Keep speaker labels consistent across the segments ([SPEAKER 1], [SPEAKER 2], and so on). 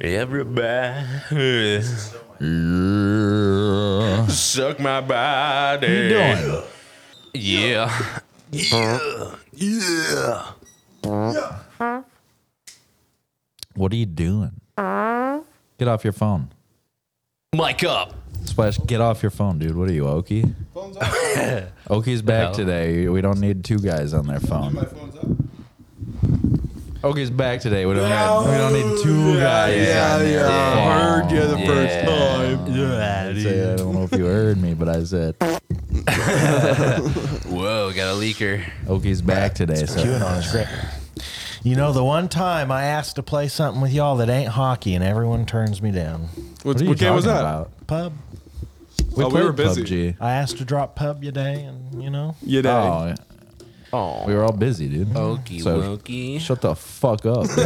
[SPEAKER 1] Everybody, suck my body.
[SPEAKER 2] doing?
[SPEAKER 1] Yeah. Yeah.
[SPEAKER 2] What are you doing? Get off your phone.
[SPEAKER 1] Mic up.
[SPEAKER 2] Splash, get off your phone, dude. What are you, Okie? Okie's back
[SPEAKER 1] hell?
[SPEAKER 2] today. We don't need two guys on their phone.
[SPEAKER 3] phone's up.
[SPEAKER 2] Okie's back today. We don't, need, we don't need two guys on their phone.
[SPEAKER 3] Heard you the
[SPEAKER 1] Yeah.
[SPEAKER 3] first time.
[SPEAKER 2] I said, I don't know if you heard me, but I said
[SPEAKER 1] Whoa, got a leaker.
[SPEAKER 2] Okie's back today. So
[SPEAKER 4] on his grip. Oh, You know, the one time I asked to play something with y'all that ain't hockey, and everyone turns me down.
[SPEAKER 3] What,
[SPEAKER 2] are you
[SPEAKER 3] what game was
[SPEAKER 2] talking
[SPEAKER 3] that?
[SPEAKER 2] about?
[SPEAKER 4] Pub.
[SPEAKER 3] oh, we
[SPEAKER 2] played
[SPEAKER 3] were busy.
[SPEAKER 2] PUBG.
[SPEAKER 4] I asked to drop pub your day, and you know,
[SPEAKER 3] Yeah,
[SPEAKER 2] Oh, yeah.
[SPEAKER 1] Oh.
[SPEAKER 2] we were all busy, dude.
[SPEAKER 1] Okie
[SPEAKER 2] So-
[SPEAKER 1] dokie.
[SPEAKER 2] Shut the fuck up, dude.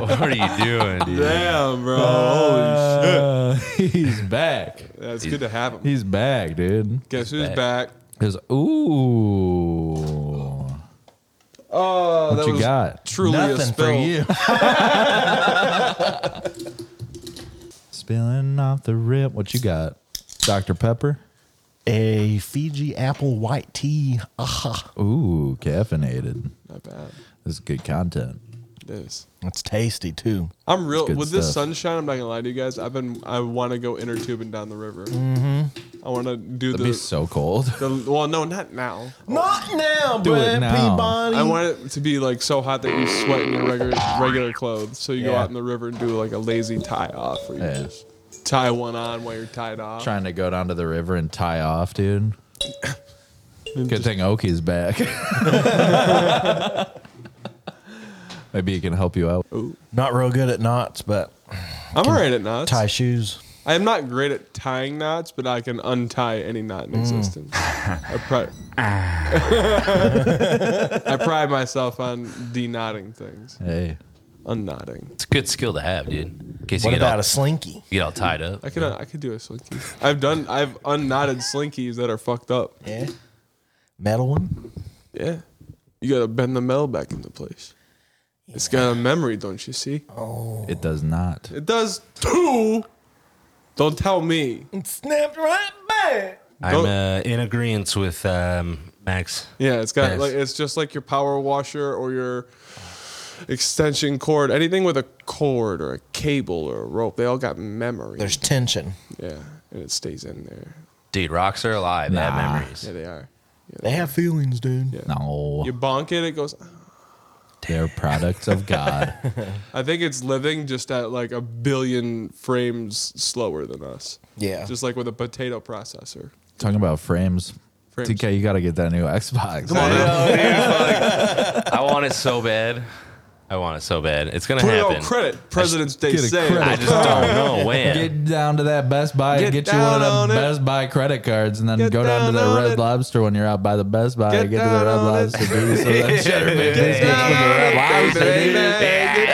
[SPEAKER 1] What are you doing, dude?
[SPEAKER 3] Damn, bro. Holy shit.
[SPEAKER 2] Uh, he's back.
[SPEAKER 3] That's good to have him.
[SPEAKER 2] He's back, dude.
[SPEAKER 3] Guess who's back?
[SPEAKER 2] Cause ooh,
[SPEAKER 3] Oh,
[SPEAKER 2] what
[SPEAKER 3] that
[SPEAKER 2] you
[SPEAKER 3] was
[SPEAKER 2] got?
[SPEAKER 3] truly a
[SPEAKER 4] nothing
[SPEAKER 3] spill.
[SPEAKER 4] for you.
[SPEAKER 2] Spilling off the rip. What you got? Dr. Pepper.
[SPEAKER 4] A Fiji apple white tea. Ah, Aha.
[SPEAKER 2] Ooh, caffeinated.
[SPEAKER 3] Not bad.
[SPEAKER 2] This is good content.
[SPEAKER 3] It is.
[SPEAKER 4] It's tasty, too.
[SPEAKER 3] I'm real
[SPEAKER 2] good
[SPEAKER 3] with this
[SPEAKER 2] stuff.
[SPEAKER 3] sunshine. I'm not gonna lie to you guys. I've been. I want to go inner tubing down the river. Mm-hmm. I want to do
[SPEAKER 2] It'd be
[SPEAKER 3] the,
[SPEAKER 2] so cold.
[SPEAKER 3] the. Well, no, not now.
[SPEAKER 4] Not now,
[SPEAKER 2] Do it
[SPEAKER 4] Brad
[SPEAKER 2] now.
[SPEAKER 4] Peabody.
[SPEAKER 3] I want it to be like so hot that you sweat in your regular regular clothes. So you go
[SPEAKER 2] Yeah.
[SPEAKER 3] out in the river and do like a lazy tie off, where you
[SPEAKER 2] Yeah.
[SPEAKER 3] just tie one on while you're tied off.
[SPEAKER 2] Trying to go down to the river and tie off, dude. Good thing Oki's back. Maybe he can help you out.
[SPEAKER 4] Not real good at knots, but
[SPEAKER 3] I'm alright at knots.
[SPEAKER 4] tie shoes.
[SPEAKER 3] I am not great at tying knots, but I can untie any knot
[SPEAKER 2] Mm.
[SPEAKER 3] in existence. I, pri-
[SPEAKER 2] Ah.
[SPEAKER 3] I pride myself on de-knotting things,
[SPEAKER 2] Hey,
[SPEAKER 3] unknotting.
[SPEAKER 1] It's a good skill to have, dude. In case you
[SPEAKER 4] What
[SPEAKER 1] get
[SPEAKER 4] about
[SPEAKER 1] all,
[SPEAKER 4] a slinky?
[SPEAKER 1] you get all tied up.
[SPEAKER 3] I could I could do a slinky. I've done I've unknotted slinkies that are fucked up.
[SPEAKER 4] Yeah. Metal one?
[SPEAKER 3] Yeah, you gotta bend the metal back into place. It's got a memory, don't you see?
[SPEAKER 4] Oh.
[SPEAKER 2] it does not.
[SPEAKER 3] It does too. Don't tell me.
[SPEAKER 4] It snapped right back.
[SPEAKER 1] I'm
[SPEAKER 3] Don't-
[SPEAKER 1] uh, in agreement with um, Max.
[SPEAKER 3] Yeah, it's got
[SPEAKER 1] Yes.
[SPEAKER 3] like it's just like your power washer or your extension cord. Anything with a cord or a cable or a rope, they all got memory.
[SPEAKER 4] There's tension.
[SPEAKER 3] yeah, and it stays in there.
[SPEAKER 1] Dude, rocks are alive. They have
[SPEAKER 2] Nah.
[SPEAKER 1] memories.
[SPEAKER 3] Yeah, they are. Yeah,
[SPEAKER 4] They have feelings, dude.
[SPEAKER 3] Yeah.
[SPEAKER 2] No,
[SPEAKER 3] You bonk it, it goes. "Ah."
[SPEAKER 2] they're products of God.
[SPEAKER 3] I think it's living just at like a billion frames slower than us.
[SPEAKER 4] Yeah.
[SPEAKER 3] Just like with a potato processor.
[SPEAKER 2] Talking about frames.
[SPEAKER 3] Frames.
[SPEAKER 2] TK, you got to get that new Xbox.
[SPEAKER 3] Come on,
[SPEAKER 2] dude.
[SPEAKER 3] now.
[SPEAKER 1] I want it so bad. I want it so bad. It's gonna
[SPEAKER 3] put it
[SPEAKER 1] happen.
[SPEAKER 3] on credit. President's Day
[SPEAKER 2] get a
[SPEAKER 3] sale.
[SPEAKER 2] credit.
[SPEAKER 1] I just don't know when.
[SPEAKER 2] Get down to that Best Buy and
[SPEAKER 3] Get
[SPEAKER 2] get you one
[SPEAKER 3] down
[SPEAKER 2] of them
[SPEAKER 3] on it.
[SPEAKER 2] Best Buy credit cards and then
[SPEAKER 3] Get
[SPEAKER 2] go down,
[SPEAKER 3] down
[SPEAKER 2] to that
[SPEAKER 3] on
[SPEAKER 2] Red
[SPEAKER 3] it.
[SPEAKER 2] Lobster when you're out by the Best Buy.
[SPEAKER 3] Get
[SPEAKER 2] Get, to the Red
[SPEAKER 3] down on it.
[SPEAKER 2] Lobster. Dude, so that shit
[SPEAKER 1] Get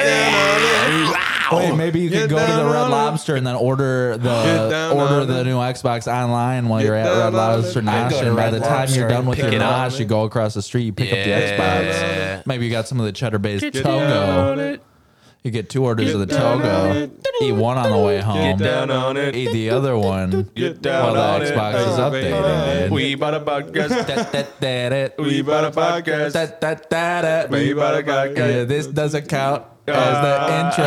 [SPEAKER 2] Wait, maybe you
[SPEAKER 3] Oh, Get
[SPEAKER 2] could go to
[SPEAKER 3] down
[SPEAKER 2] the
[SPEAKER 3] on
[SPEAKER 2] Red
[SPEAKER 3] it.
[SPEAKER 2] Lobster and then order
[SPEAKER 3] Get
[SPEAKER 2] the
[SPEAKER 3] down
[SPEAKER 2] order
[SPEAKER 3] on
[SPEAKER 2] the
[SPEAKER 3] it.
[SPEAKER 2] new Xbox online while you're
[SPEAKER 3] Get
[SPEAKER 2] at Red
[SPEAKER 3] down on it.
[SPEAKER 2] Lobster
[SPEAKER 4] I'd
[SPEAKER 2] Nosh.
[SPEAKER 4] go to
[SPEAKER 2] And by
[SPEAKER 4] Red
[SPEAKER 2] the time you're
[SPEAKER 4] Lobster
[SPEAKER 2] done
[SPEAKER 4] and
[SPEAKER 2] with your
[SPEAKER 1] pick it up.
[SPEAKER 2] Nosh, you go across the street, you pick up
[SPEAKER 1] Yeah.
[SPEAKER 2] the Xbox.
[SPEAKER 1] Yeah.
[SPEAKER 2] Maybe you got some of the cheddar based
[SPEAKER 3] Get down on
[SPEAKER 2] Togo.
[SPEAKER 3] it.
[SPEAKER 2] You get two orders of the
[SPEAKER 3] Get down
[SPEAKER 2] Togo.
[SPEAKER 3] on it.
[SPEAKER 2] Eat one on the way home.
[SPEAKER 3] down on it.
[SPEAKER 2] Eat the other one
[SPEAKER 3] Get
[SPEAKER 2] while
[SPEAKER 3] down on
[SPEAKER 2] the
[SPEAKER 3] it. Oh,
[SPEAKER 2] Xbox is updating. dude.
[SPEAKER 1] We bought a podcast.
[SPEAKER 2] That- that- that it.
[SPEAKER 3] We bought a podcast.
[SPEAKER 2] That- that- that it.
[SPEAKER 3] We Ah. bought a podcast.
[SPEAKER 2] Yeah, this doesn't count as the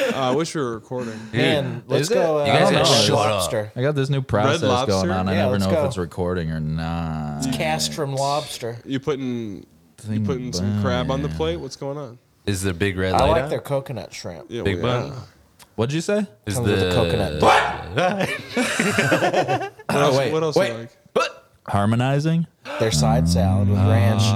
[SPEAKER 2] intro.
[SPEAKER 3] Uh, I wish we were recording.
[SPEAKER 4] Man, let's
[SPEAKER 2] is it?
[SPEAKER 4] go.
[SPEAKER 2] You
[SPEAKER 4] Uh,
[SPEAKER 2] guys
[SPEAKER 4] I don't
[SPEAKER 2] gotta
[SPEAKER 4] know.
[SPEAKER 2] shut
[SPEAKER 1] up.
[SPEAKER 4] lobster.
[SPEAKER 2] I got this new process
[SPEAKER 3] Lobster?
[SPEAKER 2] going on. I
[SPEAKER 4] Yeah,
[SPEAKER 2] never
[SPEAKER 4] let's
[SPEAKER 2] know
[SPEAKER 4] go.
[SPEAKER 2] if it's recording or not.
[SPEAKER 4] Cast from lobster.
[SPEAKER 3] You putting you
[SPEAKER 2] Thing
[SPEAKER 3] putting some
[SPEAKER 2] about
[SPEAKER 3] crab on the plate? What's going on?
[SPEAKER 1] Is the big red light?
[SPEAKER 4] I like
[SPEAKER 1] on?
[SPEAKER 4] their coconut shrimp.
[SPEAKER 3] Yeah,
[SPEAKER 1] big
[SPEAKER 3] we- uh,
[SPEAKER 1] bun.
[SPEAKER 2] What'd you say?
[SPEAKER 1] Is
[SPEAKER 4] Comes with
[SPEAKER 1] the
[SPEAKER 4] a coconut.
[SPEAKER 3] What else,
[SPEAKER 2] wait,
[SPEAKER 3] what else
[SPEAKER 2] wait.
[SPEAKER 3] you like?
[SPEAKER 2] Harmonizing?
[SPEAKER 4] Their side salad with
[SPEAKER 2] Uh,
[SPEAKER 4] ranch.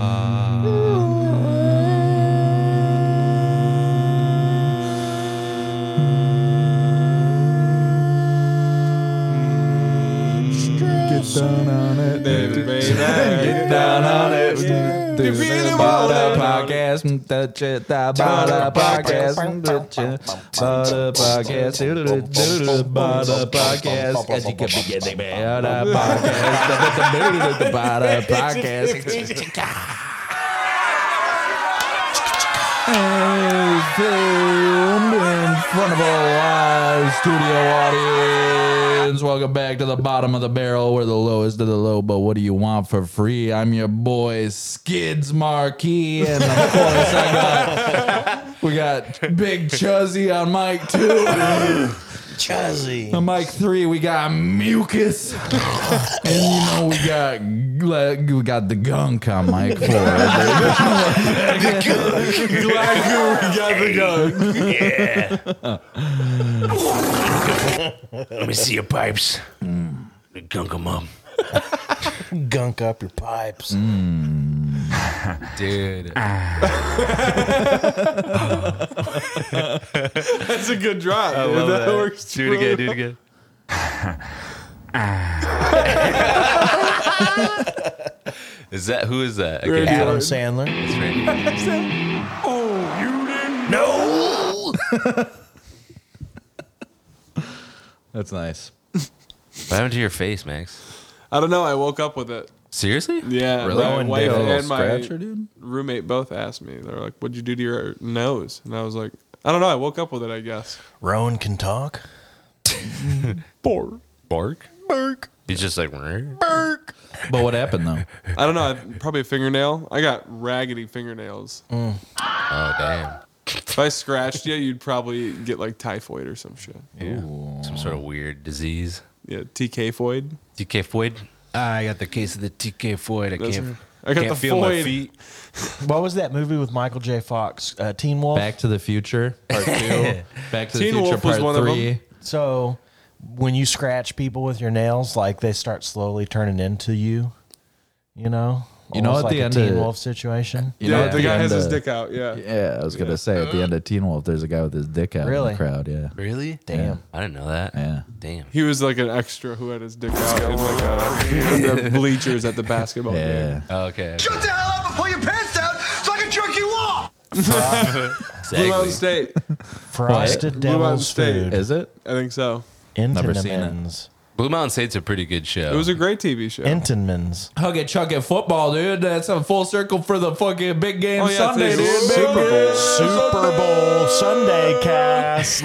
[SPEAKER 2] Get down on it.
[SPEAKER 3] Baby, baby. Get
[SPEAKER 2] Down on it. Do
[SPEAKER 3] You really
[SPEAKER 2] the
[SPEAKER 3] want
[SPEAKER 2] bada
[SPEAKER 3] it.
[SPEAKER 2] podcast. mm, Touch it. The bada podcast. mm, Touch it. Bada podcast. do, do, do, do, do, Bada podcast. As you could be getting the bada podcast. da, da, da, do, do, do, The bada podcast. is filmed in front of a live studio audience. Welcome back to the bottom of the barrel. We're the lowest of the low, but what do you want for free? I'm your boy Skids Marquee, and of course I got we got Big Chuzzy on mic two.
[SPEAKER 4] Chuzzy.
[SPEAKER 2] On mic three, we got mucus, and you know we got gla- we got the gunk on mic four.
[SPEAKER 1] Let me see your pipes. Mm. Gunk them up.
[SPEAKER 4] Gunk up your pipes.
[SPEAKER 2] Mm.
[SPEAKER 1] Dude.
[SPEAKER 3] That's a good drop. dude. that, works.
[SPEAKER 1] Do it again. Do it again. is that who is that? Okay,
[SPEAKER 3] Randy.
[SPEAKER 4] Adam
[SPEAKER 3] Lord.
[SPEAKER 4] Sandler.
[SPEAKER 1] it's Randy.
[SPEAKER 3] Oh, you didn't.
[SPEAKER 1] No.
[SPEAKER 2] That's nice.
[SPEAKER 1] What happened to your face, Max?
[SPEAKER 3] I don't know. I woke up with it.
[SPEAKER 1] Seriously?
[SPEAKER 3] Yeah,
[SPEAKER 2] Really?
[SPEAKER 3] my
[SPEAKER 4] Rowan
[SPEAKER 3] wife
[SPEAKER 4] did a
[SPEAKER 2] little
[SPEAKER 3] and my
[SPEAKER 2] scratcher, dude?
[SPEAKER 3] roommate both asked me. They're like, "What'd you do to your nose?" And I was like, "I don't know. I woke up with it. I guess."
[SPEAKER 4] Rowan can talk.
[SPEAKER 3] Four.
[SPEAKER 1] Bark. Bark. He's just like. "Rrr."
[SPEAKER 2] But what happened though?
[SPEAKER 3] I don't know. I- Probably a fingernail. I got raggedy fingernails.
[SPEAKER 1] Oh damn.
[SPEAKER 3] If I scratched you, you'd probably get like typhoid or some shit.
[SPEAKER 1] Some sort of weird disease.
[SPEAKER 3] Yeah, TK Foyd.
[SPEAKER 1] TK Floyd. Ah, I got the case of the TK Floyd. I can't.
[SPEAKER 3] I got
[SPEAKER 1] can't
[SPEAKER 3] the
[SPEAKER 1] feel my
[SPEAKER 3] Foyd.
[SPEAKER 1] feet.
[SPEAKER 4] What was that movie with Michael J. Fox? Uh, Teen Wolf.
[SPEAKER 2] Back to the Future Part Two. Back to the
[SPEAKER 3] Teen
[SPEAKER 2] Future
[SPEAKER 3] Wolf was
[SPEAKER 2] Part
[SPEAKER 3] one of
[SPEAKER 2] Three.
[SPEAKER 3] them.
[SPEAKER 4] So when you scratch people with your nails, like they start slowly turning into you. You know.
[SPEAKER 2] You know, at
[SPEAKER 4] Almost like
[SPEAKER 2] the
[SPEAKER 4] a
[SPEAKER 2] end
[SPEAKER 4] Teen
[SPEAKER 2] of-
[SPEAKER 4] Wolf situation.
[SPEAKER 2] You
[SPEAKER 3] yeah,
[SPEAKER 2] at
[SPEAKER 3] the guy has his
[SPEAKER 2] end, uh,
[SPEAKER 3] dick out. Yeah.
[SPEAKER 2] Yeah, I was gonna say at the end of Teen Wolf, there's a guy with his dick out in
[SPEAKER 4] Really?
[SPEAKER 2] the crowd. Yeah,
[SPEAKER 1] Really?
[SPEAKER 4] Damn.
[SPEAKER 1] I didn't know that.
[SPEAKER 2] yeah.
[SPEAKER 1] Damn.
[SPEAKER 3] He was like an extra who had his dick out in like uh the bleachers at the basketball
[SPEAKER 2] Yeah.
[SPEAKER 3] game.
[SPEAKER 1] Oh, okay.
[SPEAKER 5] Shut the hell up and pull your pants down so I can jerk you off!
[SPEAKER 3] Blue Mountain
[SPEAKER 1] Exactly.
[SPEAKER 3] State.
[SPEAKER 4] Frosted
[SPEAKER 3] What?
[SPEAKER 4] Devil's
[SPEAKER 3] Blue Mountain State.
[SPEAKER 4] Food.
[SPEAKER 2] Is it?
[SPEAKER 3] I think so.
[SPEAKER 2] Never seen it.
[SPEAKER 4] Intinamins.
[SPEAKER 1] Blue Mountain State's a pretty good show.
[SPEAKER 3] It was a great TV show.
[SPEAKER 4] Intinamins.
[SPEAKER 2] Hug it, chuck it, football, dude. That's a full circle for the fucking big game
[SPEAKER 3] Oh, yeah,
[SPEAKER 2] Sunday, dude.
[SPEAKER 3] today's
[SPEAKER 2] Big
[SPEAKER 3] Super
[SPEAKER 2] game.
[SPEAKER 4] Super Bowl Sunday cast.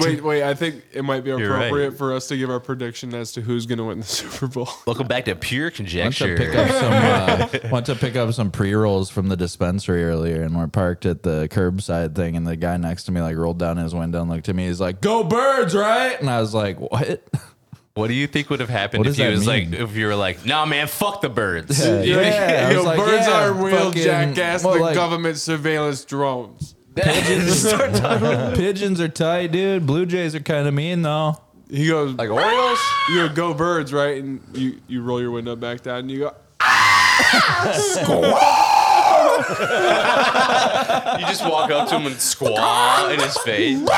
[SPEAKER 3] Wait, wait. I think it might be
[SPEAKER 1] You're right.
[SPEAKER 3] appropriate for us to give our prediction as to who's going to win the Super Bowl.
[SPEAKER 1] Welcome back to Pure
[SPEAKER 2] Went to
[SPEAKER 1] Conjecture.
[SPEAKER 2] pick up some uh, went to pick up some pre rolls from the dispensary earlier, and we're parked at the curbside thing. And the guy next to me like rolled down his window and looked at me. He's like, "Go birds, right?" And I was like, "What?"
[SPEAKER 1] What do you think would have happened
[SPEAKER 2] What
[SPEAKER 1] if
[SPEAKER 2] does
[SPEAKER 1] you
[SPEAKER 2] that
[SPEAKER 1] was
[SPEAKER 2] mean?
[SPEAKER 1] like if you were like, nah man, fuck the birds.
[SPEAKER 3] You're like,
[SPEAKER 2] Yeah, I
[SPEAKER 3] yo,
[SPEAKER 2] was like,
[SPEAKER 3] birds
[SPEAKER 2] yeah,
[SPEAKER 3] are real
[SPEAKER 2] fucking-
[SPEAKER 3] jackass.
[SPEAKER 2] well,
[SPEAKER 3] the
[SPEAKER 2] like-
[SPEAKER 3] government surveillance drones.
[SPEAKER 2] Pigeons are tight, dude. Blue Jays are kind of mean though.
[SPEAKER 3] He goes,
[SPEAKER 2] Like Orioles.
[SPEAKER 3] you go, go birds, right? And you, you roll your window back down and you go,
[SPEAKER 1] You just walk up to him and squall in his face.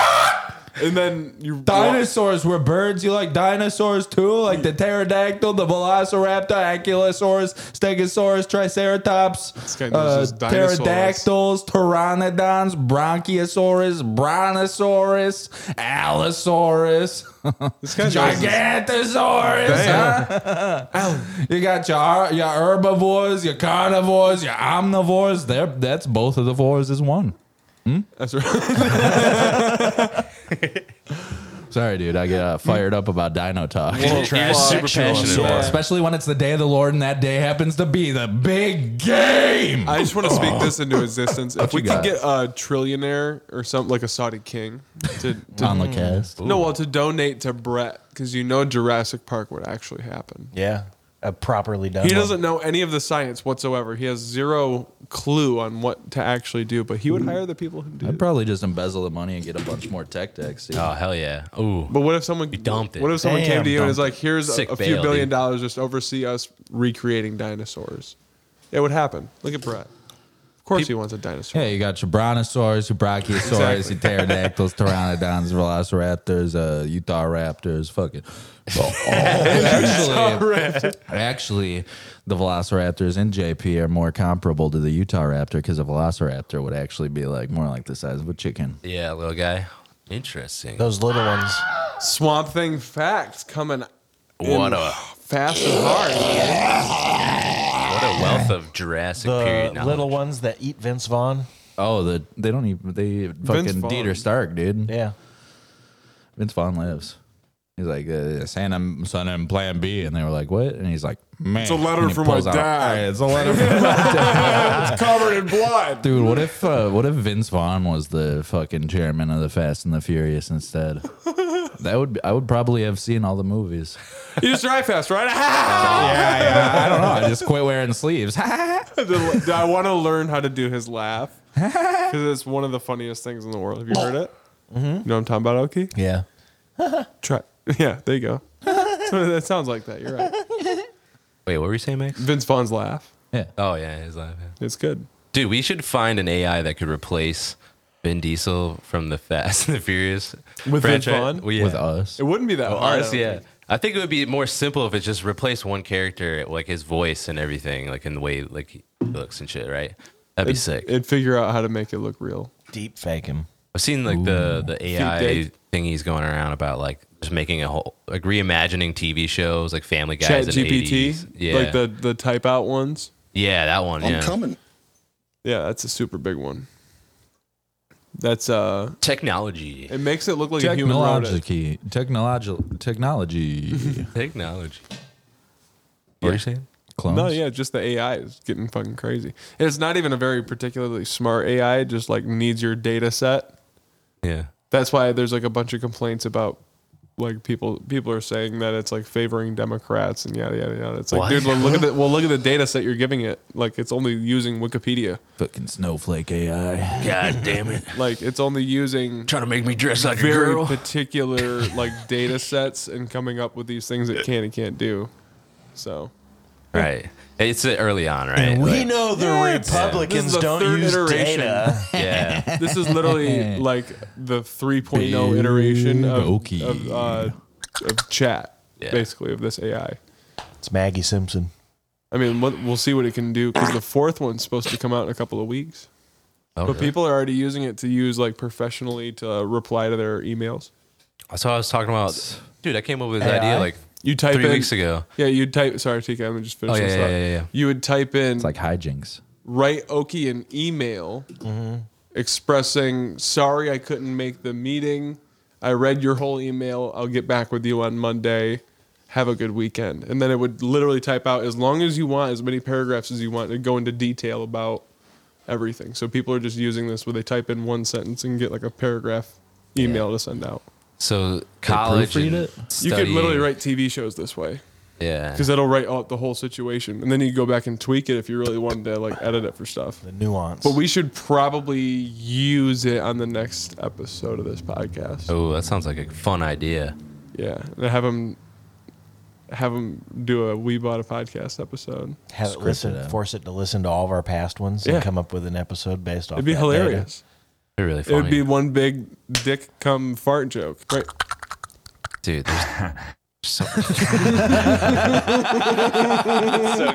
[SPEAKER 3] and then you
[SPEAKER 2] Dinosaurs were birds. You like dinosaurs too, like the pterodactyl, the velociraptor, ankylosaurus, stegosaurus, triceratops,
[SPEAKER 3] guy knows
[SPEAKER 2] uh,
[SPEAKER 3] his dinosaurs.
[SPEAKER 2] pterodactyls, pteranodons, bronchiosaurus, brontosaurus, allosaurus,
[SPEAKER 3] This guy knows his-
[SPEAKER 2] gigantosaurus. huh? you got your your herbivores, your carnivores, your omnivores. They're, that's both of the fours is one.
[SPEAKER 3] That's right.
[SPEAKER 2] Sorry, dude. I get uh, fired up about dino talk.
[SPEAKER 1] You're just super
[SPEAKER 4] Sexual
[SPEAKER 1] passionate about it.
[SPEAKER 2] Especially when it's the day of the Lord and that day happens to be the big game.
[SPEAKER 3] I just want to speak this into existence. If we
[SPEAKER 2] you
[SPEAKER 3] could
[SPEAKER 2] got?
[SPEAKER 3] get a trillionaire or something like a Saudi king to, to
[SPEAKER 2] On the cast.
[SPEAKER 3] no, well, to donate to Brett because you know Jurassic Park would actually happen.
[SPEAKER 4] Yeah. A properly done.
[SPEAKER 3] He
[SPEAKER 4] one.
[SPEAKER 3] doesn't know any of the science whatsoever. He has zero clue on what to actually do, but he would hire the people who do.
[SPEAKER 2] I'd
[SPEAKER 3] it.
[SPEAKER 2] probably just embezzle the money and get a bunch more tech decks. dude.
[SPEAKER 1] Oh hell yeah. Ooh.
[SPEAKER 3] But what if someone
[SPEAKER 1] dumped it.
[SPEAKER 3] What if someone came
[SPEAKER 4] Damn,
[SPEAKER 3] to you and is
[SPEAKER 4] dumped
[SPEAKER 3] like, "Here's a,
[SPEAKER 1] Sick
[SPEAKER 3] a few
[SPEAKER 1] bail,
[SPEAKER 3] billion
[SPEAKER 1] dude.
[SPEAKER 3] dollars, just oversee us recreating dinosaurs"? It would happen. Look at Brett. Of course, he wants a dinosaur.
[SPEAKER 2] Yeah, you got your brontosaurus, your brachiosaurus, your pterodactyls, pteranodons, velociraptors, uh, Utah raptors, fucking. Oh, actually, actually, the velociraptors and JP are more comparable to the Utah raptor because a velociraptor would actually be like more like the size of a chicken.
[SPEAKER 1] Yeah, little guy. Interesting.
[SPEAKER 4] Those little ones.
[SPEAKER 3] Swamp Thing facts coming
[SPEAKER 1] What a
[SPEAKER 3] fast and hard.
[SPEAKER 1] what a wealth of Jurassic
[SPEAKER 4] The
[SPEAKER 1] period knowledge.
[SPEAKER 4] little ones that eat Vince Vaughn.
[SPEAKER 2] Oh, the they don't even they fucking
[SPEAKER 3] Vaughn.
[SPEAKER 2] Dieter Stark, dude.
[SPEAKER 4] Yeah.
[SPEAKER 2] Vince Vaughn lives. He's like, uh, son, I'm son, I'm Plan B, and they were like, what? And he's like, man,
[SPEAKER 3] It's a letter
[SPEAKER 2] And he
[SPEAKER 3] from my
[SPEAKER 2] pulls out-
[SPEAKER 3] dad.
[SPEAKER 2] Yeah, It's a letter from my
[SPEAKER 3] it's covered in blood.
[SPEAKER 2] dude. What if uh, what if Vince Vaughn was the fucking chairman of the Fast and the Furious instead? That would be, I would probably have seen all the movies.
[SPEAKER 3] You just drive fast, right?
[SPEAKER 2] Yeah, yeah. I don't know. I just quit wearing sleeves.
[SPEAKER 3] The- I want to learn how to do his laugh because it's one of the funniest things in the world. Have you heard it? You know what I'm talking about, Oki?
[SPEAKER 4] Yeah.
[SPEAKER 3] Try. Yeah, there you go. That's what that sounds like that. You're right.
[SPEAKER 1] Wait, what were you saying, Max?
[SPEAKER 3] Vince Vaughn's laugh.
[SPEAKER 2] yeah.
[SPEAKER 1] Oh yeah, his live. yeah.
[SPEAKER 3] It's good.
[SPEAKER 1] Dude, we should find an AI that could replace Vin Diesel from the Fast and the Furious
[SPEAKER 3] With Vince Vaughn?
[SPEAKER 1] Well, yeah.
[SPEAKER 2] With us,
[SPEAKER 3] It wouldn't be that
[SPEAKER 1] Oh,
[SPEAKER 3] hard. I
[SPEAKER 1] us,
[SPEAKER 3] don't
[SPEAKER 1] yeah.
[SPEAKER 3] think.
[SPEAKER 1] I think it would be more simple if it just replaced one character, like his voice and everything, like in the way like he looks and shit. Right? That'd be
[SPEAKER 3] It'd-
[SPEAKER 1] sick.
[SPEAKER 3] It'd figure out how to make it look real.
[SPEAKER 4] Deep fake him.
[SPEAKER 1] I've seen like the the AI
[SPEAKER 3] dig.
[SPEAKER 1] thing he's going around about like just making a whole like reimagining TV shows like Family Guys
[SPEAKER 3] Chat
[SPEAKER 1] and
[SPEAKER 3] GPT,
[SPEAKER 1] 80s. Yeah,
[SPEAKER 3] like the the type out ones.
[SPEAKER 1] yeah that one. yeah.
[SPEAKER 3] Yeah, that's a super big one. That's uh,
[SPEAKER 1] Technology,
[SPEAKER 3] it makes it look like a human robot.
[SPEAKER 2] technology, technology, technology.
[SPEAKER 1] technology. What are you saying?
[SPEAKER 2] Clones.
[SPEAKER 3] No, yeah, just the AI is getting fucking crazy. And it's not even a very particularly smart AI. It just like needs your data set.
[SPEAKER 1] Yeah.
[SPEAKER 3] That's why there's like a bunch of complaints about like people people are saying that it's like favoring Democrats and yada yada yada. It's like,
[SPEAKER 1] What?
[SPEAKER 3] dude, well, look at the well, look at the data set you're giving it. Like it's only using Wikipedia.
[SPEAKER 2] Fucking snowflake AI.
[SPEAKER 1] God damn it!
[SPEAKER 3] Like it's only using
[SPEAKER 1] Trying to make me dress like
[SPEAKER 3] very particular like data sets and coming up with these things it can and can't do. So
[SPEAKER 1] Right. It's uh, early on, right?
[SPEAKER 4] And we
[SPEAKER 1] Like,
[SPEAKER 4] know the
[SPEAKER 3] This is
[SPEAKER 4] Republicans
[SPEAKER 3] the
[SPEAKER 4] don't
[SPEAKER 3] third
[SPEAKER 4] use
[SPEAKER 3] iteration.
[SPEAKER 4] data.
[SPEAKER 1] Yeah.
[SPEAKER 3] This is literally like the 3.0 iteration of,
[SPEAKER 2] Okey.
[SPEAKER 3] of, uh, of chat,
[SPEAKER 1] Yeah.
[SPEAKER 3] basically, of this AI.
[SPEAKER 4] It's Maggie Simpson.
[SPEAKER 3] I mean, what, we'll see what it can do because the fourth one's supposed to come out in a couple of weeks.
[SPEAKER 1] Oh,
[SPEAKER 3] But people are already using it to use like professionally to uh, reply to their emails.
[SPEAKER 1] That's what I was talking about. Dude, I came up with this idea
[SPEAKER 4] AI?
[SPEAKER 1] like
[SPEAKER 3] You type
[SPEAKER 1] three
[SPEAKER 3] in-
[SPEAKER 1] weeks ago.
[SPEAKER 3] Yeah, you'd type. Sorry, TK, I'm gonna just
[SPEAKER 1] Oh,
[SPEAKER 3] finish
[SPEAKER 1] yeah,
[SPEAKER 3] this
[SPEAKER 1] yeah,
[SPEAKER 3] up.
[SPEAKER 1] yeah, yeah, yeah.
[SPEAKER 3] You would type in
[SPEAKER 2] It's like hijinks.
[SPEAKER 3] write Oki an email expressing, sorry I couldn't make the meeting. I read your whole email. I'll get back with you on Monday. Have a good weekend. And then it would literally type out as long as you want, as many paragraphs as you want, and go into detail about everything. So people are just using this where they type in one sentence and get like a paragraph email to send out.
[SPEAKER 1] So college.
[SPEAKER 2] proofread
[SPEAKER 1] and
[SPEAKER 2] it?
[SPEAKER 3] You could literally
[SPEAKER 1] studying.
[SPEAKER 3] write TV shows this way
[SPEAKER 1] Yeah.
[SPEAKER 3] because it'll write out the whole situation. And then you go back and tweak it if you really wanted to like edit it for stuff.
[SPEAKER 4] The nuance.
[SPEAKER 3] But we should probably use it on the next episode of this podcast.
[SPEAKER 1] Oh, that sounds like a fun idea.
[SPEAKER 3] Yeah, and have him have him do a We Bought a Podcast episode.
[SPEAKER 4] have it
[SPEAKER 2] Script
[SPEAKER 4] listen,
[SPEAKER 2] it out.
[SPEAKER 4] force it to listen to all of our past ones
[SPEAKER 3] Yeah.
[SPEAKER 4] and come up with an episode based off.
[SPEAKER 3] It'd be
[SPEAKER 4] that data.
[SPEAKER 3] hilarious.
[SPEAKER 1] They're really
[SPEAKER 3] It
[SPEAKER 1] funny.
[SPEAKER 3] would be one big dick come fart joke. Right?
[SPEAKER 1] Dude, there's so, so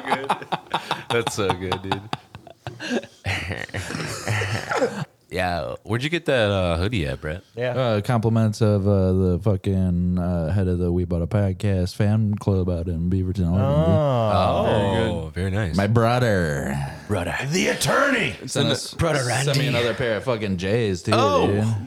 [SPEAKER 1] good. That's so good, dude. yeah. Where'd you get that uh, hoodie at, Brett?
[SPEAKER 4] Yeah.
[SPEAKER 2] Uh, compliments of uh, the fucking uh, head of the We Bought a Podcast fan club out in Beaverton, Oregon.
[SPEAKER 1] Oh, very, nice.
[SPEAKER 2] My brother.
[SPEAKER 4] brother. The attorney.
[SPEAKER 2] Sent, us,
[SPEAKER 4] Brother
[SPEAKER 2] sent me
[SPEAKER 4] Randy.
[SPEAKER 2] another pair of fucking J's, too. dude.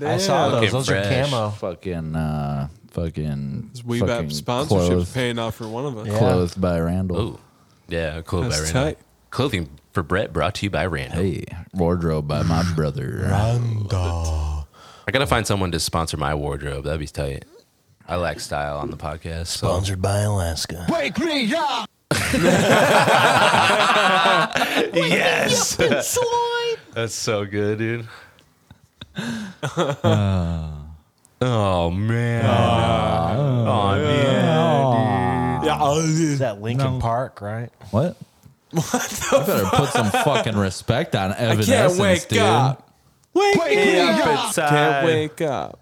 [SPEAKER 4] I saw
[SPEAKER 1] Looking
[SPEAKER 4] those. Those
[SPEAKER 1] fresh.
[SPEAKER 4] are camo.
[SPEAKER 2] Fucking, uh, fucking,
[SPEAKER 3] We
[SPEAKER 2] fucking
[SPEAKER 3] Bought sponsorship's
[SPEAKER 2] clothed,
[SPEAKER 3] paying off for one of us.
[SPEAKER 4] Yeah.
[SPEAKER 2] clothed by Randall.
[SPEAKER 1] Oh, yeah. Clothing
[SPEAKER 3] That's
[SPEAKER 1] by Randall.
[SPEAKER 3] tight.
[SPEAKER 1] Clothing for Brett brought to you by Randall.
[SPEAKER 2] Hey, wardrobe by my brother.
[SPEAKER 1] I gotta find someone to sponsor my wardrobe. That'd be tight. I lack style on the podcast. So.
[SPEAKER 4] Sponsored by Alaska.
[SPEAKER 5] Wake me up!
[SPEAKER 1] Yes. That's so good, dude. oh man. oh man.
[SPEAKER 4] Is that Lincoln Park, right?
[SPEAKER 2] What? What the I better put some fucking respect on Evanescence, dude.
[SPEAKER 3] Wake, me up.
[SPEAKER 1] inside.
[SPEAKER 3] Can't wake up.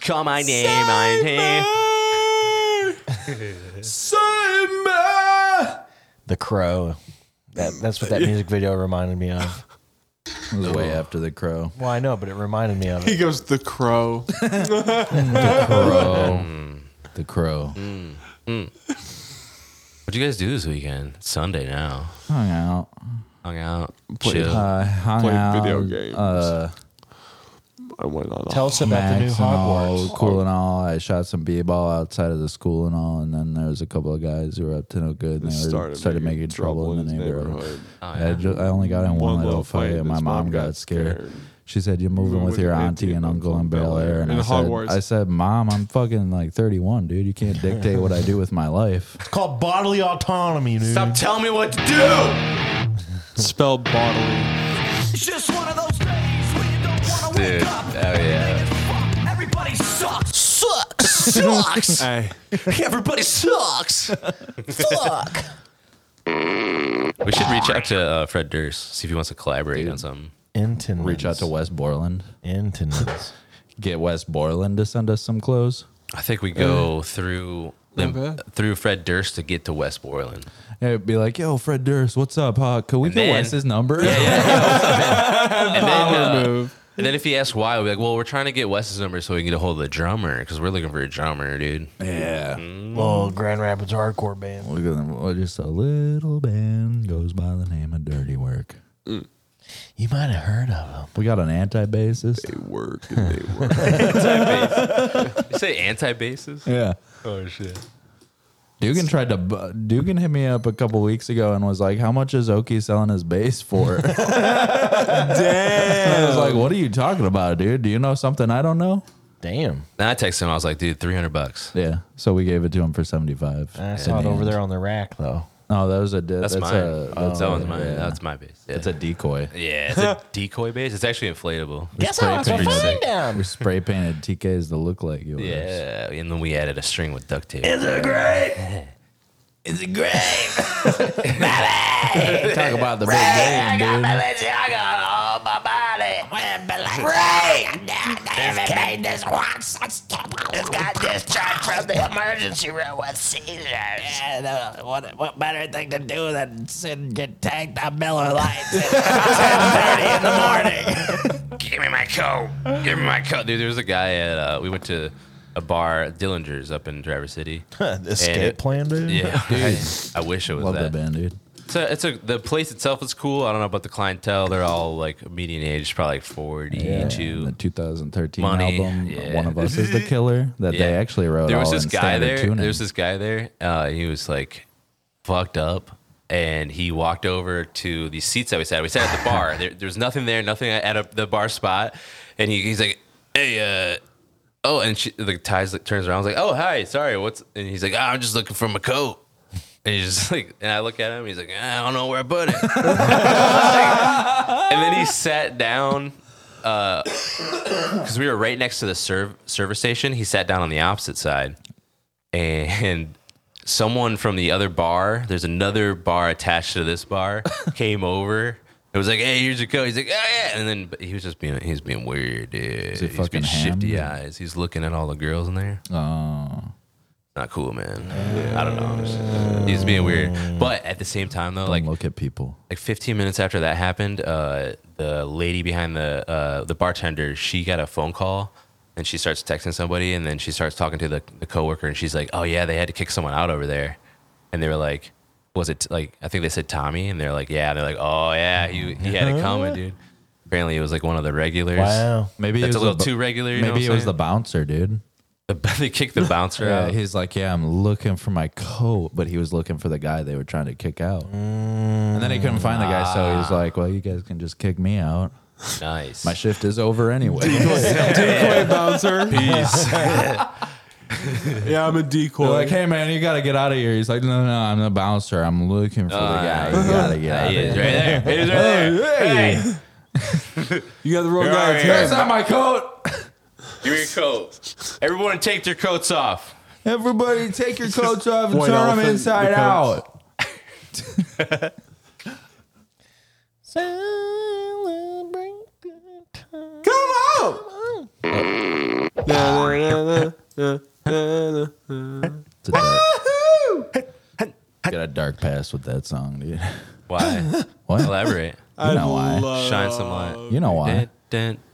[SPEAKER 1] Call my name, my name.
[SPEAKER 4] The Crow. That, that's what that music video reminded me of.
[SPEAKER 2] It was way after the crow.
[SPEAKER 4] Well, I know, but it reminded me of
[SPEAKER 3] He
[SPEAKER 4] it.
[SPEAKER 3] goes the crow.
[SPEAKER 4] Mm.
[SPEAKER 2] Crow. the crow.
[SPEAKER 1] What'd you guys do this weekend? It's Sunday now.
[SPEAKER 2] Hung out.
[SPEAKER 1] Hung out,
[SPEAKER 3] Played
[SPEAKER 1] chill.
[SPEAKER 2] Uh, hung
[SPEAKER 3] Played
[SPEAKER 2] out.
[SPEAKER 3] video games.
[SPEAKER 2] Uh,
[SPEAKER 3] I went on.
[SPEAKER 4] Tell
[SPEAKER 3] Tell-
[SPEAKER 4] us about the new
[SPEAKER 2] Max and
[SPEAKER 4] Hogwarts.
[SPEAKER 2] all, cool and all. I shot some b-ball outside of the school and all, and then there was a couple of guys who were up to no good. And they were, started, making trouble in the neighborhood.
[SPEAKER 1] Oh,
[SPEAKER 2] I,
[SPEAKER 1] yeah.
[SPEAKER 2] ju- I only got in one,
[SPEAKER 3] One
[SPEAKER 2] little
[SPEAKER 3] little
[SPEAKER 2] fight,
[SPEAKER 3] fight,
[SPEAKER 2] and my
[SPEAKER 3] this
[SPEAKER 2] mom
[SPEAKER 3] mom
[SPEAKER 2] got
[SPEAKER 3] got
[SPEAKER 2] scared.
[SPEAKER 3] scared.
[SPEAKER 2] She said, "You're moving with your auntie and uncle in Bel Air," and
[SPEAKER 3] In
[SPEAKER 2] I said,
[SPEAKER 3] Hogwarts.
[SPEAKER 2] "I said, Mom, I'm fucking like 31, dude. You can't dictate what I do with my life."
[SPEAKER 4] It's called bodily autonomy, dude.
[SPEAKER 1] Stop telling me what to do,
[SPEAKER 3] Spell bodily.
[SPEAKER 5] It's just one of those days when you don't want to
[SPEAKER 1] dude.
[SPEAKER 5] wake
[SPEAKER 1] Oh
[SPEAKER 5] up.
[SPEAKER 1] yeah.
[SPEAKER 5] Everybody sucks. Sucks. Sucks.
[SPEAKER 3] Hey,
[SPEAKER 5] Everybody sucks. Fuck.
[SPEAKER 1] We should reach out to uh, Fred Durst see if he wants to collaborate on something.
[SPEAKER 4] Intonins.
[SPEAKER 2] Reach out to West Borland.
[SPEAKER 4] Intonins.
[SPEAKER 2] Get West Borland to send us some clothes.
[SPEAKER 1] I think we go through them,
[SPEAKER 3] Not bad.
[SPEAKER 1] through Fred Durst to get to West Borland.
[SPEAKER 2] And It'd be like, "Yo, Fred Durst, what's up? Huh? Could we
[SPEAKER 1] And
[SPEAKER 2] get
[SPEAKER 1] then-
[SPEAKER 2] Wes's number?"
[SPEAKER 1] And then, uh,
[SPEAKER 3] move.
[SPEAKER 1] and then if he asks why, we'll be like, "Well, we're trying to get Wes's number so we can get a hold of the drummer because we're looking for a drummer, dude."
[SPEAKER 2] yeah.
[SPEAKER 4] well, Oh, Grand Rapids hardcore band.
[SPEAKER 2] Look at them. Oh, Just a little band goes by the name of Dirty Work.
[SPEAKER 1] Mm.
[SPEAKER 4] You might have heard of them.
[SPEAKER 2] We got an anti-bassist.
[SPEAKER 3] They work. And they work.
[SPEAKER 1] You say anti basses?
[SPEAKER 2] Yeah.
[SPEAKER 1] Oh shit.
[SPEAKER 2] Dugan tried to. bu- Dugan hit me up a couple weeks ago and was like, "How much is Oki selling his bass for?" Damn. I was like, "What are you talking about, dude? Do you know something I don't know?"
[SPEAKER 4] Damn.
[SPEAKER 1] Then I texted him. I was like, "Dude, three hundred bucks."
[SPEAKER 2] Yeah. So we gave it to him for seventy-five.
[SPEAKER 4] I saw it over there on the rack, though.
[SPEAKER 2] Oh, that was a. di-
[SPEAKER 1] That's,
[SPEAKER 2] That's,
[SPEAKER 1] mine. Oh,
[SPEAKER 2] a. That's,
[SPEAKER 1] that
[SPEAKER 2] a-
[SPEAKER 1] one's mine.
[SPEAKER 2] yeah.
[SPEAKER 1] That's my base. Yeah.
[SPEAKER 2] It's a decoy.
[SPEAKER 1] yeah, it's a decoy base. It's actually inflatable.
[SPEAKER 4] Guess I
[SPEAKER 1] pretty sick.
[SPEAKER 2] We spray painted TKs to look like you.
[SPEAKER 1] Yeah, and then we added a string with duct tape.
[SPEAKER 2] Is it great? Talk about the big game, dude.
[SPEAKER 1] uh, Give me my coat. Give me my coat. Dude, there was a guy at, uh, we went to a bar, Dillinger's, up in Traverse City.
[SPEAKER 4] Escape
[SPEAKER 1] it-
[SPEAKER 4] plan, dude.
[SPEAKER 1] Yeah, I, I wish it was
[SPEAKER 2] Love
[SPEAKER 1] that.
[SPEAKER 2] that band, dude.
[SPEAKER 1] it's a, it's a, the place itself is cool. I don't know about the clientele. They're all like median age, probably like 42.
[SPEAKER 2] And The 2013
[SPEAKER 1] Money,
[SPEAKER 2] album, uh,
[SPEAKER 1] yeah.
[SPEAKER 2] One of Us is the Killer, that they
[SPEAKER 1] Yeah.
[SPEAKER 2] actually wrote.
[SPEAKER 1] There was
[SPEAKER 2] all
[SPEAKER 1] this
[SPEAKER 2] in
[SPEAKER 1] guy
[SPEAKER 2] standard
[SPEAKER 1] there.
[SPEAKER 2] Tuning.
[SPEAKER 1] There was this guy there. Uh, he was like fucked up, and he walked over to the seats that we sat. We sat at the bar. There, there was nothing there, nothing at a, the bar spot, and he, he's like, "Hey, uh." Oh, and she the ties like turns around. I was like, "Oh, hi, sorry, what's?" And he's like, "Ah, "I'm just looking for my coat." And he's just like, and I look at him. He's like, "Ah, "I don't know where I put it." and then he sat down because we were right next to the serv- service station. He sat down on the opposite side, and someone from the other bar, there's another bar attached to this bar, came over. It was like, hey, here's your coat. He's like, oh yeah, and then but he was just being, he's being weird, dude.
[SPEAKER 2] he
[SPEAKER 1] He's being
[SPEAKER 2] fucking
[SPEAKER 1] shifty
[SPEAKER 2] hammed?
[SPEAKER 1] eyes. He's looking at all the girls in there.
[SPEAKER 2] Oh.
[SPEAKER 1] Not cool, man. I don't know. He's being weird, but at the same time though, like
[SPEAKER 2] Like, look at people.
[SPEAKER 1] like 15 minutes after that happened, uh, the lady behind the uh, the bartender, she got a phone call and she starts texting somebody and then she starts talking to the, the coworker and she's like, "Oh yeah, they had to kick someone out over there." And they were like, "Was it like I think they said Tommy?" And they're like, "Yeah." And they're like, "Oh yeah, he he had it coming, dude." Apparently, it was like one of the regulars.
[SPEAKER 4] Wow.
[SPEAKER 2] Maybe
[SPEAKER 1] That's
[SPEAKER 2] it was
[SPEAKER 1] a little
[SPEAKER 2] the-
[SPEAKER 1] too regular. You know what
[SPEAKER 2] Maybe it
[SPEAKER 1] I'm
[SPEAKER 2] was the
[SPEAKER 1] saying?
[SPEAKER 2] bouncer, dude.
[SPEAKER 1] the they kicked the bouncer
[SPEAKER 2] Yeah,
[SPEAKER 1] out.
[SPEAKER 2] he's like, yeah, I'm looking for my coat, but he was looking for the guy they were trying to kick out, and then he couldn't find the guy, so
[SPEAKER 1] Mm.
[SPEAKER 2] he's like, well, you guys can just kick me out.
[SPEAKER 1] Nice.
[SPEAKER 2] My shift is over anyway.
[SPEAKER 3] Decoy bouncer. Peace. yeah, I'm a decoy.
[SPEAKER 2] They're like, hey man, you gotta get out of here. He's like, no, no, I'm the bouncer. I'm looking for the guy. You gotta get out of
[SPEAKER 1] He is
[SPEAKER 2] here.
[SPEAKER 1] Uh, right there. He is right there. Hey,
[SPEAKER 3] you got the wrong guy.
[SPEAKER 1] right.
[SPEAKER 3] Hey,
[SPEAKER 2] That's not my coat.
[SPEAKER 1] give me your coat. Everyone, take their coats off.
[SPEAKER 2] Everybody, take your coats off and
[SPEAKER 3] White
[SPEAKER 2] turn them
[SPEAKER 3] elephant,
[SPEAKER 2] inside
[SPEAKER 3] the coats.
[SPEAKER 2] out.
[SPEAKER 4] Celebrate the time.
[SPEAKER 3] na, na, na, na, na, na.
[SPEAKER 2] It's a dark- Got a dark past with that song, dude.
[SPEAKER 1] Why?
[SPEAKER 2] What?
[SPEAKER 1] Elaborate.
[SPEAKER 2] You know why?
[SPEAKER 3] love-
[SPEAKER 1] Shine some light.
[SPEAKER 2] You know why?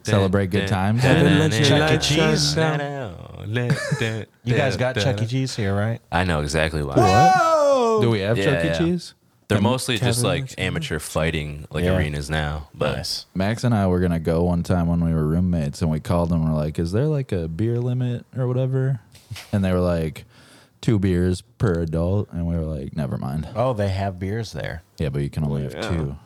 [SPEAKER 2] Celebrate good times. Heaven
[SPEAKER 4] let your light shine
[SPEAKER 1] You
[SPEAKER 4] You guys got Chuck E. Cheese here, right?
[SPEAKER 1] I know exactly why.
[SPEAKER 4] go.
[SPEAKER 2] Do we have Chuck E.
[SPEAKER 1] yeah.
[SPEAKER 2] Cheese?
[SPEAKER 1] They're mostly just
[SPEAKER 2] Kevin
[SPEAKER 1] like amateur fighting like
[SPEAKER 4] Yeah.
[SPEAKER 1] arenas now. But
[SPEAKER 4] Nice.
[SPEAKER 2] Max and I were gonna go one time when we were roommates, and we called them. We're like, "Is there like a beer limit or whatever?" And they were like, two beers per adult," and we were like, "Never mind."
[SPEAKER 4] Oh, they have beers there.
[SPEAKER 2] Yeah, but you can
[SPEAKER 1] Oh,
[SPEAKER 2] only have two.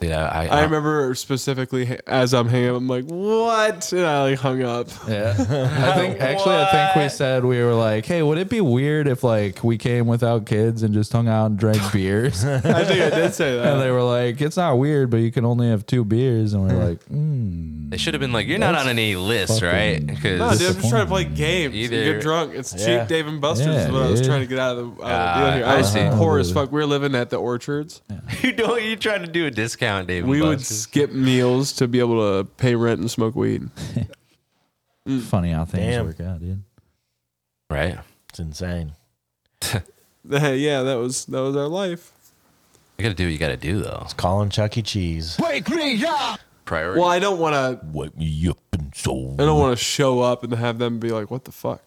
[SPEAKER 1] yeah, I,
[SPEAKER 3] I remember specifically h- as I'm hanging up, I'm like, what? And I like hung up.
[SPEAKER 2] Yeah, I think actually, I think we said we were like, "Hey, would it be weird if like we came without kids and just hung out and drank beers?" and
[SPEAKER 3] I think I did say that.
[SPEAKER 2] they were like, "It's not weird, but you can only have two beers," and we are like, mm,
[SPEAKER 1] They should have been like, you're not on any list, right?
[SPEAKER 3] No,
[SPEAKER 1] Because
[SPEAKER 3] dude, I'm just trying to play games. You
[SPEAKER 1] Either-
[SPEAKER 3] get drunk. It's
[SPEAKER 4] Yeah.
[SPEAKER 3] cheap Dave and Buster's
[SPEAKER 2] Yeah,
[SPEAKER 3] is what I was
[SPEAKER 2] dude.
[SPEAKER 3] trying to get out of the, out of the
[SPEAKER 1] Ah,
[SPEAKER 3] deal here.
[SPEAKER 1] I
[SPEAKER 3] I was
[SPEAKER 1] see.
[SPEAKER 3] poor as fuck. We were living at the orchards.
[SPEAKER 1] you don't. You're trying to do a discount, David.
[SPEAKER 3] We would
[SPEAKER 1] Buster's.
[SPEAKER 3] skip meals to be able to pay rent and smoke weed.
[SPEAKER 2] "Funny how things
[SPEAKER 4] Damn.
[SPEAKER 2] work out, dude."
[SPEAKER 1] right.
[SPEAKER 4] It's insane.
[SPEAKER 3] yeah, that was that was our life.
[SPEAKER 1] You got to do what you got to do, though.
[SPEAKER 4] Calling Chuck E. Cheese.
[SPEAKER 5] Wake me up!
[SPEAKER 1] Priority.
[SPEAKER 3] Well, I don't want to.
[SPEAKER 4] Wake me up and so
[SPEAKER 3] I don't want to show up and have them be like, "What the fuck."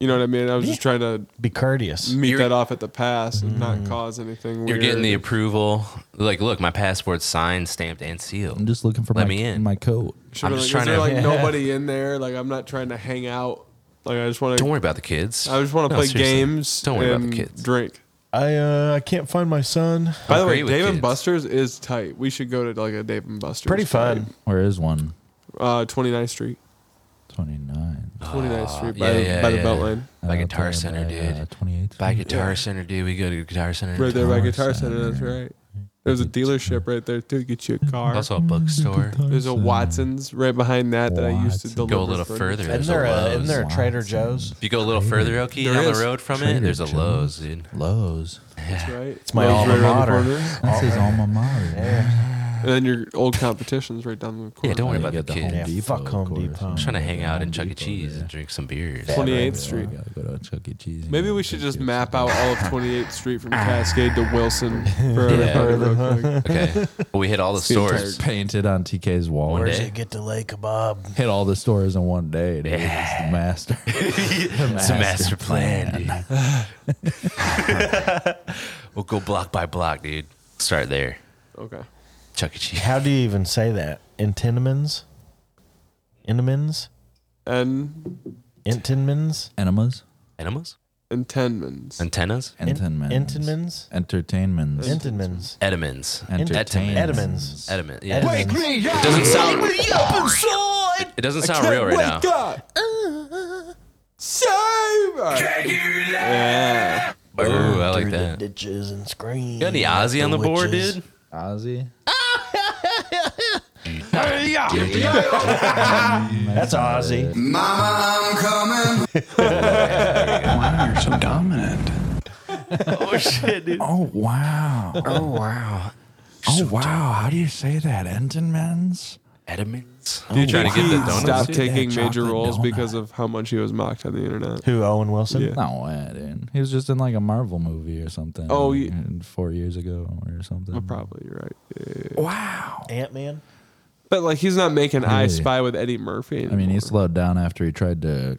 [SPEAKER 3] You know what I mean? I was just trying to
[SPEAKER 4] be courteous.
[SPEAKER 3] meet
[SPEAKER 1] You're-
[SPEAKER 3] that off at the pass and
[SPEAKER 1] Mm.
[SPEAKER 3] not cause anything. Weird.
[SPEAKER 1] you're getting the approval. Like, look, my passport's signed, stamped, and sealed.
[SPEAKER 2] I'm just looking for
[SPEAKER 1] Let
[SPEAKER 2] my
[SPEAKER 1] me in.
[SPEAKER 2] my coat.
[SPEAKER 3] Should
[SPEAKER 1] I'm
[SPEAKER 3] be
[SPEAKER 1] just
[SPEAKER 3] like,
[SPEAKER 1] trying
[SPEAKER 3] is there,
[SPEAKER 1] to-
[SPEAKER 3] like nobody in there. Like I'm not trying to hang out. Like I just want
[SPEAKER 1] Don't
[SPEAKER 3] to.
[SPEAKER 1] worry about the kids.
[SPEAKER 3] I just want to
[SPEAKER 1] No,
[SPEAKER 3] play
[SPEAKER 1] seriously.
[SPEAKER 3] games.
[SPEAKER 1] Don't worry about the
[SPEAKER 3] and
[SPEAKER 1] kids.
[SPEAKER 3] Drink.
[SPEAKER 4] I uh, I can't find my son.
[SPEAKER 3] By the way,
[SPEAKER 1] great with
[SPEAKER 3] Dave and
[SPEAKER 1] kids.
[SPEAKER 3] Buster's is tight. We should go to like a Dave and Buster's.
[SPEAKER 4] Pretty fun.
[SPEAKER 2] Where is one?
[SPEAKER 3] type. Uh, 29th Street.
[SPEAKER 2] 29.
[SPEAKER 3] 29th Street by,
[SPEAKER 1] Uh, yeah,
[SPEAKER 3] the
[SPEAKER 1] yeah,
[SPEAKER 3] by the
[SPEAKER 1] yeah.
[SPEAKER 3] Beltline.
[SPEAKER 2] Uh,
[SPEAKER 1] By Guitar Center, dude.
[SPEAKER 2] 28.
[SPEAKER 1] By Guitar Center, dude. We go to Guitar Center.
[SPEAKER 3] Right there by
[SPEAKER 2] Guitar
[SPEAKER 3] Guitar Center. That's right. There's a dealership right there too. Get you a car.
[SPEAKER 1] Also a bookstore.
[SPEAKER 3] There's a Watson's right behind that that I used to deliver.
[SPEAKER 1] Go a little
[SPEAKER 3] from.
[SPEAKER 1] further.
[SPEAKER 4] Isn't
[SPEAKER 1] There's
[SPEAKER 4] there
[SPEAKER 1] a
[SPEAKER 4] a, isn't
[SPEAKER 1] Lowe's.
[SPEAKER 4] there a
[SPEAKER 2] Lowe's.
[SPEAKER 4] Trader Joe's?
[SPEAKER 1] If you go a little further, Okie,
[SPEAKER 3] There
[SPEAKER 1] down
[SPEAKER 3] is.
[SPEAKER 1] the road from it,
[SPEAKER 2] Trader
[SPEAKER 1] there's a
[SPEAKER 2] Joe's.
[SPEAKER 1] Lowe's, dude.
[SPEAKER 2] Lowe's.
[SPEAKER 3] That's right. It's
[SPEAKER 4] my alma mater.
[SPEAKER 2] That's his alma mater. Yeah.
[SPEAKER 3] And then your old competitions right down the corner.
[SPEAKER 1] Yeah, don't worry about the kids.
[SPEAKER 4] Yeah, fuck Home Depot.
[SPEAKER 1] I'm trying to hang out in Chuck E. Cheese and drink some beers.
[SPEAKER 3] 28th Street.
[SPEAKER 2] Gotta go to Chuck E. Cheese. and
[SPEAKER 3] Maybe
[SPEAKER 2] get
[SPEAKER 3] we
[SPEAKER 2] a
[SPEAKER 3] should
[SPEAKER 2] big
[SPEAKER 3] just
[SPEAKER 2] chips.
[SPEAKER 3] map out all of 28th Street from Cascade to Wilson for
[SPEAKER 1] Ah. Yeah.
[SPEAKER 3] everybody real quick.
[SPEAKER 1] Okay. Well, we hit all the
[SPEAKER 3] the entire-
[SPEAKER 1] stores.
[SPEAKER 2] Painted on TK's wall.
[SPEAKER 1] One
[SPEAKER 4] Where
[SPEAKER 1] day.
[SPEAKER 4] does it get to Lake Kebab?
[SPEAKER 2] Hit all the stores in one day. Dude. It's the master.
[SPEAKER 1] It's a master plan, dude. we'll go block by block, dude. Start there.
[SPEAKER 3] Okay.
[SPEAKER 1] Chuck E. Cheese.
[SPEAKER 4] How do you even say that? Intinamins? Intamins?
[SPEAKER 3] And
[SPEAKER 4] Intinmins?
[SPEAKER 2] Enemas
[SPEAKER 1] Animals?
[SPEAKER 3] and Tenmans.
[SPEAKER 1] Antennas?
[SPEAKER 4] In-
[SPEAKER 2] Entertainments.
[SPEAKER 4] Intinmins?
[SPEAKER 2] Entertainments.
[SPEAKER 4] Intinmins?
[SPEAKER 1] Edamins.
[SPEAKER 2] Entertainments.
[SPEAKER 4] Edamins.
[SPEAKER 1] Edamins. Yeah.
[SPEAKER 4] Edamins.
[SPEAKER 5] Wake me up!
[SPEAKER 1] Doesn't sound-
[SPEAKER 5] Wake me up inside!
[SPEAKER 1] It doesn't sound real right now.
[SPEAKER 3] up! Save! Yeah.
[SPEAKER 1] Ooh, I like
[SPEAKER 4] Through
[SPEAKER 1] that.
[SPEAKER 4] the ditches and scream.
[SPEAKER 1] Got any
[SPEAKER 4] at
[SPEAKER 1] Ozzy on the board,
[SPEAKER 4] witches.
[SPEAKER 1] dude?
[SPEAKER 2] Ozzy.
[SPEAKER 4] That's Ozzy.
[SPEAKER 5] I'm coming.
[SPEAKER 2] Wow, you're so dominant.
[SPEAKER 1] Oh shit, dude.
[SPEAKER 2] Oh wow.
[SPEAKER 1] Oh wow.
[SPEAKER 2] Oh wow. How do you say that? Entenmann's?
[SPEAKER 1] Edamins.
[SPEAKER 3] Did
[SPEAKER 1] trying
[SPEAKER 3] you
[SPEAKER 1] to get the donuts?
[SPEAKER 3] stop
[SPEAKER 2] Dude,
[SPEAKER 3] taking
[SPEAKER 2] that
[SPEAKER 3] major
[SPEAKER 2] chocolate
[SPEAKER 3] roles
[SPEAKER 2] donut.
[SPEAKER 3] because of how much he was mocked on the internet?
[SPEAKER 4] Who, Owen Wilson?
[SPEAKER 3] Yeah.
[SPEAKER 2] No way, dude. He was just in like a Marvel movie or something.
[SPEAKER 3] Oh,
[SPEAKER 2] like,
[SPEAKER 3] ye-
[SPEAKER 2] in four years ago or something.
[SPEAKER 3] Probably you're right.
[SPEAKER 2] Wow.
[SPEAKER 4] Ant Man?
[SPEAKER 3] But like he's not making I
[SPEAKER 2] Really?
[SPEAKER 3] Spy with Eddie Murphy.
[SPEAKER 2] I mean, he
[SPEAKER 3] anymore.
[SPEAKER 2] slowed down after he tried to,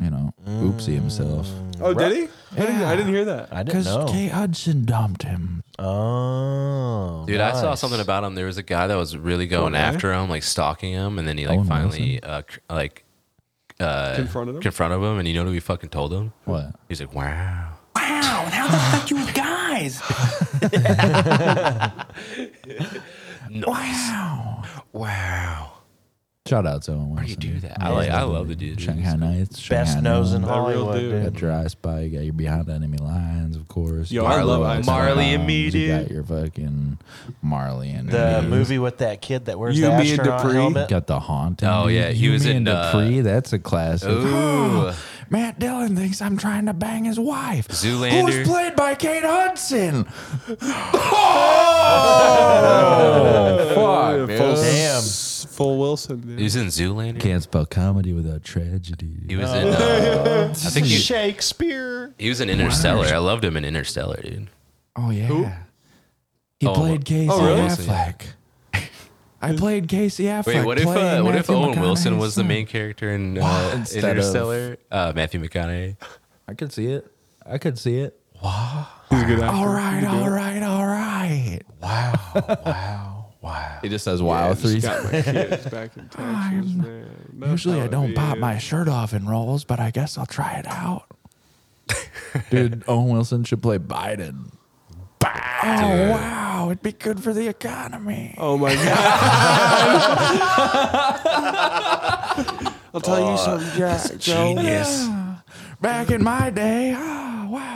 [SPEAKER 2] you know, oopsie himself.
[SPEAKER 1] Mm.
[SPEAKER 3] Oh, did he? I, didn't, I didn't hear that.
[SPEAKER 4] I didn't
[SPEAKER 2] Because
[SPEAKER 4] know.
[SPEAKER 2] Kate Hudson dumped him.
[SPEAKER 4] Oh.
[SPEAKER 1] Dude, I saw
[SPEAKER 4] nice.
[SPEAKER 1] something about him. There was a guy that was really going
[SPEAKER 3] Okay.
[SPEAKER 1] after him, like stalking him, and then he like
[SPEAKER 2] Owen
[SPEAKER 1] finally uh, cr- like uh,
[SPEAKER 3] Confronted him?
[SPEAKER 1] confronted him, and you know what he fucking told him?
[SPEAKER 2] What?
[SPEAKER 1] He's like, "Wow,
[SPEAKER 5] Wow, how the fuck you guys?
[SPEAKER 1] nice, wow,
[SPEAKER 2] Shout out to him. How
[SPEAKER 1] how do you do that?" I like, I love the dude.
[SPEAKER 2] Shanghai Nights. Shanghai
[SPEAKER 4] Best nose in
[SPEAKER 2] Noon.
[SPEAKER 3] That real
[SPEAKER 4] Hollywood,
[SPEAKER 3] dude.
[SPEAKER 2] Got
[SPEAKER 4] dude.
[SPEAKER 2] your eye spy. You got your behind enemy lines, of course.
[SPEAKER 3] Yo,
[SPEAKER 2] You
[SPEAKER 3] I
[SPEAKER 2] got
[SPEAKER 3] love
[SPEAKER 2] your
[SPEAKER 3] Ice
[SPEAKER 1] Marley
[SPEAKER 2] Ice
[SPEAKER 1] and
[SPEAKER 2] Bombs,
[SPEAKER 1] Me, dude.
[SPEAKER 2] You got your fucking Marley and
[SPEAKER 4] The
[SPEAKER 2] Me.
[SPEAKER 4] movie with that kid that wears
[SPEAKER 3] You,
[SPEAKER 4] the
[SPEAKER 3] me, and
[SPEAKER 4] astronaut
[SPEAKER 3] Dupree?
[SPEAKER 4] helmet.
[SPEAKER 2] Got the haunting.
[SPEAKER 1] Oh, yeah, he was
[SPEAKER 2] me
[SPEAKER 1] in,
[SPEAKER 2] and
[SPEAKER 1] uh,
[SPEAKER 2] Dupree. That's a classic.
[SPEAKER 1] Ooh.
[SPEAKER 2] Matt Dillon thinks I'm trying to bang his wife.
[SPEAKER 1] Zoolander.
[SPEAKER 2] Who's played by Kate Hudson. Oh,
[SPEAKER 3] Fuck, full,
[SPEAKER 4] Damn.
[SPEAKER 3] s- Full Wilson. dude.
[SPEAKER 1] He was in Zoolander.
[SPEAKER 2] Can't spell comedy without tragedy.
[SPEAKER 1] He was in. Uh, I think he,
[SPEAKER 4] Shakespeare.
[SPEAKER 1] he was in Interstellar. I loved him in Interstellar, dude.
[SPEAKER 2] Oh yeah. He
[SPEAKER 1] Oh,
[SPEAKER 2] played Casey
[SPEAKER 1] oh, really?
[SPEAKER 2] Affleck. I played Casey Affleck.
[SPEAKER 1] Wait, what if uh,
[SPEAKER 2] playing
[SPEAKER 1] what if
[SPEAKER 2] Matthew
[SPEAKER 1] Owen Wilson
[SPEAKER 2] McConaughey's
[SPEAKER 1] was the
[SPEAKER 2] son.
[SPEAKER 1] main character in uh,
[SPEAKER 2] Instead of-
[SPEAKER 1] Interstellar? Uh, Matthew McConaughey.
[SPEAKER 2] I could see it. I could see it.
[SPEAKER 3] He's a good actor.
[SPEAKER 2] All right, all right, all right. Wow, wow, wow. He just says wow
[SPEAKER 3] I
[SPEAKER 2] three
[SPEAKER 3] just got my kids back in Texas, man. That's
[SPEAKER 2] Usually
[SPEAKER 3] how
[SPEAKER 2] I
[SPEAKER 3] it
[SPEAKER 2] don't pop
[SPEAKER 3] is.
[SPEAKER 2] my shirt off in rolls, but I guess I'll try it out. Dude, Owen Wilson should play Biden. Oh wow, it'd be good for the economy.
[SPEAKER 3] Oh my god! I'll tell you something, Jack. Joe.
[SPEAKER 1] Genius.
[SPEAKER 2] Ah, Back in my day, ah, wow.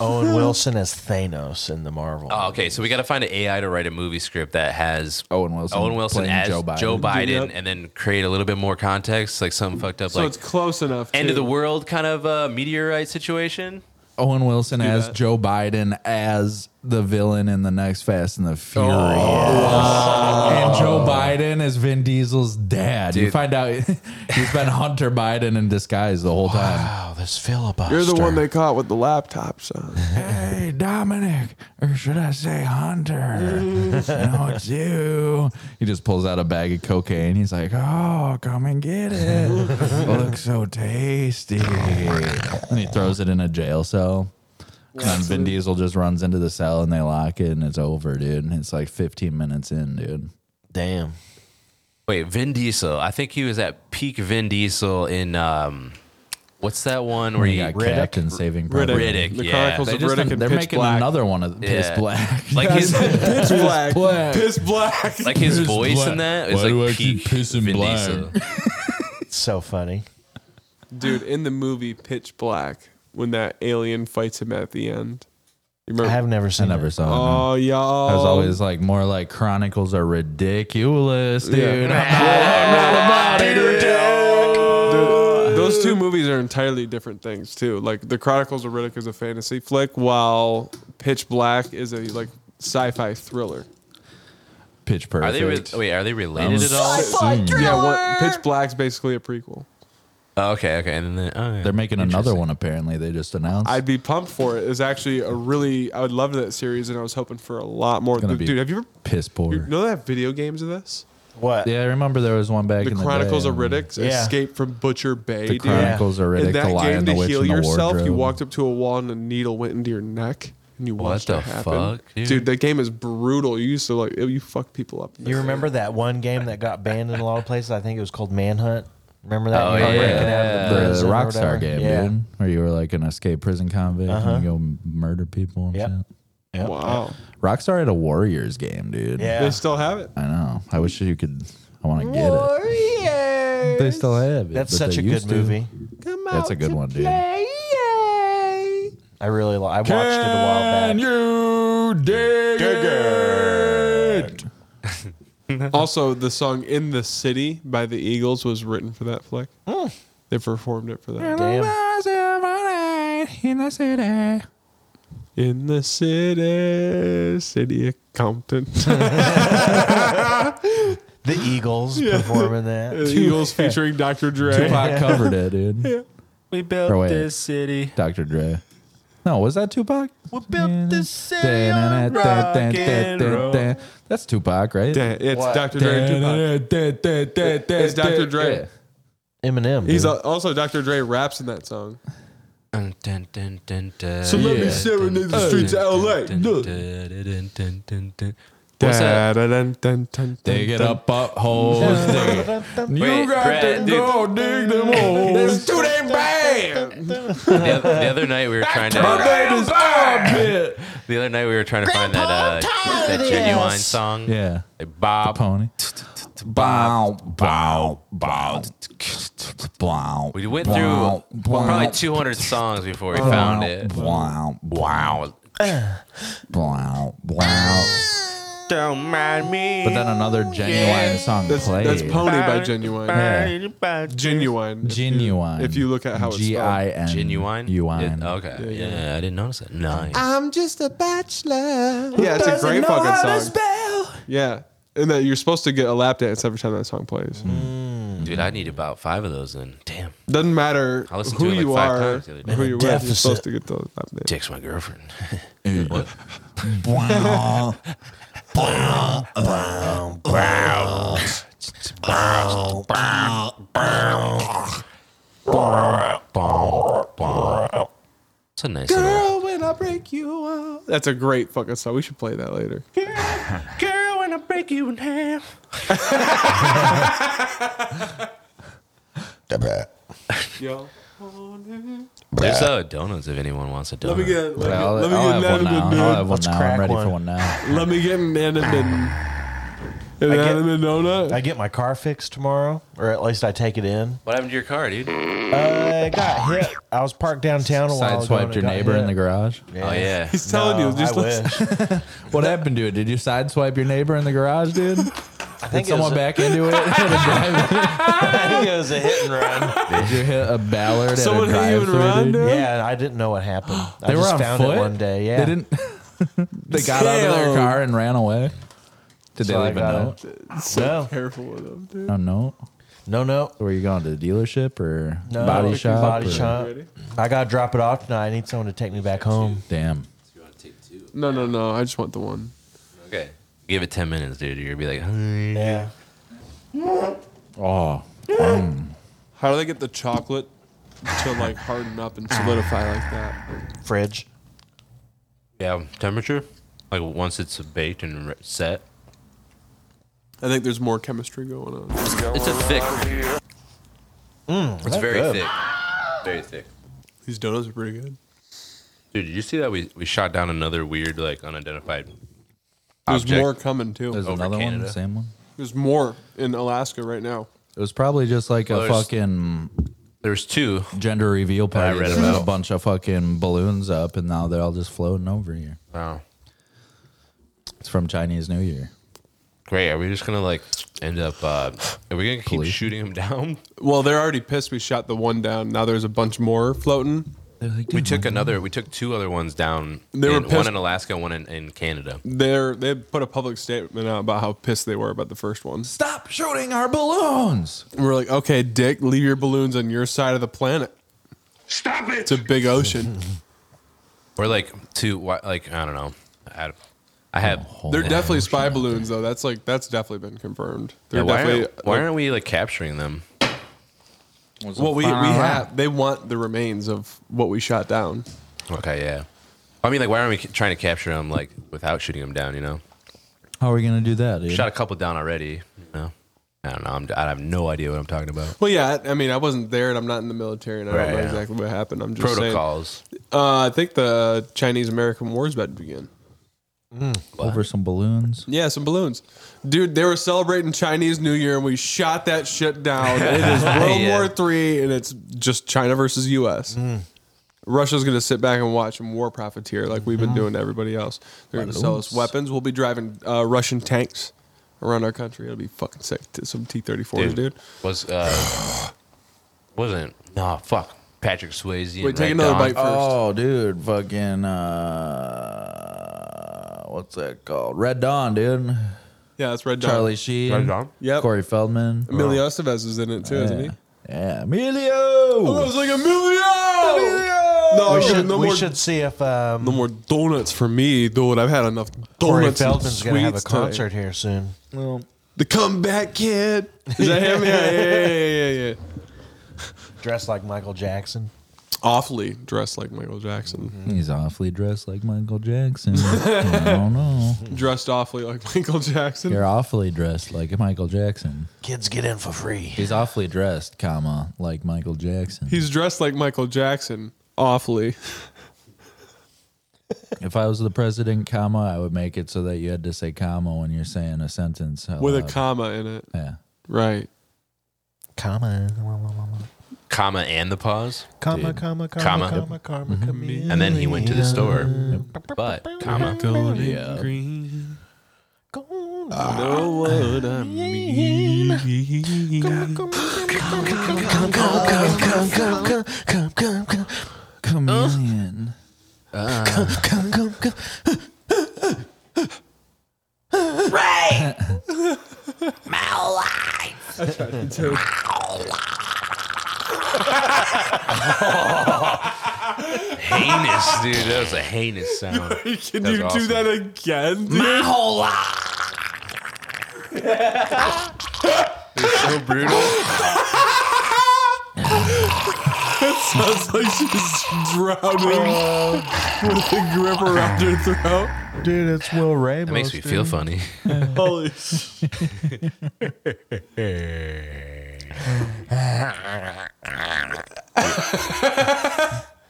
[SPEAKER 4] Owen Wilson as Thanos in the Marvel.
[SPEAKER 1] Oh, okay, so we got to find an AI to write a movie script that has
[SPEAKER 2] Owen Wilson
[SPEAKER 1] Owen Wilson
[SPEAKER 2] playing
[SPEAKER 1] as
[SPEAKER 2] Joe Biden.
[SPEAKER 1] Joe Biden,
[SPEAKER 3] Yep.
[SPEAKER 1] and then create a little bit more context, like something fucked up,
[SPEAKER 3] So
[SPEAKER 1] like
[SPEAKER 3] it's close enough.
[SPEAKER 1] end of
[SPEAKER 3] too.
[SPEAKER 1] the world kind of uh, meteorite situation.
[SPEAKER 2] Owen Wilson as
[SPEAKER 3] that.
[SPEAKER 2] Joe Biden as the villain in the next Fast and
[SPEAKER 1] Oh.
[SPEAKER 2] the Furious. And Joe Biden is Vin Diesel's dad. You
[SPEAKER 1] Dude.
[SPEAKER 2] find out he's been Hunter Biden in disguise the whole time.
[SPEAKER 4] Wow, this filibuster.
[SPEAKER 3] You're the one they caught with the laptop, son.
[SPEAKER 2] Hey, Dominic, or should I say Hunter? no, it's you. He just pulls out a bag of cocaine. He's like, oh, come and get it. Looks so tasty. and he throws it in a jail cell. And then Vin Diesel just runs into the cell and they lock it and it's over, dude. And it's like 15 minutes in, dude.
[SPEAKER 4] Damn.
[SPEAKER 1] Wait, Vin Diesel. I think he was at peak Vin Diesel in um, what's that one where
[SPEAKER 2] When he
[SPEAKER 1] you
[SPEAKER 2] got
[SPEAKER 4] Riddick?
[SPEAKER 2] capped and saving Private
[SPEAKER 1] Riddick.
[SPEAKER 2] Ryan.
[SPEAKER 3] The
[SPEAKER 1] yeah.
[SPEAKER 3] Chronicles
[SPEAKER 2] They
[SPEAKER 3] of
[SPEAKER 2] just-
[SPEAKER 3] Riddick and
[SPEAKER 2] they're
[SPEAKER 3] Pitch
[SPEAKER 2] making
[SPEAKER 3] Black.
[SPEAKER 2] another one of Piss
[SPEAKER 1] Yeah.
[SPEAKER 2] Black.
[SPEAKER 1] like his
[SPEAKER 3] Pitch black.
[SPEAKER 2] Black.
[SPEAKER 3] Pitch black.
[SPEAKER 1] like his
[SPEAKER 2] Piss
[SPEAKER 1] voice
[SPEAKER 2] Black.
[SPEAKER 1] in that is
[SPEAKER 2] Why
[SPEAKER 1] like
[SPEAKER 2] do I keep
[SPEAKER 1] peak
[SPEAKER 2] pissing
[SPEAKER 1] Vin
[SPEAKER 2] Black?
[SPEAKER 1] Diesel.
[SPEAKER 4] It's so funny.
[SPEAKER 3] Dude, in the movie Pitch Black, when that alien fights him at the end. You
[SPEAKER 4] I
[SPEAKER 3] remember?
[SPEAKER 4] have never
[SPEAKER 2] I
[SPEAKER 4] seen
[SPEAKER 2] never
[SPEAKER 4] it.
[SPEAKER 2] saw it. no.
[SPEAKER 3] oh, y'all.
[SPEAKER 2] I was Uh-huh. always like more like Chronicles are ridiculous, dude.
[SPEAKER 3] Dude, those two movies are entirely different things too. Like The Chronicles of Riddick is a fantasy flick, while Pitch Black is a like sci-fi thriller.
[SPEAKER 2] Pitch
[SPEAKER 1] Are they re-
[SPEAKER 2] perfect.
[SPEAKER 1] wait? Are they
[SPEAKER 2] Um,
[SPEAKER 1] related at all?
[SPEAKER 3] Yeah, what, Pitch Black's basically a prequel.
[SPEAKER 1] Oh, okay, okay, and then oh, yeah.
[SPEAKER 2] They're making another one apparently. They just announced.
[SPEAKER 3] I'd be pumped for it. It's actually a really I would love that series, and I was hoping for a lot more.
[SPEAKER 2] gonna
[SPEAKER 3] Dude,
[SPEAKER 2] be
[SPEAKER 3] have you ever
[SPEAKER 2] piss poor.
[SPEAKER 3] you know they have video games of this?
[SPEAKER 4] What?
[SPEAKER 2] yeah, I remember there was one back
[SPEAKER 3] The
[SPEAKER 2] in the
[SPEAKER 3] Chronicles
[SPEAKER 2] day,
[SPEAKER 3] of
[SPEAKER 2] um,
[SPEAKER 3] Riddick's
[SPEAKER 4] Yeah.
[SPEAKER 3] Escape from Butcher Bay.
[SPEAKER 2] The
[SPEAKER 3] dude.
[SPEAKER 2] Chronicles of
[SPEAKER 3] In
[SPEAKER 2] Riddick, the
[SPEAKER 3] that
[SPEAKER 2] Lion,
[SPEAKER 3] game,
[SPEAKER 2] the
[SPEAKER 3] to
[SPEAKER 2] Witch,
[SPEAKER 3] heal
[SPEAKER 2] and the
[SPEAKER 3] yourself,
[SPEAKER 2] Wardrobe.
[SPEAKER 3] you walked up to a wall and a needle went into your neck, and you
[SPEAKER 1] What
[SPEAKER 3] watched
[SPEAKER 1] the
[SPEAKER 3] it happen.
[SPEAKER 1] fuck, dude?
[SPEAKER 3] dude? That game is brutal. You used to like you fuck people up.
[SPEAKER 4] You remember that one game that got banned in a lot of places? I think it was called Manhunt. Remember that?
[SPEAKER 1] Oh,
[SPEAKER 4] You were
[SPEAKER 1] yeah.
[SPEAKER 4] breaking out of
[SPEAKER 2] the
[SPEAKER 4] prison or whatever?
[SPEAKER 2] Rockstar game,
[SPEAKER 4] Yeah. Uh-huh.
[SPEAKER 2] dude, where you were like an escaped prison convict and you go m- murder people and
[SPEAKER 4] Yep.
[SPEAKER 2] shit.
[SPEAKER 4] Yep.
[SPEAKER 3] Wow,
[SPEAKER 2] Rockstar had a Warriors game, dude.
[SPEAKER 4] Yeah.
[SPEAKER 3] they still have it.
[SPEAKER 2] I know. I wish you could. I want to get it. They still have it.
[SPEAKER 4] That's
[SPEAKER 2] but
[SPEAKER 4] such
[SPEAKER 2] they
[SPEAKER 4] a good
[SPEAKER 2] used to.
[SPEAKER 4] movie.
[SPEAKER 2] That's a good one, dude.
[SPEAKER 4] I really li- I watched it a while back.
[SPEAKER 2] you dig it?
[SPEAKER 3] Also, the song "In the City" by the Eagles was written for that flick.
[SPEAKER 4] Mm.
[SPEAKER 3] They performed it for that.
[SPEAKER 4] Damn.
[SPEAKER 3] In the city, city of Compton.
[SPEAKER 4] The Eagles performing that.
[SPEAKER 3] Eagles featuring Dr. Dre.
[SPEAKER 2] Tupac covered it, dude.
[SPEAKER 1] We
[SPEAKER 2] Or
[SPEAKER 1] built
[SPEAKER 2] wait.
[SPEAKER 1] this city.
[SPEAKER 2] Dr. Dre. No, was that Tupac?
[SPEAKER 4] We built this city on rock and roll.
[SPEAKER 2] That's Tupac, right?
[SPEAKER 3] Da- It's Dr. Dre and Tupac. It's Dr. Dre.
[SPEAKER 4] Eminem.
[SPEAKER 3] He's
[SPEAKER 4] dude.
[SPEAKER 3] al- also Dr. Dre raps in that song.
[SPEAKER 1] Dun, dun, dun, dun, dun.
[SPEAKER 3] So let
[SPEAKER 2] Yeah.
[SPEAKER 3] me serenade the streets of LA. Look.
[SPEAKER 1] What's that?
[SPEAKER 2] Dig it up, buttholes. dig it.
[SPEAKER 1] Wait, Brad, dude,
[SPEAKER 2] dig them holes.
[SPEAKER 3] Too damn bad.
[SPEAKER 1] the, oth- the other night we were trying to.
[SPEAKER 2] Baby's armpit.
[SPEAKER 1] The other night we were trying to find that uh, that genuine song.
[SPEAKER 2] Yeah.
[SPEAKER 1] Like Bob.
[SPEAKER 2] Pony. Bow, bow, bow, bow.
[SPEAKER 1] We went through probably 200 songs before we found it.
[SPEAKER 2] Wow, wow, wow, wow.
[SPEAKER 1] Don't mind me.
[SPEAKER 2] But then another genuine song
[SPEAKER 3] That's,
[SPEAKER 2] played.
[SPEAKER 3] that's Pony by Genuine.
[SPEAKER 2] Yeah.
[SPEAKER 3] Genuine. If you-
[SPEAKER 2] Genuine.
[SPEAKER 3] If you look at how it's
[SPEAKER 2] G
[SPEAKER 3] spelled.
[SPEAKER 2] I N.
[SPEAKER 1] Genuine.
[SPEAKER 2] Genuine.
[SPEAKER 1] Yeah, okay. Yeah, I didn't notice that. Nice.
[SPEAKER 3] I'm just a bachelor. Yeah, it's a great fucking song. Yeah. And that you're supposed to get a lap dance every time that song plays.
[SPEAKER 1] Mm. Dude, I need about five of those. Then damn,
[SPEAKER 3] Doesn't matter
[SPEAKER 1] I listened
[SPEAKER 3] who
[SPEAKER 1] to it like
[SPEAKER 3] you
[SPEAKER 1] five
[SPEAKER 3] are,
[SPEAKER 1] times the other day.
[SPEAKER 3] who you're with, you're
[SPEAKER 4] Deficit.
[SPEAKER 3] supposed to get the lap dance.
[SPEAKER 1] dicks my girlfriend.
[SPEAKER 2] Wow.
[SPEAKER 1] It's a nice little.
[SPEAKER 3] break you up. That's a great fucking song. We should play that later.
[SPEAKER 1] Girl, when I break you in half.
[SPEAKER 3] Yo.
[SPEAKER 1] There's uh, donuts if anyone wants a donut.
[SPEAKER 3] Let me get
[SPEAKER 2] But I'll,
[SPEAKER 3] let me
[SPEAKER 2] I'll
[SPEAKER 3] get
[SPEAKER 2] have one now. I'll have one
[SPEAKER 3] an
[SPEAKER 4] Let's
[SPEAKER 2] now. I'm
[SPEAKER 4] crack
[SPEAKER 2] ready for
[SPEAKER 4] one.
[SPEAKER 2] one now.
[SPEAKER 3] anonymous. Let me get an anonymous. An
[SPEAKER 4] get-
[SPEAKER 3] anonymous donut.
[SPEAKER 4] I get my car fixed tomorrow, or at least I take it in.
[SPEAKER 1] What happened to your car, dude? Oh,
[SPEAKER 4] Uh, I got hit. I was parked downtown a while ago. and
[SPEAKER 2] Sideswiped
[SPEAKER 4] I
[SPEAKER 2] your
[SPEAKER 4] got
[SPEAKER 2] neighbor in the
[SPEAKER 4] hit.
[SPEAKER 2] garage.
[SPEAKER 1] Oh, yeah.
[SPEAKER 3] He's telling
[SPEAKER 4] No,
[SPEAKER 3] you. Just
[SPEAKER 4] Oh, I
[SPEAKER 3] listen.
[SPEAKER 4] wish.
[SPEAKER 2] What happened to it? Did you sideswipe your neighbor in the garage, dude?
[SPEAKER 4] I
[SPEAKER 2] Did
[SPEAKER 4] think
[SPEAKER 2] someone
[SPEAKER 4] it was a-
[SPEAKER 2] back into it? At a drive-
[SPEAKER 4] I think it was a hit and run.
[SPEAKER 2] Did you hit a Ballard
[SPEAKER 3] Someone
[SPEAKER 2] at a
[SPEAKER 3] hit you and
[SPEAKER 2] drive-through?
[SPEAKER 3] run,
[SPEAKER 2] dude?
[SPEAKER 3] dude?
[SPEAKER 4] yeah, and I didn't know what happened.
[SPEAKER 2] They
[SPEAKER 4] I
[SPEAKER 2] were
[SPEAKER 4] just
[SPEAKER 2] on
[SPEAKER 4] found
[SPEAKER 2] foot.
[SPEAKER 4] it one day. Yeah,
[SPEAKER 2] they didn't. they got out of their
[SPEAKER 3] Damn.
[SPEAKER 2] car and ran away. Did
[SPEAKER 4] So I
[SPEAKER 2] they leave a
[SPEAKER 4] got
[SPEAKER 2] note?
[SPEAKER 3] So
[SPEAKER 4] No.
[SPEAKER 3] careful with them, dude.
[SPEAKER 2] No note.
[SPEAKER 4] No, no,
[SPEAKER 2] Were you going to the dealership or
[SPEAKER 4] no.
[SPEAKER 2] body shop?
[SPEAKER 4] Body
[SPEAKER 2] or-
[SPEAKER 4] shop.
[SPEAKER 3] Ready?
[SPEAKER 4] I gotta drop it off tonight. I need someone to take me back home.
[SPEAKER 2] Damn.
[SPEAKER 3] No, no, no. I just want the one.
[SPEAKER 1] Okay. Give it 10 minutes, dude. You're going to be like, "Hi."
[SPEAKER 4] Yeah.
[SPEAKER 2] Oh,
[SPEAKER 3] How do they get the chocolate to like harden up and solidify like that?
[SPEAKER 4] Fridge.
[SPEAKER 1] yeah, temperature. Like once it's baked and re- set,
[SPEAKER 3] I think there's more chemistry going on.
[SPEAKER 1] it's a thick.
[SPEAKER 3] Mm,
[SPEAKER 1] it's very
[SPEAKER 4] good.
[SPEAKER 1] thick. Very thick.
[SPEAKER 3] These donuts are pretty good.
[SPEAKER 1] Dude, did you see that we, we shot down another weird, like unidentified
[SPEAKER 3] There's
[SPEAKER 1] Object.
[SPEAKER 3] more coming too.
[SPEAKER 2] there's
[SPEAKER 3] There's,
[SPEAKER 1] Over
[SPEAKER 2] another one.
[SPEAKER 1] Canada.
[SPEAKER 2] Same one.
[SPEAKER 3] more in Alaska right now.
[SPEAKER 2] It was probably just like
[SPEAKER 1] Well,
[SPEAKER 2] a
[SPEAKER 1] there's-
[SPEAKER 2] fucking
[SPEAKER 1] There's two.
[SPEAKER 2] gender reveal party.
[SPEAKER 1] read
[SPEAKER 2] They put a
[SPEAKER 1] about.
[SPEAKER 2] bunch of fucking balloons up, and now they're all just floating over here.
[SPEAKER 1] Wow.
[SPEAKER 2] It's from Chinese New Year.
[SPEAKER 1] Great. Are we just gonna like end up? Uh, are we gonna keep
[SPEAKER 2] Pollution.
[SPEAKER 1] shooting him down?
[SPEAKER 3] Well, they're already pissed. We shot the one down. Now there's a bunch more floating.
[SPEAKER 1] We took another. We took two other ones down.
[SPEAKER 3] They were
[SPEAKER 1] in- one
[SPEAKER 3] pissed-
[SPEAKER 1] in Alaska, one in, in Canada.
[SPEAKER 3] They're they put a public statement out about how pissed they were about the first one.
[SPEAKER 2] Stop shooting our balloons.
[SPEAKER 3] And we're like, okay, Dick, leave your balloons on your side of the planet.
[SPEAKER 5] Stop it!
[SPEAKER 3] It's a big ocean.
[SPEAKER 1] Or like two. why- Like I don't know. I, I have.
[SPEAKER 3] They're definitely spy balloons though. That's like that's definitely been confirmed. They're
[SPEAKER 1] Yeah, why,
[SPEAKER 3] definitely
[SPEAKER 1] aren't, why aren't we like capturing them?
[SPEAKER 3] Well, we, we have. They want the remains of what we shot down.
[SPEAKER 1] Okay, yeah. I mean, like, why aren't we ca- trying to capture them like without shooting them down? You know,
[SPEAKER 2] How are we gonna do that, dude?
[SPEAKER 1] shot a couple down already. You know, I don't know. I'm, I have no idea what I'm talking about.
[SPEAKER 3] Well, yeah. I, I mean, I wasn't there, and I'm not in the military, and I
[SPEAKER 1] Right,
[SPEAKER 3] don't know
[SPEAKER 1] yeah.
[SPEAKER 3] exactly what happened. I'm just
[SPEAKER 1] Protocols.
[SPEAKER 3] saying. Uh, I think the Chinese American War is about to begin.
[SPEAKER 2] Over some balloons.
[SPEAKER 3] Yeah, some balloons, dude. They were celebrating Chinese New Year, and we shot that shit down. it is World
[SPEAKER 1] Yeah.
[SPEAKER 3] War Three, and it's just China versus U.S.
[SPEAKER 4] Mm.
[SPEAKER 3] Russia's gonna sit back and watch and war profiteer like we've
[SPEAKER 4] Mm-hmm.
[SPEAKER 3] been doing to everybody else. They're gonna sell us
[SPEAKER 2] Balloons.
[SPEAKER 3] weapons. We'll be driving uh, Russian tanks around our country. It'll be fucking sick. T- Some T-34s, dude.
[SPEAKER 1] was uh wasn't no fuck Patrick Swayze. and
[SPEAKER 3] Wait, take
[SPEAKER 1] Red
[SPEAKER 3] another
[SPEAKER 1] Dawn.
[SPEAKER 3] bite first.
[SPEAKER 2] Oh, dude, fucking uh, what's that called? Red Dawn, dude.
[SPEAKER 3] Yeah, that's Red Dawn.
[SPEAKER 2] Charlie Sheen,
[SPEAKER 1] Red Dawn?
[SPEAKER 3] Yep.
[SPEAKER 2] Corey Feldman,
[SPEAKER 3] Emilio Estevez is in it too, isn't he?
[SPEAKER 2] yeah. yeah, Emilio.
[SPEAKER 3] was like Emilio. No,
[SPEAKER 4] We
[SPEAKER 3] no,
[SPEAKER 4] should,
[SPEAKER 3] Oh, no
[SPEAKER 4] we
[SPEAKER 3] more,
[SPEAKER 4] should see if um,
[SPEAKER 3] no more donuts for me, dude. I've had enough
[SPEAKER 4] Corey
[SPEAKER 3] donuts. and
[SPEAKER 4] Feldman's gonna have a
[SPEAKER 3] sweets today.
[SPEAKER 4] concert here soon.
[SPEAKER 3] The comeback kid. Is that him? Yeah, yeah, yeah, yeah, yeah, yeah.
[SPEAKER 4] Dressed like Michael Jackson.
[SPEAKER 3] Awfully dressed like Michael Jackson.
[SPEAKER 1] Mm-hmm.
[SPEAKER 2] He's awfully dressed like Michael Jackson. I don't know.
[SPEAKER 3] Dressed awfully like Michael Jackson.
[SPEAKER 2] You're awfully dressed like Michael Jackson.
[SPEAKER 4] Kids get in for free.
[SPEAKER 2] He's awfully dressed, comma, like Michael Jackson.
[SPEAKER 3] He's dressed like Michael Jackson. Awfully.
[SPEAKER 2] If I was the president, comma, I would make it so that you had to say comma when you're saying a sentence. out
[SPEAKER 3] With a
[SPEAKER 2] loud.
[SPEAKER 3] comma in it.
[SPEAKER 2] Yeah.
[SPEAKER 3] Right.
[SPEAKER 4] Comma.
[SPEAKER 1] comma and the pause,
[SPEAKER 4] Comma,
[SPEAKER 2] Dude.
[SPEAKER 4] comma, comma,
[SPEAKER 1] Comma.
[SPEAKER 4] comma, comma, comma.
[SPEAKER 1] and then he went to the store. But comma, Ah.
[SPEAKER 3] Know what I mean.
[SPEAKER 2] Chameleon.
[SPEAKER 1] heinous, dude. That was a heinous sound.
[SPEAKER 3] Can
[SPEAKER 1] That's
[SPEAKER 3] you do
[SPEAKER 1] awesome.
[SPEAKER 3] that again? dude?
[SPEAKER 1] So brutal.
[SPEAKER 3] That's Sounds like she's drowning with a grip around her throat.
[SPEAKER 4] Dude, it's Will Ramos.
[SPEAKER 1] That makes me feel funny.
[SPEAKER 3] Holy shit.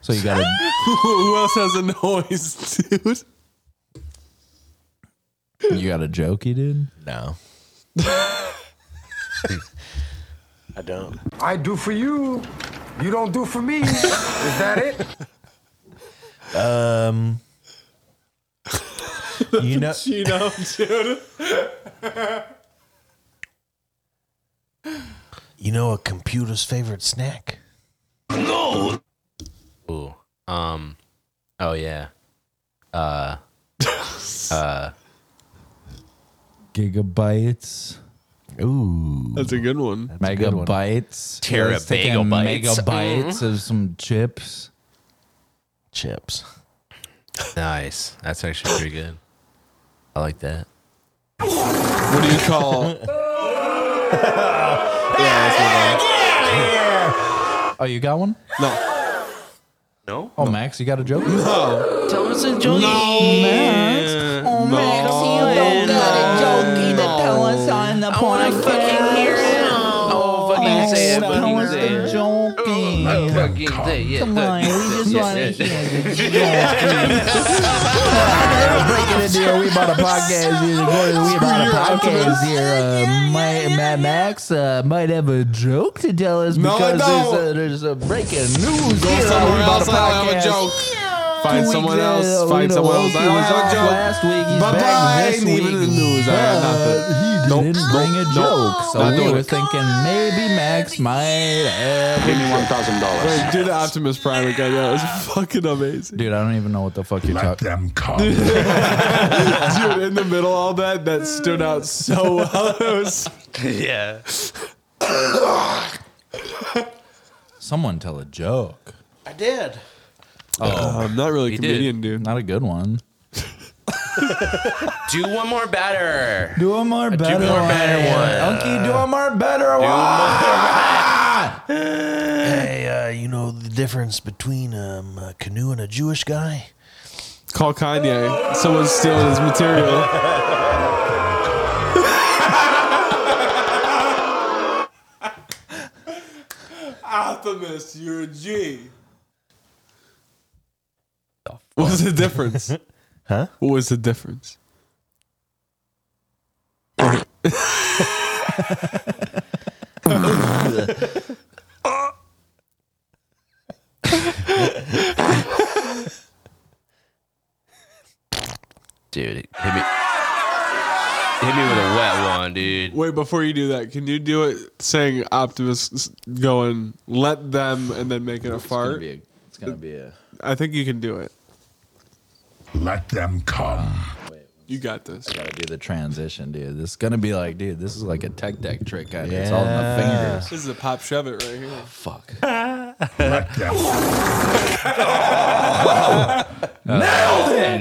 [SPEAKER 2] So you gotta
[SPEAKER 3] Who else has a noise, dude?
[SPEAKER 2] you got a joke you did?
[SPEAKER 4] No. I don't.
[SPEAKER 5] I do for you. You don't do for me. Is that it?
[SPEAKER 4] You know,
[SPEAKER 3] You know, dude.
[SPEAKER 4] you know a computer's favorite snack?
[SPEAKER 1] Ooh. Um. Oh yeah.
[SPEAKER 2] Gigabytes.
[SPEAKER 4] Ooh.
[SPEAKER 3] That's a good one.
[SPEAKER 2] megabytes.
[SPEAKER 1] Terra
[SPEAKER 2] Let's take
[SPEAKER 1] bagel
[SPEAKER 2] a
[SPEAKER 1] bites.
[SPEAKER 2] Megabytes of some chips.
[SPEAKER 4] Chips.
[SPEAKER 1] Nice. That's actually pretty good. I like that.
[SPEAKER 3] What do you call
[SPEAKER 2] Oh, you got one?
[SPEAKER 3] No.
[SPEAKER 2] Oh, Max, you got a joke?
[SPEAKER 3] No.
[SPEAKER 6] Thomas and Julie.
[SPEAKER 3] No.
[SPEAKER 6] Oh, I want to fucking hear it. Oh, fucking say it. Fucking say it.
[SPEAKER 1] Oh,
[SPEAKER 6] Fucking say it. Come on, we just want to hear
[SPEAKER 2] Breaking it here. We bought a podcast here. We bought a podcast here. Uh, might, Mad Max uh, might have a joke to tell us
[SPEAKER 3] No, I
[SPEAKER 2] because
[SPEAKER 3] don't.
[SPEAKER 2] there's, a, there's a breaking news.
[SPEAKER 3] Go
[SPEAKER 2] here
[SPEAKER 3] somewhere
[SPEAKER 2] We bought
[SPEAKER 3] else. I don't have a
[SPEAKER 2] podcast.
[SPEAKER 3] joke.
[SPEAKER 2] Two
[SPEAKER 3] Find
[SPEAKER 2] weeks,
[SPEAKER 3] someone
[SPEAKER 2] uh,
[SPEAKER 3] else.
[SPEAKER 2] we
[SPEAKER 3] Find
[SPEAKER 2] know
[SPEAKER 3] someone else.
[SPEAKER 2] he
[SPEAKER 3] I don't
[SPEAKER 2] was
[SPEAKER 3] have
[SPEAKER 2] off
[SPEAKER 3] a joke.
[SPEAKER 2] Last week, he's
[SPEAKER 3] Bye-bye.
[SPEAKER 2] back this
[SPEAKER 3] Ain't even
[SPEAKER 2] week,
[SPEAKER 3] in the news. I had
[SPEAKER 2] but he
[SPEAKER 3] nothing.
[SPEAKER 2] didn't
[SPEAKER 3] Nope,
[SPEAKER 2] bring
[SPEAKER 3] nope,
[SPEAKER 2] a
[SPEAKER 3] nope.
[SPEAKER 2] joke, so
[SPEAKER 3] Not
[SPEAKER 2] we
[SPEAKER 3] doing
[SPEAKER 2] were
[SPEAKER 3] it.
[SPEAKER 2] thinking maybe Max might have.
[SPEAKER 3] Wait, do the Optimus Prime again. That was fucking amazing.
[SPEAKER 2] Dude, I don't even know what the fuck you're talking.
[SPEAKER 3] Dude, in the middle of all that, that stood out so well. It was
[SPEAKER 1] Yeah.
[SPEAKER 2] Someone tell a joke.
[SPEAKER 4] I did.
[SPEAKER 2] Oh,
[SPEAKER 3] I'm not really a
[SPEAKER 1] did.
[SPEAKER 3] comedian, dude.
[SPEAKER 2] Not a good one.
[SPEAKER 1] Do one more better.
[SPEAKER 2] Do a more better,
[SPEAKER 1] more better one.
[SPEAKER 2] Okay, do a more better one.
[SPEAKER 4] Hey, uh, you know the difference between um, a canoe and a Jewish guy?
[SPEAKER 3] Call Kanye. Someone's stealing his material. Optimus, you're a G. What was the difference?
[SPEAKER 4] Huh?
[SPEAKER 3] What was the difference?
[SPEAKER 1] Dude, hit me. Hit me with a wet one, dude.
[SPEAKER 3] Wait, before you do that, can you do it saying Optimus s- going, let them, and then making a fart?
[SPEAKER 2] It's gonna be a.
[SPEAKER 3] I think you can do it.
[SPEAKER 7] Let them come.
[SPEAKER 3] You got this.
[SPEAKER 2] Gotta do the transition, dude. This is gonna be like, dude, this is like a tech deck trick. Kind of. It's all in the fingers.
[SPEAKER 3] This is a pop shove it right here.
[SPEAKER 2] Fuck.
[SPEAKER 7] Let them.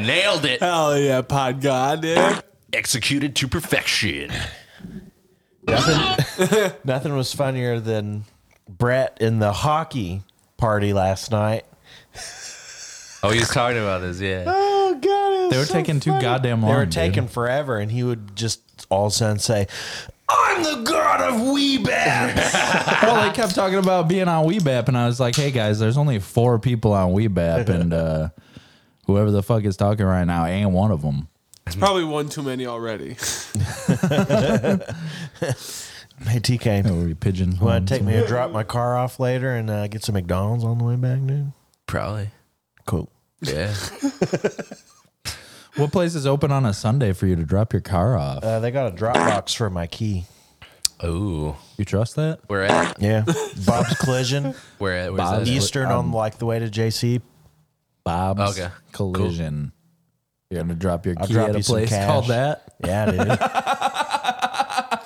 [SPEAKER 1] Nailed it.
[SPEAKER 3] Hell yeah, pod god, dude.
[SPEAKER 1] Executed to perfection.
[SPEAKER 4] Nothing was funnier than Brett in the hockey party last night.
[SPEAKER 1] Oh, he was talking about this, yeah.
[SPEAKER 4] Oh god,
[SPEAKER 2] They were taking too goddamn long.
[SPEAKER 4] They were
[SPEAKER 2] dude.
[SPEAKER 4] taking forever, and he would just all of a sudden say, "I'm the god of Weebab."
[SPEAKER 2] Well, they kept talking about being on WeBap, and I was like, "Hey guys, there's only four people on WeBap, and uh, whoever the fuck is talking right now ain't one of them."
[SPEAKER 3] It's probably one too many already.
[SPEAKER 4] hey TK,
[SPEAKER 2] Or pigeon.
[SPEAKER 4] want to take me and drop my car off later and uh, get some McDonald's on the way back, dude?
[SPEAKER 1] Probably.
[SPEAKER 4] Cool.
[SPEAKER 1] Yeah.
[SPEAKER 2] What place is open on a Sunday for you to drop your car off?
[SPEAKER 4] Uh, they got a drop box for my key.
[SPEAKER 1] Ooh.
[SPEAKER 2] you trust that?
[SPEAKER 1] Where at?
[SPEAKER 4] Yeah, Bob's Collision,
[SPEAKER 1] Where at? Where's that? um, at?
[SPEAKER 4] Eastern on like the way to JC.
[SPEAKER 2] Bob's
[SPEAKER 1] Okay, cool.
[SPEAKER 2] Collision. You're gonna drop your
[SPEAKER 4] I'll
[SPEAKER 2] key
[SPEAKER 4] drop
[SPEAKER 2] at a
[SPEAKER 4] you some
[SPEAKER 2] place
[SPEAKER 4] cash.
[SPEAKER 2] called that.
[SPEAKER 4] Yeah, dude.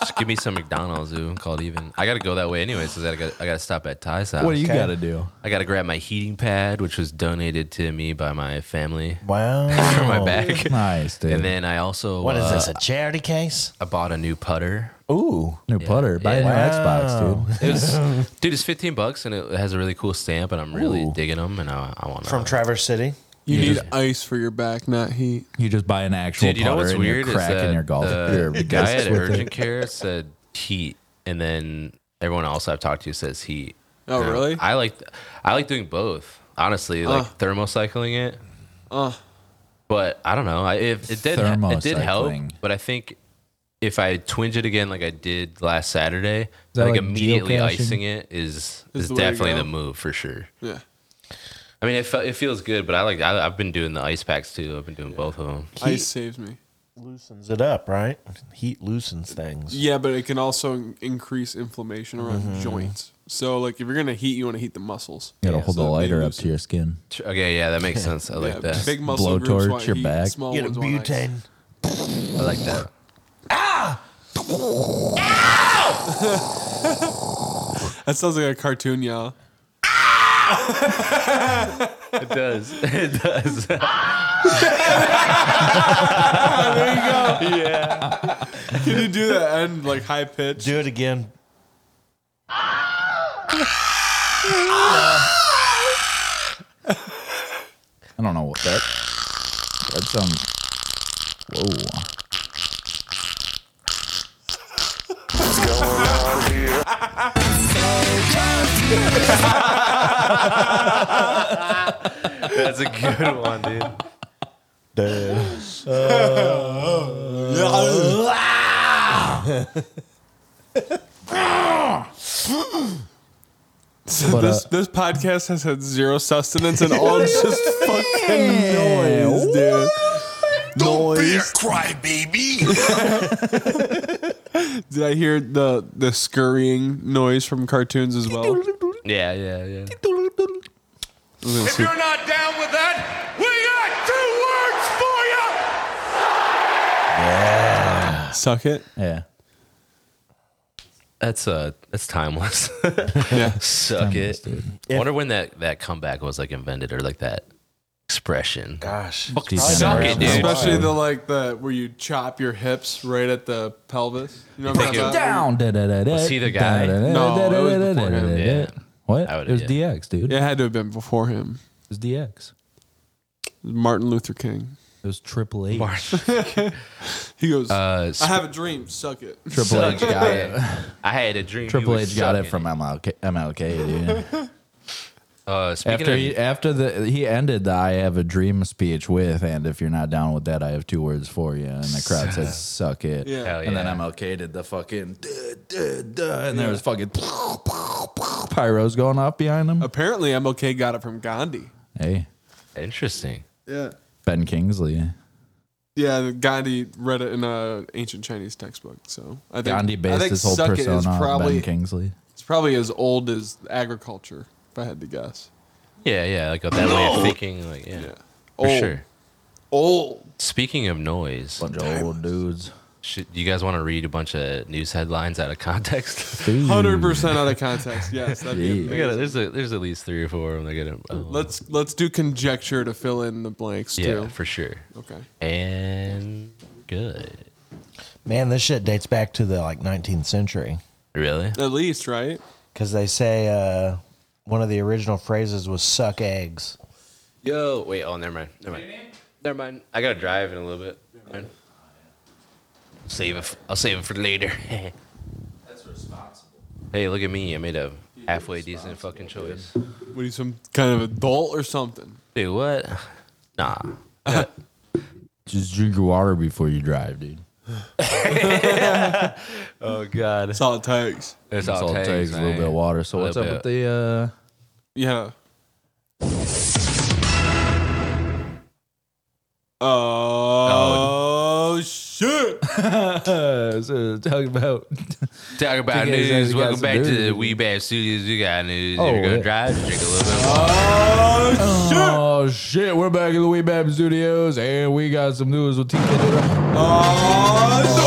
[SPEAKER 1] Just give me some McDonald's, ooh, and call it even. I gotta go that way anyways, cause I gotta I gotta stop at Ty's house.
[SPEAKER 2] What do you
[SPEAKER 4] Okay.
[SPEAKER 2] got to do?
[SPEAKER 1] I gotta grab my heating pad, which was donated to me by my family
[SPEAKER 4] Wow.
[SPEAKER 1] for my back.
[SPEAKER 2] Nice, dude.
[SPEAKER 1] And then I also
[SPEAKER 4] What is
[SPEAKER 1] uh,
[SPEAKER 4] this? A charity case?
[SPEAKER 1] I bought a new putter.
[SPEAKER 4] Ooh.
[SPEAKER 2] new putter. Buy a new
[SPEAKER 4] Yeah.
[SPEAKER 2] Xbox, dude.
[SPEAKER 1] It was, dude, it's 15 bucks and it has a really cool stamp, and I'm really
[SPEAKER 2] Ooh.
[SPEAKER 1] digging them. And I, I want
[SPEAKER 4] From Traverse City.
[SPEAKER 3] You need ice for your back, not heat.
[SPEAKER 2] You just buy an actual
[SPEAKER 1] Dude, you
[SPEAKER 2] putter
[SPEAKER 1] know what's
[SPEAKER 2] and
[SPEAKER 1] weird
[SPEAKER 2] you're
[SPEAKER 1] is that
[SPEAKER 2] cracking your golf.
[SPEAKER 1] the,
[SPEAKER 2] your
[SPEAKER 1] the guy
[SPEAKER 2] discs
[SPEAKER 1] at
[SPEAKER 2] with
[SPEAKER 1] urgent
[SPEAKER 2] it.
[SPEAKER 1] care said heat, and then everyone else I've talked to says heat.
[SPEAKER 3] Oh,
[SPEAKER 1] And I-
[SPEAKER 3] really?
[SPEAKER 1] I like I like doing both. Honestly, like thermocycling it.
[SPEAKER 3] Uh.
[SPEAKER 1] But I don't know. I, if it did, it did help.
[SPEAKER 2] Thermocycling.
[SPEAKER 1] But I think if I twinge it again like I did last Saturday,
[SPEAKER 2] that
[SPEAKER 1] like,
[SPEAKER 2] like
[SPEAKER 1] immediately
[SPEAKER 2] geocaching?
[SPEAKER 1] icing it is
[SPEAKER 3] Is
[SPEAKER 1] is
[SPEAKER 3] the way to
[SPEAKER 1] definitely
[SPEAKER 3] go?
[SPEAKER 1] the move for sure.
[SPEAKER 3] Yeah.
[SPEAKER 1] I mean, it, fe- it feels good, but I like I, I've been doing the ice packs too. I've been doing both of them.
[SPEAKER 3] Ice saves me.
[SPEAKER 4] Loosens it up, right? Heat loosens things.
[SPEAKER 3] Yeah, but it can also in- increase inflammation around
[SPEAKER 2] Mm-hmm.
[SPEAKER 3] joints. So, like, if you're gonna heat, you want to heat the muscles.
[SPEAKER 2] It'll hold
[SPEAKER 3] so
[SPEAKER 2] the
[SPEAKER 3] they
[SPEAKER 2] lighter up
[SPEAKER 3] loosen.
[SPEAKER 2] to your skin.
[SPEAKER 1] Tr- Okay, yeah, that makes sense. I like
[SPEAKER 3] yeah,
[SPEAKER 1] that.
[SPEAKER 3] Big muscle groups
[SPEAKER 2] Blowtorch
[SPEAKER 3] want
[SPEAKER 2] your
[SPEAKER 3] heat,
[SPEAKER 2] back.
[SPEAKER 3] Small
[SPEAKER 4] Get a
[SPEAKER 3] ones want ice.
[SPEAKER 4] butane.
[SPEAKER 1] I like that.
[SPEAKER 3] That sounds like a cartoon, y'all.
[SPEAKER 1] It does. It does.
[SPEAKER 3] Can you do that and like high pitch?
[SPEAKER 4] Do it again.
[SPEAKER 2] I don't know what that. That sounds. Whoa.
[SPEAKER 1] That's a good one, dude.
[SPEAKER 3] So
[SPEAKER 2] But,
[SPEAKER 3] this
[SPEAKER 2] uh,
[SPEAKER 3] this podcast has had zero sustenance and all it's just fucking noise, dude.
[SPEAKER 7] Don't be a crybaby.
[SPEAKER 3] Did I hear the the scurrying noise from cartoons as well?
[SPEAKER 1] Yeah, yeah, yeah.
[SPEAKER 5] If you're not down with that, we got two words for you.
[SPEAKER 3] Suck it.
[SPEAKER 2] Yeah.
[SPEAKER 1] That's uh, that's timeless.
[SPEAKER 3] Yeah.
[SPEAKER 1] Suck it.
[SPEAKER 2] dude.
[SPEAKER 1] I wonder when that that comeback was like invented or like that expression.
[SPEAKER 4] Gosh.
[SPEAKER 1] Suck it, dude.
[SPEAKER 3] Especially the like the where you chop your hips right at the pelvis. You know what I'm
[SPEAKER 1] Thank you.
[SPEAKER 3] talking about?
[SPEAKER 2] Down. Was
[SPEAKER 1] he the guy?
[SPEAKER 3] No, it was before him.
[SPEAKER 1] Yeah.
[SPEAKER 2] What?
[SPEAKER 1] I would've-
[SPEAKER 2] It was
[SPEAKER 1] yeah.
[SPEAKER 2] DX, dude.
[SPEAKER 3] It had to have been before him.
[SPEAKER 2] It was DX.
[SPEAKER 3] Martin Luther King.
[SPEAKER 2] It was Triple H.
[SPEAKER 3] He goes,
[SPEAKER 1] Uh,
[SPEAKER 3] I have a dream, suck it.
[SPEAKER 2] Triple H got it.
[SPEAKER 1] I had a dream. you
[SPEAKER 2] Triple
[SPEAKER 1] were
[SPEAKER 2] H got it
[SPEAKER 1] sucking
[SPEAKER 2] from MLK, MLK dude.
[SPEAKER 1] Uh, speaking
[SPEAKER 2] after
[SPEAKER 1] of,
[SPEAKER 2] he, after the he ended the "I Have a Dream" speech with, and if you're not down with that, I have two words for you, and the crowd said, "Suck it."
[SPEAKER 3] Yeah.
[SPEAKER 1] Hell
[SPEAKER 2] And then
[SPEAKER 1] yeah.
[SPEAKER 2] MLK did the fucking duh, duh, duh, and there was fucking pyros going off behind him.
[SPEAKER 3] Apparently MLK got it from Gandhi.
[SPEAKER 2] Hey,
[SPEAKER 1] interesting.
[SPEAKER 3] Yeah.
[SPEAKER 2] Ben Kingsley,
[SPEAKER 3] Yeah, Gandhi read it in an ancient Chinese textbook. So I think
[SPEAKER 2] Gandhi
[SPEAKER 3] I
[SPEAKER 2] based
[SPEAKER 3] think
[SPEAKER 2] his whole
[SPEAKER 3] suck it is
[SPEAKER 2] persona on Ben
[SPEAKER 3] probably
[SPEAKER 2] Kingsley.
[SPEAKER 3] it's probably as old as agriculture, if I had to guess.
[SPEAKER 1] Yeah, yeah, like that way of thinking. Like, yeah,
[SPEAKER 3] Yeah.
[SPEAKER 1] for
[SPEAKER 3] old.
[SPEAKER 1] sure.
[SPEAKER 3] Old.
[SPEAKER 1] Oh, Speaking of noise,
[SPEAKER 2] Bunch of old dudes.
[SPEAKER 1] should, do you guys want to read a bunch of news headlines out of context?
[SPEAKER 3] Hundred percent out of context. Yes, that'd be
[SPEAKER 2] Yeah.
[SPEAKER 1] We
[SPEAKER 3] amazing.
[SPEAKER 1] gotta- there's a, there's at least three or four of them. That gotta, oh,
[SPEAKER 3] Let's let's do conjecture to fill in the blanks
[SPEAKER 1] yeah,
[SPEAKER 3] too.
[SPEAKER 1] for sure.
[SPEAKER 3] Okay.
[SPEAKER 1] And good.
[SPEAKER 4] Man, this shit dates back to the like 19th century.
[SPEAKER 1] Really?
[SPEAKER 3] At least, right?
[SPEAKER 4] Because they say uh, one of the original phrases was suck eggs.
[SPEAKER 1] Yo, wait. Oh, never mind. Never mind. Never mind. I gotta drive in a little bit. Never mind. Save it. f- I'll save it for later. That's responsible. Hey, look at me. I made a halfway decent fucking choice.
[SPEAKER 3] What are you some kind of adult or something?
[SPEAKER 1] Dude, what? Nah.
[SPEAKER 2] Just drink your water before you drive, dude.
[SPEAKER 1] Oh God.
[SPEAKER 3] That's all it takes.
[SPEAKER 1] That's
[SPEAKER 2] That's
[SPEAKER 1] all it takes.
[SPEAKER 2] a little
[SPEAKER 1] man.
[SPEAKER 2] bit of water. So what's up
[SPEAKER 1] little
[SPEAKER 2] with the? uh
[SPEAKER 3] Yeah. Oh, shit!
[SPEAKER 2] uh, so talk about
[SPEAKER 1] Talk about
[SPEAKER 2] You guys
[SPEAKER 1] news.
[SPEAKER 2] got
[SPEAKER 1] Welcome
[SPEAKER 2] some
[SPEAKER 1] back to
[SPEAKER 2] news.
[SPEAKER 1] the We Bad Studios. We got news.
[SPEAKER 2] Oh,
[SPEAKER 1] if you're gonna
[SPEAKER 2] yeah.
[SPEAKER 1] drive, drink a little bit. Of water.
[SPEAKER 3] Oh shit!
[SPEAKER 2] Oh shit, we're back in the Wee Bab Studios and we got some news with TK.
[SPEAKER 3] Oh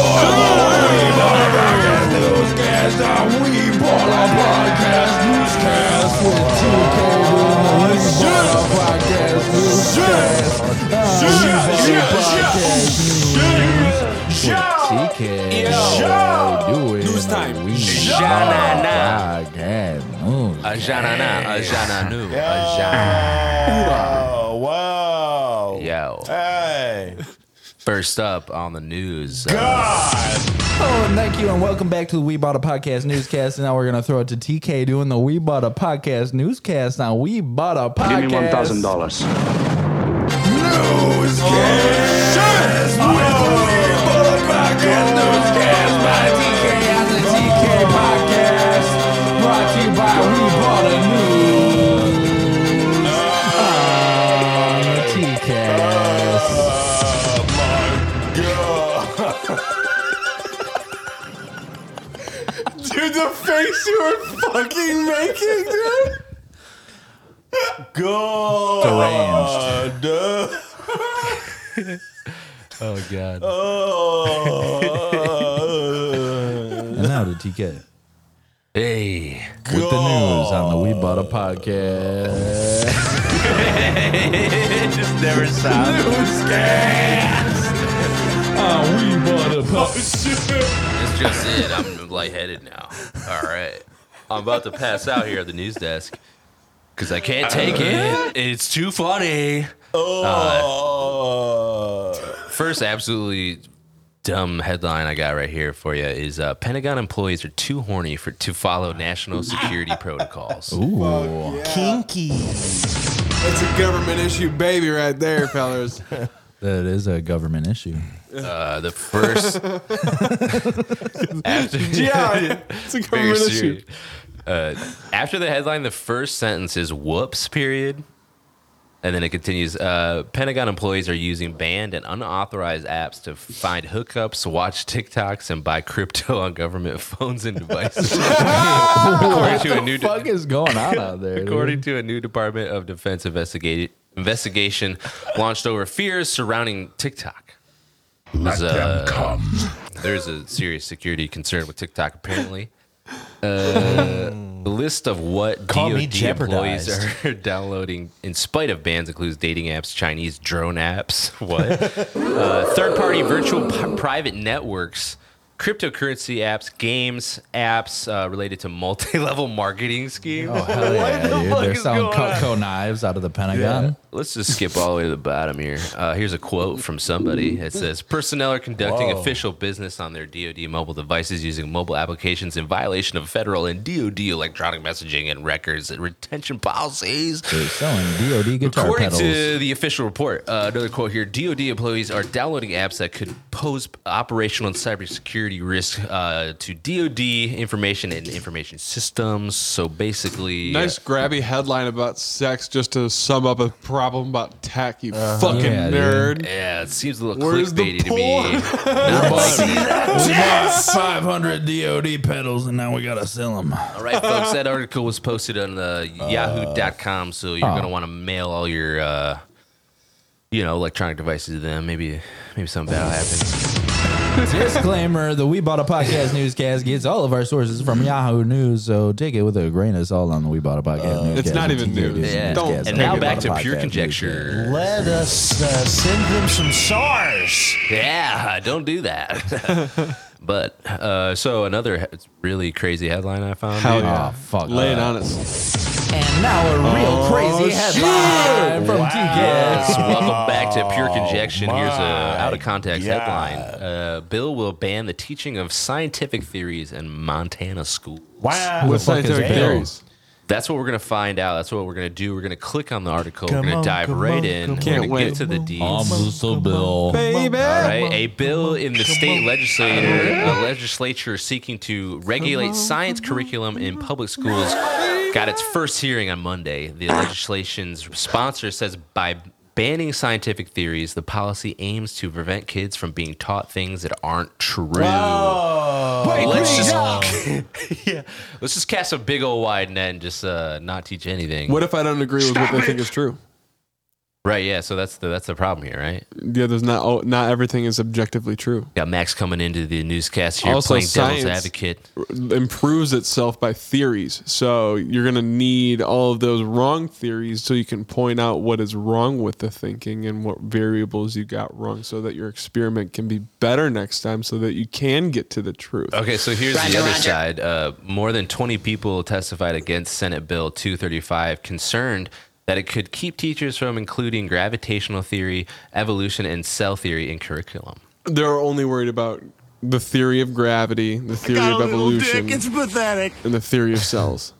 [SPEAKER 2] weekend. Doing
[SPEAKER 3] News time.
[SPEAKER 2] a week.
[SPEAKER 1] Sha-na-na.
[SPEAKER 2] Again.
[SPEAKER 1] A janana, a jananu, a jana.
[SPEAKER 4] Oh, whoa.
[SPEAKER 1] Yo.
[SPEAKER 4] Hey.
[SPEAKER 1] First up on the news. uh,
[SPEAKER 2] Oh, thank you, and welcome back to the We Bought a Podcast newscast. And now we're gonna throw it to TK doing the We Bought a Podcast newscast. Now We Bought a Podcast.
[SPEAKER 8] Give me one thousand dollars.
[SPEAKER 3] Dude, the face you were fucking making, dude.
[SPEAKER 2] Deranged.
[SPEAKER 1] Oh god.
[SPEAKER 2] And now to TK.
[SPEAKER 1] Hey.
[SPEAKER 2] With the news on the We Bought a Podcast.
[SPEAKER 1] it just never stops. Ah,
[SPEAKER 2] we bought a
[SPEAKER 1] It's just it. I'm lightheaded now. All right. I'm about to pass out here at the news desk because I can't take it. It's too funny. Uh, first, absolutely dumb headline I got right here for you is uh, Pentagon employees are too horny for to follow national security protocols.
[SPEAKER 4] Kinky.
[SPEAKER 3] That's a government issue, baby, right there, fellas.
[SPEAKER 2] That is a government issue.
[SPEAKER 1] Uh, the first after
[SPEAKER 3] yeah, it's a
[SPEAKER 1] very
[SPEAKER 3] government issue.
[SPEAKER 1] serious. Uh, after the headline, the first sentence is "whoops" period, and then it continues. Uh, Pentagon employees are using banned and unauthorized apps to find hookups, watch TikToks, and buy crypto on government phones and devices. according to a new, de-
[SPEAKER 2] fuck is going on out there?
[SPEAKER 1] according to a new Department of Defense investigate- investigation launched over fears surrounding TikTok. Let them come. There's a serious security concern with TikTok, apparently. Uh, list of what
[SPEAKER 4] Call me
[SPEAKER 1] DoD employees
[SPEAKER 4] jeopardized.
[SPEAKER 1] are downloading in spite of bans includes dating apps, Chinese drone apps, what uh, third-party virtual p- private networks, cryptocurrency apps, games apps uh, related to multi-level marketing schemes.
[SPEAKER 2] Oh, They're selling Cutco knives out of the Pentagon.
[SPEAKER 1] Let's just skip all the way to the bottom here. Uh, here's a quote from somebody. It says, "Personnel are conducting official business on their DoD mobile devices using mobile applications in violation of federal and DoD electronic messaging and records and retention policies."
[SPEAKER 2] They're selling DOD guitar
[SPEAKER 1] According
[SPEAKER 2] pedals.
[SPEAKER 1] to the official report, uh, another quote here: DoD employees are downloading apps that could pose operational and cybersecurity risk uh, to DoD information and information systems. So basically,
[SPEAKER 3] Nice grabby headline about sex just to sum up a problem about tech, you
[SPEAKER 2] Uh-huh.
[SPEAKER 3] fucking
[SPEAKER 2] Yeah, dude.
[SPEAKER 3] nerd.
[SPEAKER 1] yeah, it seems a little
[SPEAKER 3] Where's the
[SPEAKER 1] clickbaity to
[SPEAKER 3] porn?
[SPEAKER 1] me.
[SPEAKER 2] we bought 500 DOD pedals and now we gotta sell them.
[SPEAKER 1] All right, folks, that article was posted on uh, the yahoo.com, so
[SPEAKER 2] Uh.
[SPEAKER 1] you're going to want to mail all your, uh, you know, electronic devices to them. Maybe maybe something bad will happen.
[SPEAKER 2] Disclaimer: The We Bought a Podcast newscast gets all of our sources from Yahoo News, so take it with a grain of salt on the We Bought a Podcast
[SPEAKER 1] Uh,
[SPEAKER 2] newscast.
[SPEAKER 3] it's not
[SPEAKER 2] and
[SPEAKER 3] even
[SPEAKER 2] TK
[SPEAKER 3] news.
[SPEAKER 2] News
[SPEAKER 3] Yeah.
[SPEAKER 2] newscast
[SPEAKER 3] Don't-
[SPEAKER 2] on
[SPEAKER 1] And
[SPEAKER 2] the
[SPEAKER 1] now
[SPEAKER 2] We
[SPEAKER 1] back
[SPEAKER 2] Bought a
[SPEAKER 1] to pure
[SPEAKER 2] Podcast
[SPEAKER 1] conjecture.
[SPEAKER 4] Let us uh, send them some SARS.
[SPEAKER 1] Yeah, don't do that. but, uh, so another he- really crazy headline I found.
[SPEAKER 3] Hell
[SPEAKER 1] dude.
[SPEAKER 3] yeah.
[SPEAKER 2] newscast. Oh fuck!
[SPEAKER 3] Lay it
[SPEAKER 2] that.
[SPEAKER 3] on us.
[SPEAKER 2] And now a real crazy headline from TK.
[SPEAKER 1] Yes, welcome back to Pure Conjecture. Here's a
[SPEAKER 4] Oh my
[SPEAKER 1] out of context
[SPEAKER 4] God.
[SPEAKER 1] headline. Uh, bill will ban the teaching of scientific theories in Montana schools.
[SPEAKER 4] Wow.
[SPEAKER 3] With scientific
[SPEAKER 2] is Bill?
[SPEAKER 3] theories.
[SPEAKER 1] That's what we're gonna find out. That's what we're gonna do. We're gonna click on the article.
[SPEAKER 4] Come
[SPEAKER 1] we're gonna
[SPEAKER 4] on,
[SPEAKER 1] dive
[SPEAKER 4] come
[SPEAKER 1] right
[SPEAKER 4] on,
[SPEAKER 1] in.
[SPEAKER 4] come
[SPEAKER 1] We're
[SPEAKER 3] on,
[SPEAKER 1] gonna
[SPEAKER 3] wait.
[SPEAKER 1] get to the deeds.
[SPEAKER 2] Bill.
[SPEAKER 3] Baby.
[SPEAKER 1] All right, a bill in the state legislature, the legislature seeking to regulate science curriculum in public schools, got its first hearing on Monday. The legislation's sponsor says by banning scientific theories, the policy aims to prevent kids from being taught things that aren't true. let's just yeah, let's just cast a big old wide net and just uh, not teach anything.
[SPEAKER 3] What if I don't agree with what they think is true?
[SPEAKER 1] Right. Yeah. So that's the that's the problem here, right?
[SPEAKER 3] Yeah, there's not oh, not everything is objectively true.
[SPEAKER 1] Got Max coming into the newscast here,
[SPEAKER 3] Also,
[SPEAKER 1] playing devil's
[SPEAKER 3] science-
[SPEAKER 1] advocate.
[SPEAKER 3] improves itself by theories. So you're going to need all of those wrong theories so you can point out what is wrong with the thinking and what variables you got wrong so that your experiment can be better next time so that you can get to the truth.
[SPEAKER 1] Okay, so here's the other side. Uh, more than 20 people testified against Senate Bill 235, concerned that it could keep teachers from including gravitational theory, evolution, and cell theory in curriculum.
[SPEAKER 3] They're only worried about the theory of gravity, the theory
[SPEAKER 7] Got
[SPEAKER 3] of
[SPEAKER 7] a little dick.
[SPEAKER 3] evolution,
[SPEAKER 7] It's pathetic.
[SPEAKER 3] and the theory of cells.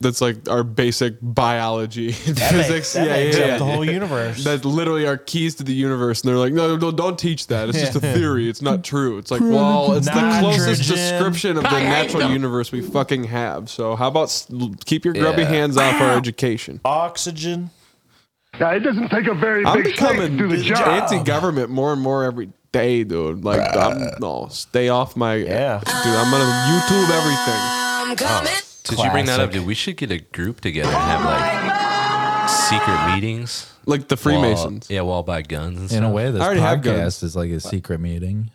[SPEAKER 3] That's like our basic biology and physics.
[SPEAKER 6] that
[SPEAKER 3] yeah,
[SPEAKER 4] Except
[SPEAKER 3] yeah, yeah.
[SPEAKER 4] the whole universe.
[SPEAKER 3] That's literally our keys to the universe. And they're like, no, no don't teach that. It's just a theory. It's not true. It's like, well, it's the closest
[SPEAKER 4] Nitrogen.
[SPEAKER 3] description of the natural universe we fucking have. So how about s- l- keep your grubby
[SPEAKER 1] Yeah.
[SPEAKER 3] hands off our education?
[SPEAKER 4] Oxygen.
[SPEAKER 8] Now, it doesn't take a very
[SPEAKER 3] I'm
[SPEAKER 8] big snake to
[SPEAKER 3] becoming
[SPEAKER 8] do the job.
[SPEAKER 3] anti-government more and more every day, dude. Like, I'm, no, stay off my.
[SPEAKER 4] Yeah.
[SPEAKER 3] Dude, I'm going to YouTube everything.
[SPEAKER 1] Did you bring that up? Dude, we should get a group together and have like secret meetings.
[SPEAKER 3] Like the
[SPEAKER 1] while-
[SPEAKER 3] Freemasons.
[SPEAKER 1] yeah, while by guns and
[SPEAKER 2] In a
[SPEAKER 1] stuff.
[SPEAKER 2] way, this
[SPEAKER 3] I already have guns.
[SPEAKER 2] podcast is like a secret meeting.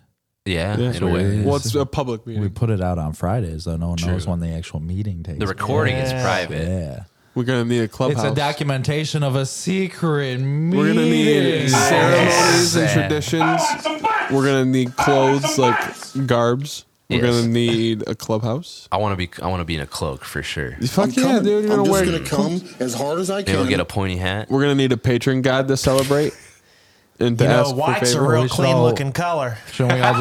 [SPEAKER 1] Yeah,
[SPEAKER 3] Yeah.
[SPEAKER 1] in a way.
[SPEAKER 3] Well, it's a public meeting.
[SPEAKER 2] We
[SPEAKER 3] We,
[SPEAKER 2] put it out on Fridays, though no one knows when the actual meeting takes.
[SPEAKER 1] The recording is private.
[SPEAKER 2] Yeah,
[SPEAKER 3] are going to need a clubhouse.
[SPEAKER 2] it's a documentation of a secret meeting.
[SPEAKER 3] We're gonna need ceremonies and traditions. We're gonna need clothes like garbs. We're
[SPEAKER 1] Yes.
[SPEAKER 3] gonna need a clubhouse.
[SPEAKER 1] I want to be I want to be in a cloak for sure.
[SPEAKER 3] Fuck yeah,
[SPEAKER 7] coming.
[SPEAKER 3] dude! You're
[SPEAKER 7] I'm
[SPEAKER 3] gonna
[SPEAKER 7] just
[SPEAKER 3] wear.
[SPEAKER 7] gonna come as hard as I
[SPEAKER 1] Maybe
[SPEAKER 7] can.
[SPEAKER 1] we'll get a pointy hat.
[SPEAKER 3] We're gonna need a patron god to celebrate and to
[SPEAKER 4] You know,
[SPEAKER 3] ask for
[SPEAKER 4] white's a
[SPEAKER 3] favor.
[SPEAKER 4] real
[SPEAKER 2] We should
[SPEAKER 4] clean
[SPEAKER 2] all-
[SPEAKER 4] looking color.
[SPEAKER 2] Shouldn't we all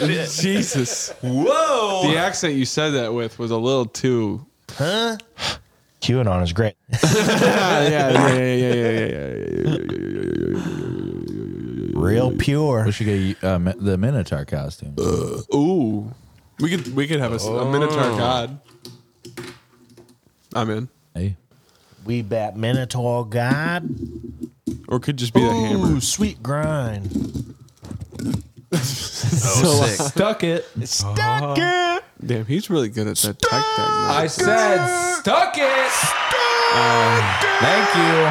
[SPEAKER 2] just?
[SPEAKER 3] Jesus! Whoa! The accent you said that with was a little too.
[SPEAKER 4] QAnon is great.
[SPEAKER 3] Ah, Yeah, yeah, yeah, yeah, yeah, yeah, yeah.
[SPEAKER 4] Real pure.
[SPEAKER 2] we should get uh, mi- the Minotaur costume.
[SPEAKER 3] yeah. Ooh, we could we could have a, s- a
[SPEAKER 4] Oh.
[SPEAKER 3] minotaur god. I'm in.
[SPEAKER 2] Hey,
[SPEAKER 4] We bat Minotaur God.
[SPEAKER 3] Or it could just be the hammer.
[SPEAKER 4] Ooh, sweet grind.
[SPEAKER 1] Oh, sick.
[SPEAKER 2] stuck it.
[SPEAKER 3] Damn, he's really good at that tech thing. man.
[SPEAKER 2] I said stuck it. Um, thank you.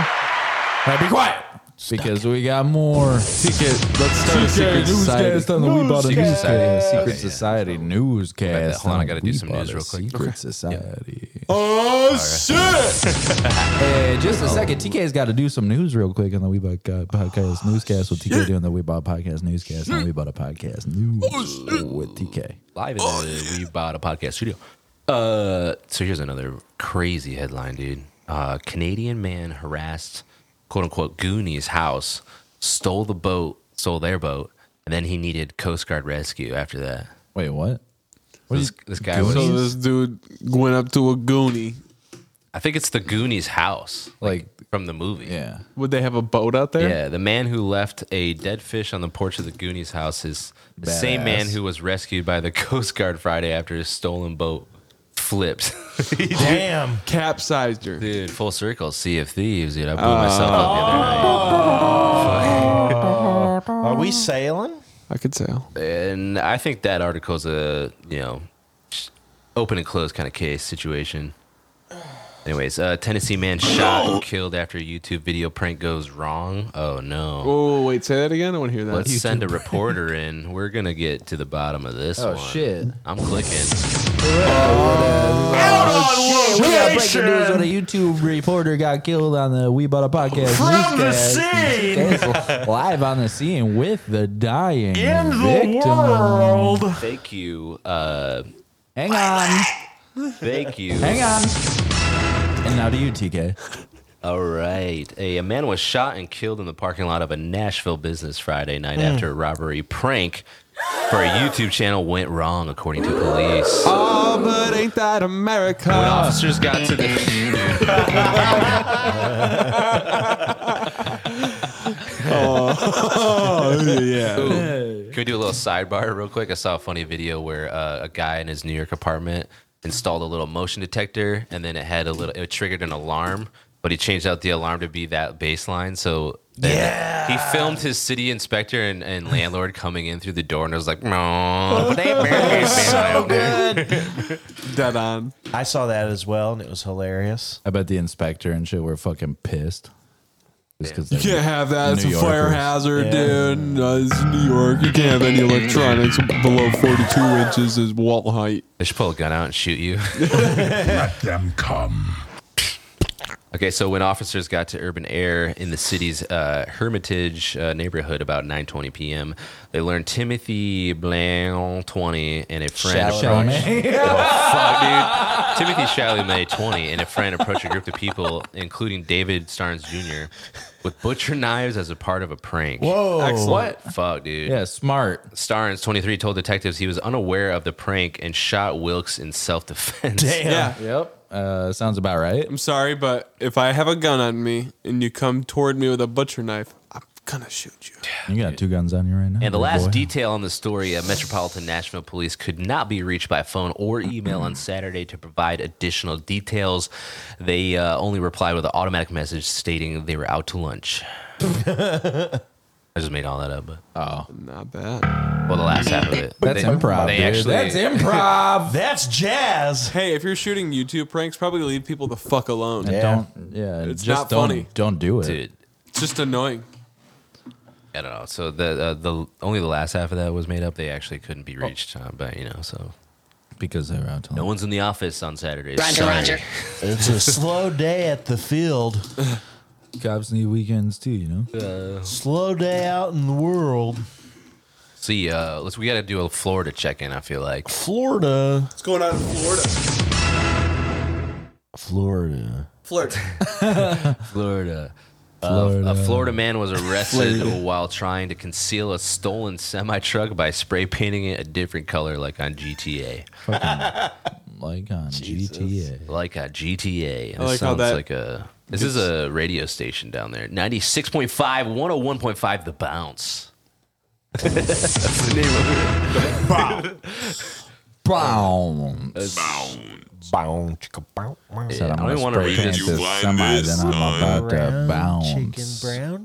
[SPEAKER 2] Now be quiet. Because we got more secret. Let's start a secret
[SPEAKER 3] newscast
[SPEAKER 2] on the We Bought a
[SPEAKER 1] Secret
[SPEAKER 2] Newscast.
[SPEAKER 1] Society.
[SPEAKER 2] Secret
[SPEAKER 1] Okay, yeah.
[SPEAKER 2] Society newscast.
[SPEAKER 1] Hold on, I
[SPEAKER 2] on
[SPEAKER 1] gotta
[SPEAKER 2] We
[SPEAKER 1] do some
[SPEAKER 2] Bought
[SPEAKER 1] news
[SPEAKER 2] a
[SPEAKER 1] real quick.
[SPEAKER 2] Secret Society.
[SPEAKER 3] Oh shit!
[SPEAKER 2] Hey, just a second. TK's got to do some news real quick on the We Bought uh, Podcast Newscast with TK doing the We Bought Podcast Newscast and We Bought a Podcast News with TK.
[SPEAKER 1] live in the We Bought a Podcast studio. Uh, so here's another crazy headline, dude. Uh, Canadian man harassed, quote unquote, Goonie's house, stole the boat, stole their boat, and then he needed Coast Guard rescue after that.
[SPEAKER 2] Wait, what? What
[SPEAKER 1] This,
[SPEAKER 2] is
[SPEAKER 1] this guy was,
[SPEAKER 3] So this dude went up to a goonie.
[SPEAKER 1] I think it's the Goonies house
[SPEAKER 2] like?
[SPEAKER 1] from the movie.
[SPEAKER 2] Yeah.
[SPEAKER 3] Would they have a boat out there?
[SPEAKER 1] Yeah, the man who left a dead fish on the porch of the Goonies house is the same
[SPEAKER 2] Badass.
[SPEAKER 1] man who was rescued by the Coast Guard Friday after his stolen boat flipped.
[SPEAKER 4] Damn.
[SPEAKER 3] Capsized her.
[SPEAKER 1] Dude, full circle, Sea of Thieves, dude. I blew myself up the other night.
[SPEAKER 4] Are we sailing?
[SPEAKER 3] I could sail.
[SPEAKER 1] And I think that article's a, you know, sh- open and close kind of case situation. Anyways, uh, Tennessee man shot and killed after YouTube video prank goes wrong. Oh, no.
[SPEAKER 3] Oh wait, say that again. I want to hear that.
[SPEAKER 1] Let's send a reporter in. We're going to get to the bottom of this
[SPEAKER 2] Oh
[SPEAKER 1] one.
[SPEAKER 2] shit.
[SPEAKER 1] I'm clicking.
[SPEAKER 2] Shit, we got breaking news when a YouTube reporter got killed on the We Bought a Podcast
[SPEAKER 8] From the
[SPEAKER 2] newscast.
[SPEAKER 8] scene.
[SPEAKER 2] Newscast live on the scene with the dying
[SPEAKER 8] In
[SPEAKER 2] victim.
[SPEAKER 8] the world.
[SPEAKER 1] Thank you. Uh,
[SPEAKER 2] Hang on,
[SPEAKER 1] thank you.
[SPEAKER 2] hang on. And now to you, TK.
[SPEAKER 1] All right. A, a man was shot and killed in the parking lot of a Nashville business Friday night after a robbery prank for a YouTube channel went wrong, according to police.
[SPEAKER 3] Oh, but ain't that America?
[SPEAKER 1] When officers got to the
[SPEAKER 3] oh yeah.
[SPEAKER 1] Ooh. Can we do a little sidebar real quick? I saw a funny video where uh, a guy in his New York apartment installed a little motion detector, and then it had a little. It triggered an alarm, but he changed out the alarm to be that baseline, so
[SPEAKER 4] Yeah.
[SPEAKER 1] He filmed his city inspector and, and landlord coming in through the door, and it was like, so
[SPEAKER 3] Dead on.
[SPEAKER 4] I saw that as well, and it was hilarious.
[SPEAKER 2] I bet the inspector and shit were fucking pissed. Just because
[SPEAKER 3] You can't have that. It's
[SPEAKER 2] New
[SPEAKER 3] a fire
[SPEAKER 2] Yorkers.
[SPEAKER 3] hazard, dude. Uh, it's New York. You can't have any electronics below 42 inches is wall height.
[SPEAKER 1] They should pull a gun out and shoot you.
[SPEAKER 5] Let them come.
[SPEAKER 1] Okay, so when officers got to urban air in the city's uh, Hermitage uh, neighborhood about 9:20 p.m., they learned Timothy Blanc 20 and a friend. Oh, fuck, dude. Timothy Chalamet 20 and a friend approached a group of people, including David Starnes Jr., with butcher knives as a part of a prank.
[SPEAKER 4] Whoa.
[SPEAKER 1] What? Fuck, dude.
[SPEAKER 2] Yeah, smart.
[SPEAKER 1] Starnes 23 told detectives he was unaware of the prank and shot Wilkes in self-defense.
[SPEAKER 4] Damn.
[SPEAKER 3] Yeah.
[SPEAKER 2] Yep. Uh, sounds about right.
[SPEAKER 3] I'm sorry, but if I have a gun on me and you come toward me with a butcher knife, I'm gonna shoot you.
[SPEAKER 2] You got two guns on you right now.
[SPEAKER 1] And the
[SPEAKER 2] big
[SPEAKER 1] last
[SPEAKER 2] boy.
[SPEAKER 1] detail on the story, uh, Metropolitan Nashville Police could not be reached by phone or email on Saturday to provide additional details. They uh, only replied with an automatic message stating they were out to lunch. I just made all that up. But,
[SPEAKER 3] Not bad.
[SPEAKER 1] well, the last half of it.
[SPEAKER 2] That's
[SPEAKER 1] They-
[SPEAKER 2] improv.
[SPEAKER 1] They
[SPEAKER 2] dude.
[SPEAKER 1] actually.
[SPEAKER 2] That's improv.
[SPEAKER 4] That's jazz.
[SPEAKER 3] Hey, if you're shooting YouTube pranks, probably leave people the fuck alone.
[SPEAKER 4] Yeah.
[SPEAKER 2] Don't. Yeah.
[SPEAKER 3] It's
[SPEAKER 2] just
[SPEAKER 3] not
[SPEAKER 2] don't,
[SPEAKER 3] funny.
[SPEAKER 2] Don't do it.
[SPEAKER 1] Dude,
[SPEAKER 3] It's just annoying.
[SPEAKER 1] I don't know. So the uh, the only the last half of that was made up. They actually couldn't
[SPEAKER 2] Oh.
[SPEAKER 1] be reached, uh, but you know, so
[SPEAKER 2] Because they're out.
[SPEAKER 1] no
[SPEAKER 2] No
[SPEAKER 1] one's in the office on Saturdays.
[SPEAKER 6] Roger,
[SPEAKER 1] Sorry.
[SPEAKER 6] roger.
[SPEAKER 4] It's a slow day at the field.
[SPEAKER 2] cops need weekends too. You know.
[SPEAKER 4] Slow day out in the world.
[SPEAKER 1] See, uh, let's we got to do a Florida check in. I feel like.
[SPEAKER 4] Florida.
[SPEAKER 7] What's going on in Florida?
[SPEAKER 4] Florida.
[SPEAKER 7] Flirt.
[SPEAKER 1] Florida. A Florida man was arrested while trying to conceal a stolen semi truck by spray painting it a different color, like on GTA.
[SPEAKER 2] Like on GTA.
[SPEAKER 1] Like a GTA. This
[SPEAKER 3] I like how
[SPEAKER 1] sounds
[SPEAKER 3] that
[SPEAKER 1] like a. This is a radio station down there. 96.5, 101.5, The Bounce. That's the name of it.
[SPEAKER 2] Boom.
[SPEAKER 4] Bow, chicka, bow, wow.
[SPEAKER 2] Said
[SPEAKER 1] I don't
[SPEAKER 2] I'm gonna
[SPEAKER 1] even wanna
[SPEAKER 2] spray
[SPEAKER 1] read
[SPEAKER 2] paint
[SPEAKER 1] this.
[SPEAKER 2] this semi, then I'm about to bounce. Uh,
[SPEAKER 4] Chicken brown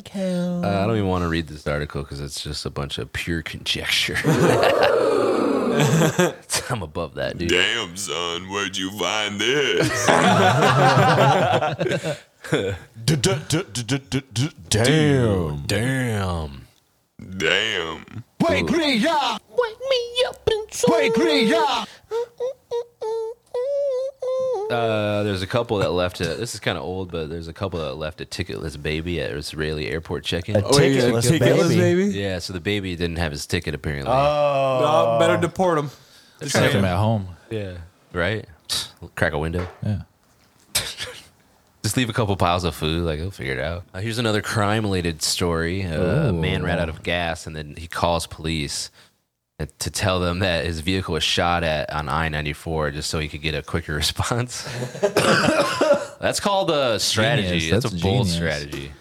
[SPEAKER 1] I
[SPEAKER 4] cow.
[SPEAKER 1] don't even want to read this article because it's just a bunch of pure conjecture. I'm above that, dude.
[SPEAKER 5] Damn, son, where'd you find this?
[SPEAKER 4] Damn.
[SPEAKER 1] Damn.
[SPEAKER 5] Damn.
[SPEAKER 8] Wake me up! Wake me up!
[SPEAKER 1] Uh, there's a couple that left. A, this is kind of old, but there's a couple that left a ticketless baby at Israeli airport check-in.
[SPEAKER 4] Oh, Wait, Ticketless uh, ticketless baby.
[SPEAKER 1] Yeah, so the baby didn't have his ticket apparently.
[SPEAKER 3] No, better deport him.
[SPEAKER 2] Take them at home.
[SPEAKER 1] yeah. Right. Crack a window.
[SPEAKER 2] Yeah.
[SPEAKER 1] Just leave a couple piles of food. Like he'll figure it out. Uh, here's another crime-related story. Uh, a man ran out of gas, and then he calls police uh, to tell them that his vehicle was shot at on I-94, just so he could get a quicker response. That's called a strategy.
[SPEAKER 2] Genius.
[SPEAKER 1] That's,
[SPEAKER 2] That's
[SPEAKER 1] a bold
[SPEAKER 2] genius.
[SPEAKER 1] strategy.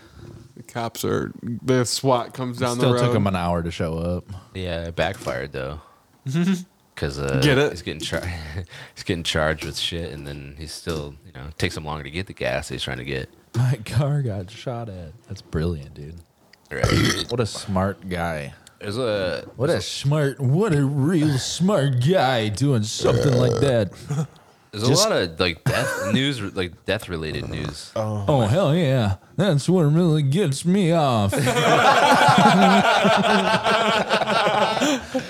[SPEAKER 3] The cops are. The SWAT comes down
[SPEAKER 2] Still
[SPEAKER 3] the road.
[SPEAKER 2] took him an hour to show up.
[SPEAKER 1] Yeah, it backfired though. Cause uh,
[SPEAKER 3] Get it?
[SPEAKER 1] he's getting char- he's getting charged with shit, and then he's still you know it takes him longer to get the gas that he's trying to get.
[SPEAKER 2] My car got shot at. That's brilliant, dude. What a smart guy.
[SPEAKER 1] There's a
[SPEAKER 2] What a smart, what a real smart guy doing something like that.
[SPEAKER 1] there's a lot of like death news like death related news.
[SPEAKER 2] Oh, hell yeah. That's what really gets me off.
[SPEAKER 3] Is that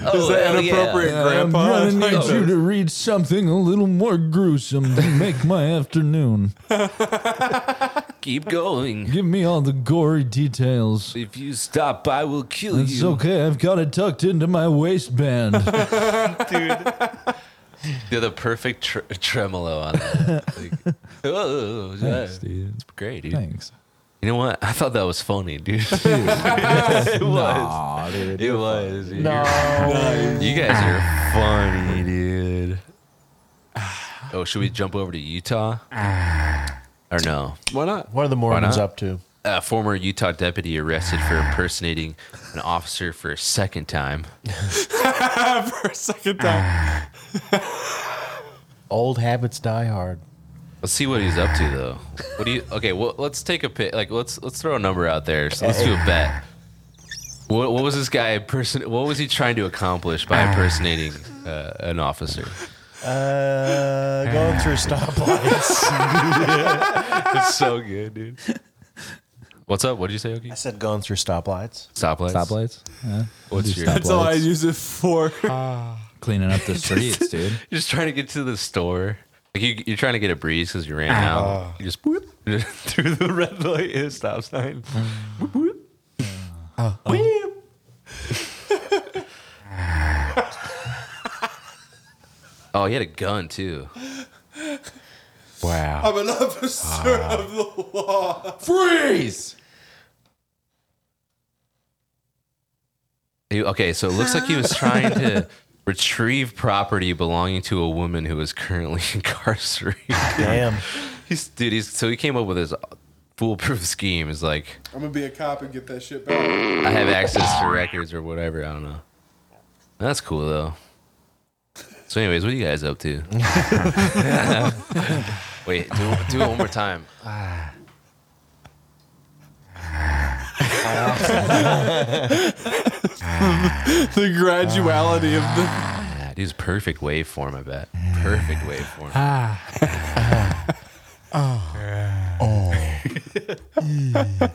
[SPEAKER 1] hell Oh, yeah.
[SPEAKER 3] inappropriate,
[SPEAKER 2] I'm
[SPEAKER 3] Grandpa?
[SPEAKER 2] gonna need
[SPEAKER 3] Like,
[SPEAKER 2] you to read something a little more gruesome to make my afternoon.
[SPEAKER 1] Keep going.
[SPEAKER 2] Give me all the gory details.
[SPEAKER 1] If you stop, I will kill
[SPEAKER 2] It's
[SPEAKER 1] you.
[SPEAKER 2] okay, I've got it tucked into my waistband.
[SPEAKER 1] They're the perfect tr- tremolo on that. Like, oh, yeah.
[SPEAKER 2] Thanks, dude.
[SPEAKER 1] it's great, dude.
[SPEAKER 2] Thanks.
[SPEAKER 1] You know what? I thought that was funny, dude. it was.
[SPEAKER 2] Aw, dude.
[SPEAKER 1] It was. dude. You guys are funny, dude. Oh, should we jump over to Utah? Or no?
[SPEAKER 3] Why not?
[SPEAKER 4] What are the Mormons
[SPEAKER 1] not?
[SPEAKER 4] up to?
[SPEAKER 1] A former Utah deputy arrested for impersonating an officer for a second time.
[SPEAKER 3] For a second time.
[SPEAKER 4] Old habits die hard.
[SPEAKER 1] The Let's see what he's up to though. What do you? Okay, well, let's take a pic. Like, let's let's throw a number out there. So let's do a bet. What, what was this guy person? What was he trying to accomplish by impersonating uh, an officer?
[SPEAKER 4] Uh, going through stoplights.
[SPEAKER 1] It's so good, dude. What's up? What did you say, Oki?
[SPEAKER 4] I said going through stoplights.
[SPEAKER 1] Stoplights.
[SPEAKER 2] Stoplights. Yeah.
[SPEAKER 1] What's
[SPEAKER 2] Do
[SPEAKER 1] your?
[SPEAKER 2] stoplights.
[SPEAKER 3] That's all I use it for.
[SPEAKER 2] Cleaning up the streets, dude.
[SPEAKER 1] You're just trying to get to the store. Like you, you're trying to get a breeze because you ran out. You just whoop, through the red light and stop sign. Whoop, whoop. Whoop. Oh, he had a gun too.
[SPEAKER 4] Wow.
[SPEAKER 5] I'm an officer of the law.
[SPEAKER 2] Freeze!
[SPEAKER 1] He- okay, so it looks like he was trying to retrieve property belonging to a woman who was currently incarcerated.
[SPEAKER 4] Damn.
[SPEAKER 1] He's, dude, he's, so he came up with this foolproof scheme. Is like,
[SPEAKER 5] I'm gonna be a cop and get that shit back.
[SPEAKER 1] I have access to records or whatever. I don't know. That's cool though. So, anyways, what are you guys up to? Wait, do, do it one more time.
[SPEAKER 3] the graduality of the.
[SPEAKER 1] Ah, dude's perfect waveform. I bet. Perfect waveform. Oh.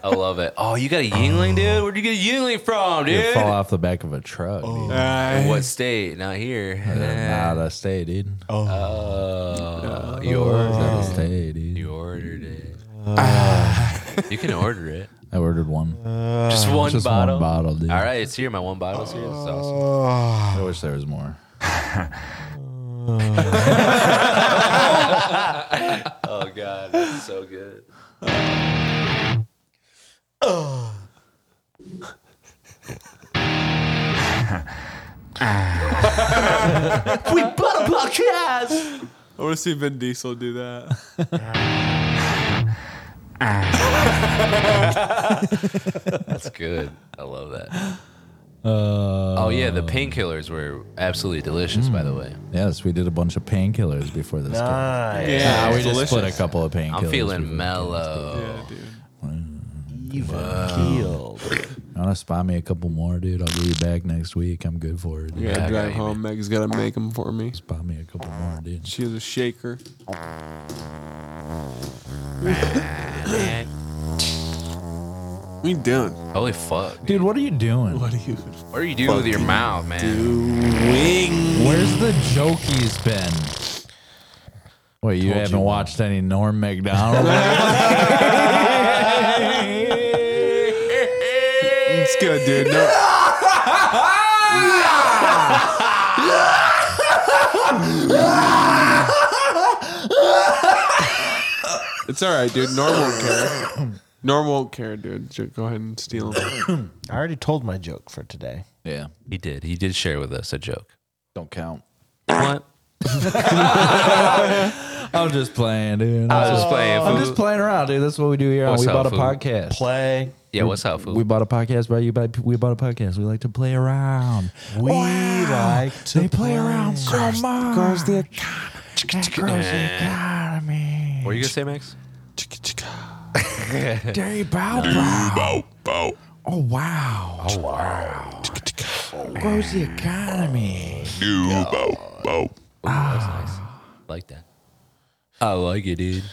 [SPEAKER 1] I love it. Oh, you got a Yingling, dude. Where'd you get a Yingling from,
[SPEAKER 2] You fall
[SPEAKER 1] dude?
[SPEAKER 2] off the back of a truck, dude.
[SPEAKER 3] Uh,
[SPEAKER 1] What state? Not here.
[SPEAKER 2] Nah, that's stay, dude.
[SPEAKER 1] Uh, Oh, you ordered
[SPEAKER 2] That's
[SPEAKER 1] it.
[SPEAKER 2] stay, dude.
[SPEAKER 1] You ordered it. you can order it.
[SPEAKER 2] I ordered one.
[SPEAKER 1] uh, Just one
[SPEAKER 2] Just
[SPEAKER 1] bottle. Uh,
[SPEAKER 2] one bottle, dude.
[SPEAKER 1] All right, it's here. My one bottle's here. This is awesome.
[SPEAKER 2] I wish there was more.
[SPEAKER 1] Oh god, that's so good.
[SPEAKER 3] I want to see Vin Diesel do that.
[SPEAKER 1] That's good. I love that. oh yeah, the painkillers were absolutely delicious. By the way,
[SPEAKER 2] Yes, we did a bunch of painkillers before this. game.
[SPEAKER 4] Nice.
[SPEAKER 2] Nah, we
[SPEAKER 3] it's
[SPEAKER 2] just
[SPEAKER 3] delicious.
[SPEAKER 2] split a couple of painkillers.
[SPEAKER 1] I'm feeling
[SPEAKER 2] before-
[SPEAKER 1] mellow.
[SPEAKER 3] Yeah, dude.
[SPEAKER 4] Um,
[SPEAKER 2] Honest, buy me a couple more, dude. I'll get you back next week. I'm good for it. Dude.
[SPEAKER 3] Yeah,
[SPEAKER 1] I got
[SPEAKER 3] drive
[SPEAKER 1] you,
[SPEAKER 3] home. Meg's gotta make them for me.
[SPEAKER 2] Just buy me a couple more, dude.
[SPEAKER 3] She was a shaker. we done.
[SPEAKER 1] Holy fuck, dude!
[SPEAKER 2] Dude, what are you doing?
[SPEAKER 3] What are you
[SPEAKER 1] What are you doing with your mouth, man?
[SPEAKER 3] doing?
[SPEAKER 2] Where's the jokies been? Wait, you haven't watched any Norm McDonald?
[SPEAKER 3] It's good, dude. No, it's all right, dude. Norm won't care. Norm won't care, dude. Ju- Go ahead and steal him.
[SPEAKER 4] I already told my joke for today.
[SPEAKER 2] yeah,
[SPEAKER 1] He did. He did share with us a joke.
[SPEAKER 2] don't count.
[SPEAKER 1] What?
[SPEAKER 2] I'm just playing, dude.
[SPEAKER 1] I was Uh, just playing.
[SPEAKER 2] I'm
[SPEAKER 1] fool.
[SPEAKER 2] just playing around, dude. That's what we do here. on
[SPEAKER 1] What's
[SPEAKER 2] we
[SPEAKER 1] up,
[SPEAKER 2] bought a
[SPEAKER 1] fool?
[SPEAKER 2] podcast.
[SPEAKER 4] Play.
[SPEAKER 1] Yeah, what's up, fool?
[SPEAKER 2] We bought a podcast, bro. You bought, we bought a podcast. We like to play around.
[SPEAKER 4] We like to
[SPEAKER 2] They play around so much. Grows the economy. Grows the economy.
[SPEAKER 1] What are you gonna say, Max?
[SPEAKER 2] Dirty bow bow. Oh wow. Oh wow. Grows the economy.
[SPEAKER 1] like that. I like it, dude.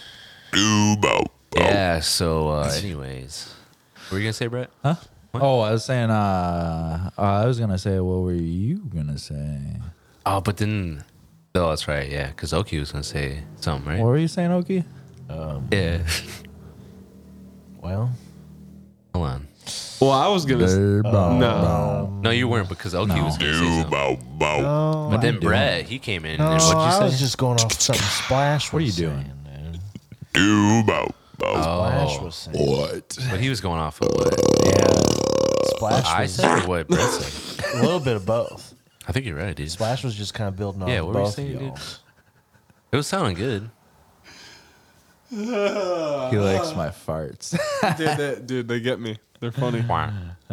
[SPEAKER 1] Yeah. So, uh, anyways, what were you gonna say, Brett?
[SPEAKER 2] Oh, I was saying. Uh, uh, I was gonna say. What were you gonna say?
[SPEAKER 1] Oh, but then, oh, that's right. Yeah, because Oki was gonna say something, right?
[SPEAKER 2] What were you saying, Oki?
[SPEAKER 1] yeah.
[SPEAKER 4] Well,
[SPEAKER 1] Hold on.
[SPEAKER 3] Well, I was gonna. s-
[SPEAKER 2] Dirty bow bow.
[SPEAKER 3] No,
[SPEAKER 1] No, you weren't because Oki was gonna say something.
[SPEAKER 4] oh,
[SPEAKER 1] But then Brett, he came in.
[SPEAKER 4] no,
[SPEAKER 1] and what'd you
[SPEAKER 4] Oh, I
[SPEAKER 1] say?
[SPEAKER 4] was just going off something Splash.
[SPEAKER 2] What are you
[SPEAKER 4] was
[SPEAKER 2] doing?
[SPEAKER 4] saying, dude. Splash
[SPEAKER 1] oh,
[SPEAKER 4] was saying.
[SPEAKER 1] but he was going off of what
[SPEAKER 4] Yeah. Splash
[SPEAKER 1] I
[SPEAKER 4] was
[SPEAKER 1] said or what Brett said.
[SPEAKER 4] a little bit of both.
[SPEAKER 1] I think you're right, dude.
[SPEAKER 4] Splash was just kind of building off
[SPEAKER 1] Yeah, what were you
[SPEAKER 4] both
[SPEAKER 1] saying,
[SPEAKER 4] of
[SPEAKER 1] dude?
[SPEAKER 4] y'all.
[SPEAKER 1] It was sounding good.
[SPEAKER 2] He likes my farts.
[SPEAKER 3] dude, they, dude, they get me. They're funny.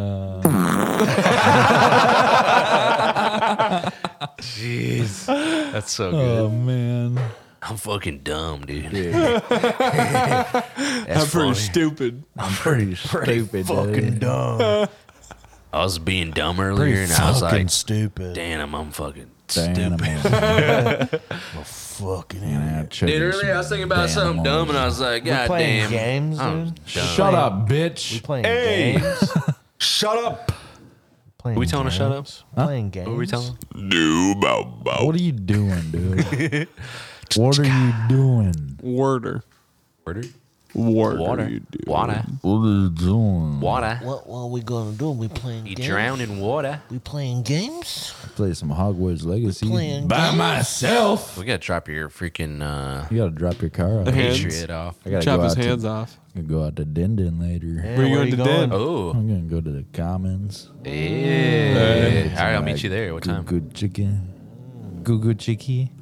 [SPEAKER 1] Jeez, that's so good.
[SPEAKER 2] oh man.
[SPEAKER 1] I'm fucking dumb, dude.
[SPEAKER 3] I'm pretty stupid.
[SPEAKER 2] I'm pretty stupid.
[SPEAKER 4] Fucking dumb.
[SPEAKER 1] I was being dumb earlier, and
[SPEAKER 4] Pretty
[SPEAKER 1] I was
[SPEAKER 4] fucking
[SPEAKER 1] like,
[SPEAKER 4] stupid.
[SPEAKER 1] "Damn, I'm fucking
[SPEAKER 2] Damn,
[SPEAKER 1] stupid."
[SPEAKER 4] Fucking idiot.
[SPEAKER 1] Dude, earlier I was thinking about something dumb, and I was like, "God
[SPEAKER 4] playing
[SPEAKER 1] damn,
[SPEAKER 4] games,
[SPEAKER 1] I'm
[SPEAKER 4] dude?
[SPEAKER 1] dumb."
[SPEAKER 2] Shut up,
[SPEAKER 4] We
[SPEAKER 2] bitch.
[SPEAKER 4] playing games.
[SPEAKER 3] Shut up.
[SPEAKER 4] Playing
[SPEAKER 1] Are we telling her
[SPEAKER 4] games.
[SPEAKER 1] shut up?
[SPEAKER 4] Playing games.
[SPEAKER 1] What are we telling?
[SPEAKER 2] What are you doing, dude? what are you doing?
[SPEAKER 3] Warder.
[SPEAKER 1] Water,
[SPEAKER 3] Water.
[SPEAKER 1] water,
[SPEAKER 3] You do.
[SPEAKER 1] water,
[SPEAKER 2] What are you doing?
[SPEAKER 1] water.
[SPEAKER 8] What what we gonna do? We playing
[SPEAKER 1] You
[SPEAKER 8] games?
[SPEAKER 1] drown in water.
[SPEAKER 8] We playing games?
[SPEAKER 2] Play some Hogwarts Legacy
[SPEAKER 8] Playing
[SPEAKER 2] by
[SPEAKER 8] games?
[SPEAKER 2] myself.
[SPEAKER 1] We gotta drop your freaking uh,
[SPEAKER 2] You gotta drop your car. Off. I
[SPEAKER 3] Hands.
[SPEAKER 1] patriot off.
[SPEAKER 2] gotta
[SPEAKER 3] Chop
[SPEAKER 2] go
[SPEAKER 3] his
[SPEAKER 2] out
[SPEAKER 3] hands
[SPEAKER 2] To,
[SPEAKER 3] off.
[SPEAKER 2] I gotta go out to Dindon later.
[SPEAKER 4] Yeah,
[SPEAKER 3] Where you
[SPEAKER 4] where
[SPEAKER 3] going
[SPEAKER 4] you
[SPEAKER 3] to den?
[SPEAKER 4] going?
[SPEAKER 1] Oh,
[SPEAKER 2] I'm gonna go to the Commons.
[SPEAKER 1] yeah. All right, I'll meet
[SPEAKER 2] Like
[SPEAKER 1] you there. What
[SPEAKER 2] goo
[SPEAKER 1] time?
[SPEAKER 2] Goo chicken. Goo goo chicky.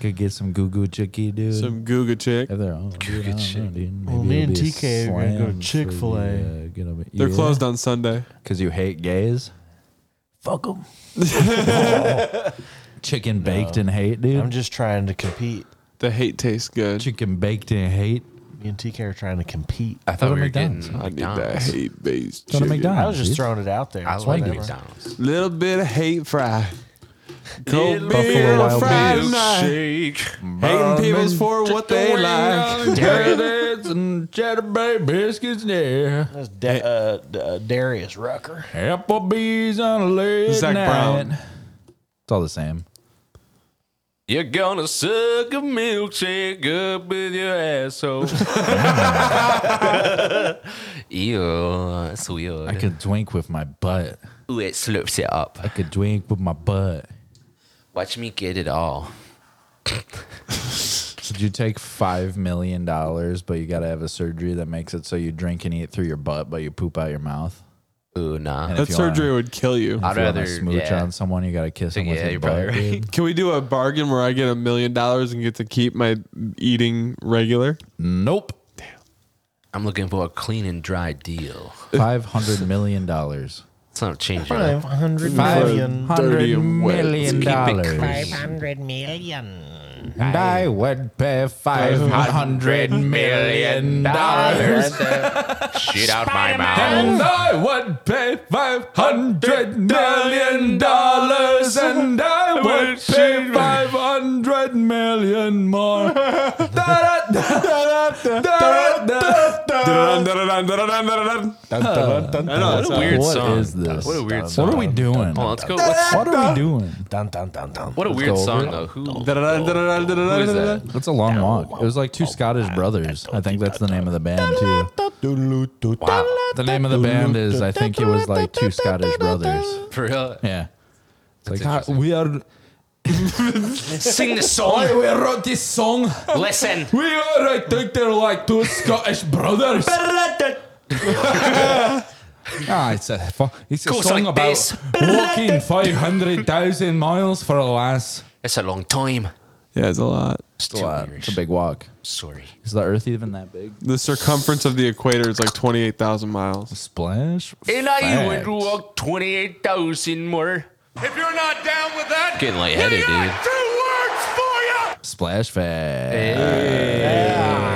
[SPEAKER 2] Could get some goo goo chicky, dude.
[SPEAKER 3] Some Googa chick.
[SPEAKER 2] If they're on, dude, I don't know, dude.
[SPEAKER 4] Well,
[SPEAKER 2] Maybe
[SPEAKER 4] me
[SPEAKER 2] it'll
[SPEAKER 4] and
[SPEAKER 2] be a
[SPEAKER 4] TK are gonna go
[SPEAKER 2] slam for
[SPEAKER 4] Chick-fil-A.
[SPEAKER 2] the, uh, get up-
[SPEAKER 3] They're
[SPEAKER 2] yeah.
[SPEAKER 3] closed on Sunday.
[SPEAKER 2] Cause you hate gays. Fuck them. Chicken baked in hate, dude.
[SPEAKER 4] I'm just trying to compete.
[SPEAKER 3] The hate tastes good.
[SPEAKER 2] Chicken baked in hate.
[SPEAKER 4] Me and TK are trying to compete.
[SPEAKER 1] I thought
[SPEAKER 2] Go to
[SPEAKER 1] we were
[SPEAKER 2] McDonald's.
[SPEAKER 1] getting
[SPEAKER 3] I need that
[SPEAKER 1] McDonald's.
[SPEAKER 3] hate based
[SPEAKER 2] Go to
[SPEAKER 3] chicken.
[SPEAKER 2] McDonald's.
[SPEAKER 4] I was just
[SPEAKER 2] dude.
[SPEAKER 4] throwing it out there.
[SPEAKER 1] I
[SPEAKER 4] It's
[SPEAKER 1] like
[SPEAKER 4] whatever.
[SPEAKER 1] McDonald's.
[SPEAKER 3] Little bit of hate fry. Cold
[SPEAKER 1] Buffalo
[SPEAKER 3] beer
[SPEAKER 2] Wild
[SPEAKER 3] Friday
[SPEAKER 2] Wings.
[SPEAKER 3] night. Hating peoples for what they like.
[SPEAKER 2] Donuts and cheddar bay biscuits, yeah.
[SPEAKER 4] That's Da- uh, D- uh, Darius Rucker.
[SPEAKER 2] Applebee's on a late
[SPEAKER 3] Zac
[SPEAKER 2] night.
[SPEAKER 3] Brown.
[SPEAKER 2] It's all the same.
[SPEAKER 1] You're gonna suck a milkshake up with your asshole. Ew, that's weird.
[SPEAKER 2] I could drink with my butt.
[SPEAKER 1] Ooh, it slurps it up.
[SPEAKER 2] I could drink with my butt.
[SPEAKER 1] Watch me get it all.
[SPEAKER 2] Should you take five million dollars, but you gotta have a surgery that makes it so you drink and eat through your butt, but you poop out your mouth?
[SPEAKER 1] Ooh, nah.
[SPEAKER 2] And
[SPEAKER 3] That
[SPEAKER 2] if you wanna-
[SPEAKER 3] surgery would kill
[SPEAKER 1] I'd
[SPEAKER 3] you.
[SPEAKER 2] If you wanna
[SPEAKER 1] rather
[SPEAKER 2] smooch
[SPEAKER 1] yeah.
[SPEAKER 2] on someone, you gotta kiss them with
[SPEAKER 1] Yeah,
[SPEAKER 2] your
[SPEAKER 1] you're
[SPEAKER 2] butt.
[SPEAKER 1] probably right.
[SPEAKER 2] dude.
[SPEAKER 3] Can we do a bargain where I get a million dollars and get to keep my eating regular?
[SPEAKER 2] Nope.
[SPEAKER 1] I'm looking for a clean and dry deal.
[SPEAKER 2] Five hundred million dollars.
[SPEAKER 1] It's not changing.
[SPEAKER 4] Five hundred
[SPEAKER 2] Five
[SPEAKER 4] million.
[SPEAKER 2] hundred
[SPEAKER 3] Dirty and wet.
[SPEAKER 2] million dollars.
[SPEAKER 8] 500 million.
[SPEAKER 2] And I would pay five hundred million dollars.
[SPEAKER 1] Shit out my mouth.
[SPEAKER 2] I would pay five hundred million dollars, and I would pay five hundred million more.
[SPEAKER 3] Dun, dun, dun, dun, dun, dun, dun, dun. I know, that's
[SPEAKER 1] What a weird
[SPEAKER 2] What
[SPEAKER 1] song.
[SPEAKER 2] is this?
[SPEAKER 1] What a weird song.
[SPEAKER 2] What are we doing?
[SPEAKER 1] Hold on, let's go. Let's,
[SPEAKER 2] What are we doing?
[SPEAKER 4] Dun, dun, dun, dun.
[SPEAKER 1] what a weird song, though. Who, who is that?
[SPEAKER 2] That's a long walk. It was like two Scottish brothers. I think that's the name of the band too.
[SPEAKER 1] Wow.
[SPEAKER 2] The name of the band is I think it was like two Scottish brothers.
[SPEAKER 1] For real?
[SPEAKER 2] Yeah. It's like "Ah, we are
[SPEAKER 1] Sing the song.
[SPEAKER 2] we wrote this song.
[SPEAKER 1] Listen.
[SPEAKER 2] We are I think they're like two Scottish brothers. Ah, it's a, fu- it's a
[SPEAKER 1] Goes
[SPEAKER 2] song
[SPEAKER 1] like
[SPEAKER 2] about
[SPEAKER 1] this.
[SPEAKER 2] walking 500,000 miles for a lass.
[SPEAKER 1] It's a long time.
[SPEAKER 3] Yeah, it's a lot.
[SPEAKER 1] It's
[SPEAKER 2] It's
[SPEAKER 1] too
[SPEAKER 2] a lot.
[SPEAKER 1] Irish.
[SPEAKER 2] It's a big walk.
[SPEAKER 1] Sorry.
[SPEAKER 2] Is the earth even that big?
[SPEAKER 3] The circumference of the equator is like 28,000 miles.
[SPEAKER 2] Splash?
[SPEAKER 1] And I would
[SPEAKER 2] Facts.
[SPEAKER 1] walk 28,000 more.
[SPEAKER 5] If you're not down with that,
[SPEAKER 1] Getting lightheaded,
[SPEAKER 5] we got
[SPEAKER 1] dude.
[SPEAKER 5] two words for you.
[SPEAKER 2] Splash fast.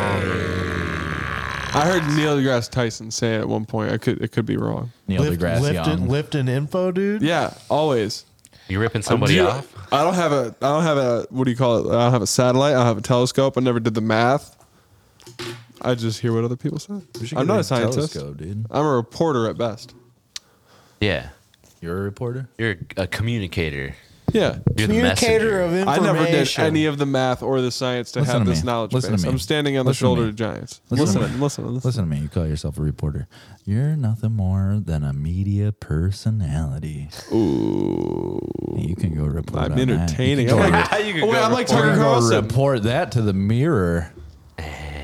[SPEAKER 3] I heard Neil deGrasse Tyson say it at one point. I could it could be wrong.
[SPEAKER 2] Neil
[SPEAKER 4] Lift,
[SPEAKER 2] deGrasse
[SPEAKER 4] lift,
[SPEAKER 2] Young.
[SPEAKER 4] and, lift and info, dude.
[SPEAKER 3] Yeah, always.
[SPEAKER 1] You ripping somebody
[SPEAKER 3] Do you-
[SPEAKER 1] off?
[SPEAKER 3] I don't have a I don't have a what do you call it? I don't have a satellite. I don't have a telescope. I never did the math. I just hear what other people say.
[SPEAKER 2] We should
[SPEAKER 3] I'm
[SPEAKER 2] get
[SPEAKER 3] not a
[SPEAKER 2] telescope,
[SPEAKER 3] scientist.
[SPEAKER 2] dude.
[SPEAKER 3] I'm a reporter at best.
[SPEAKER 1] Yeah.
[SPEAKER 2] You're a reporter?
[SPEAKER 1] You're a communicator.
[SPEAKER 3] Yeah.
[SPEAKER 1] You're
[SPEAKER 4] Communicator
[SPEAKER 1] the
[SPEAKER 4] of
[SPEAKER 1] messenger.
[SPEAKER 3] I
[SPEAKER 4] information.
[SPEAKER 3] never did any of the math or the science to
[SPEAKER 2] Listen
[SPEAKER 3] have
[SPEAKER 2] to
[SPEAKER 3] this
[SPEAKER 2] me.
[SPEAKER 3] knowledge
[SPEAKER 2] Listen to
[SPEAKER 3] base.
[SPEAKER 2] me.
[SPEAKER 3] I'm standing on the
[SPEAKER 2] Listen to
[SPEAKER 3] shoulder
[SPEAKER 2] me.
[SPEAKER 3] of giants.
[SPEAKER 2] Listen
[SPEAKER 3] Listen,
[SPEAKER 2] to
[SPEAKER 3] listen, listen, listen.
[SPEAKER 2] Listen to me. You call yourself a reporter. You're nothing more than a media personality. Ooh. You can go report.
[SPEAKER 3] I'm
[SPEAKER 2] on that. You
[SPEAKER 3] entertaining.
[SPEAKER 2] can
[SPEAKER 3] I'm
[SPEAKER 2] go
[SPEAKER 3] like, oh, wait, I'm like
[SPEAKER 2] We're
[SPEAKER 3] Tucker
[SPEAKER 2] gonna go
[SPEAKER 3] Carlson.
[SPEAKER 2] report that to the mirror.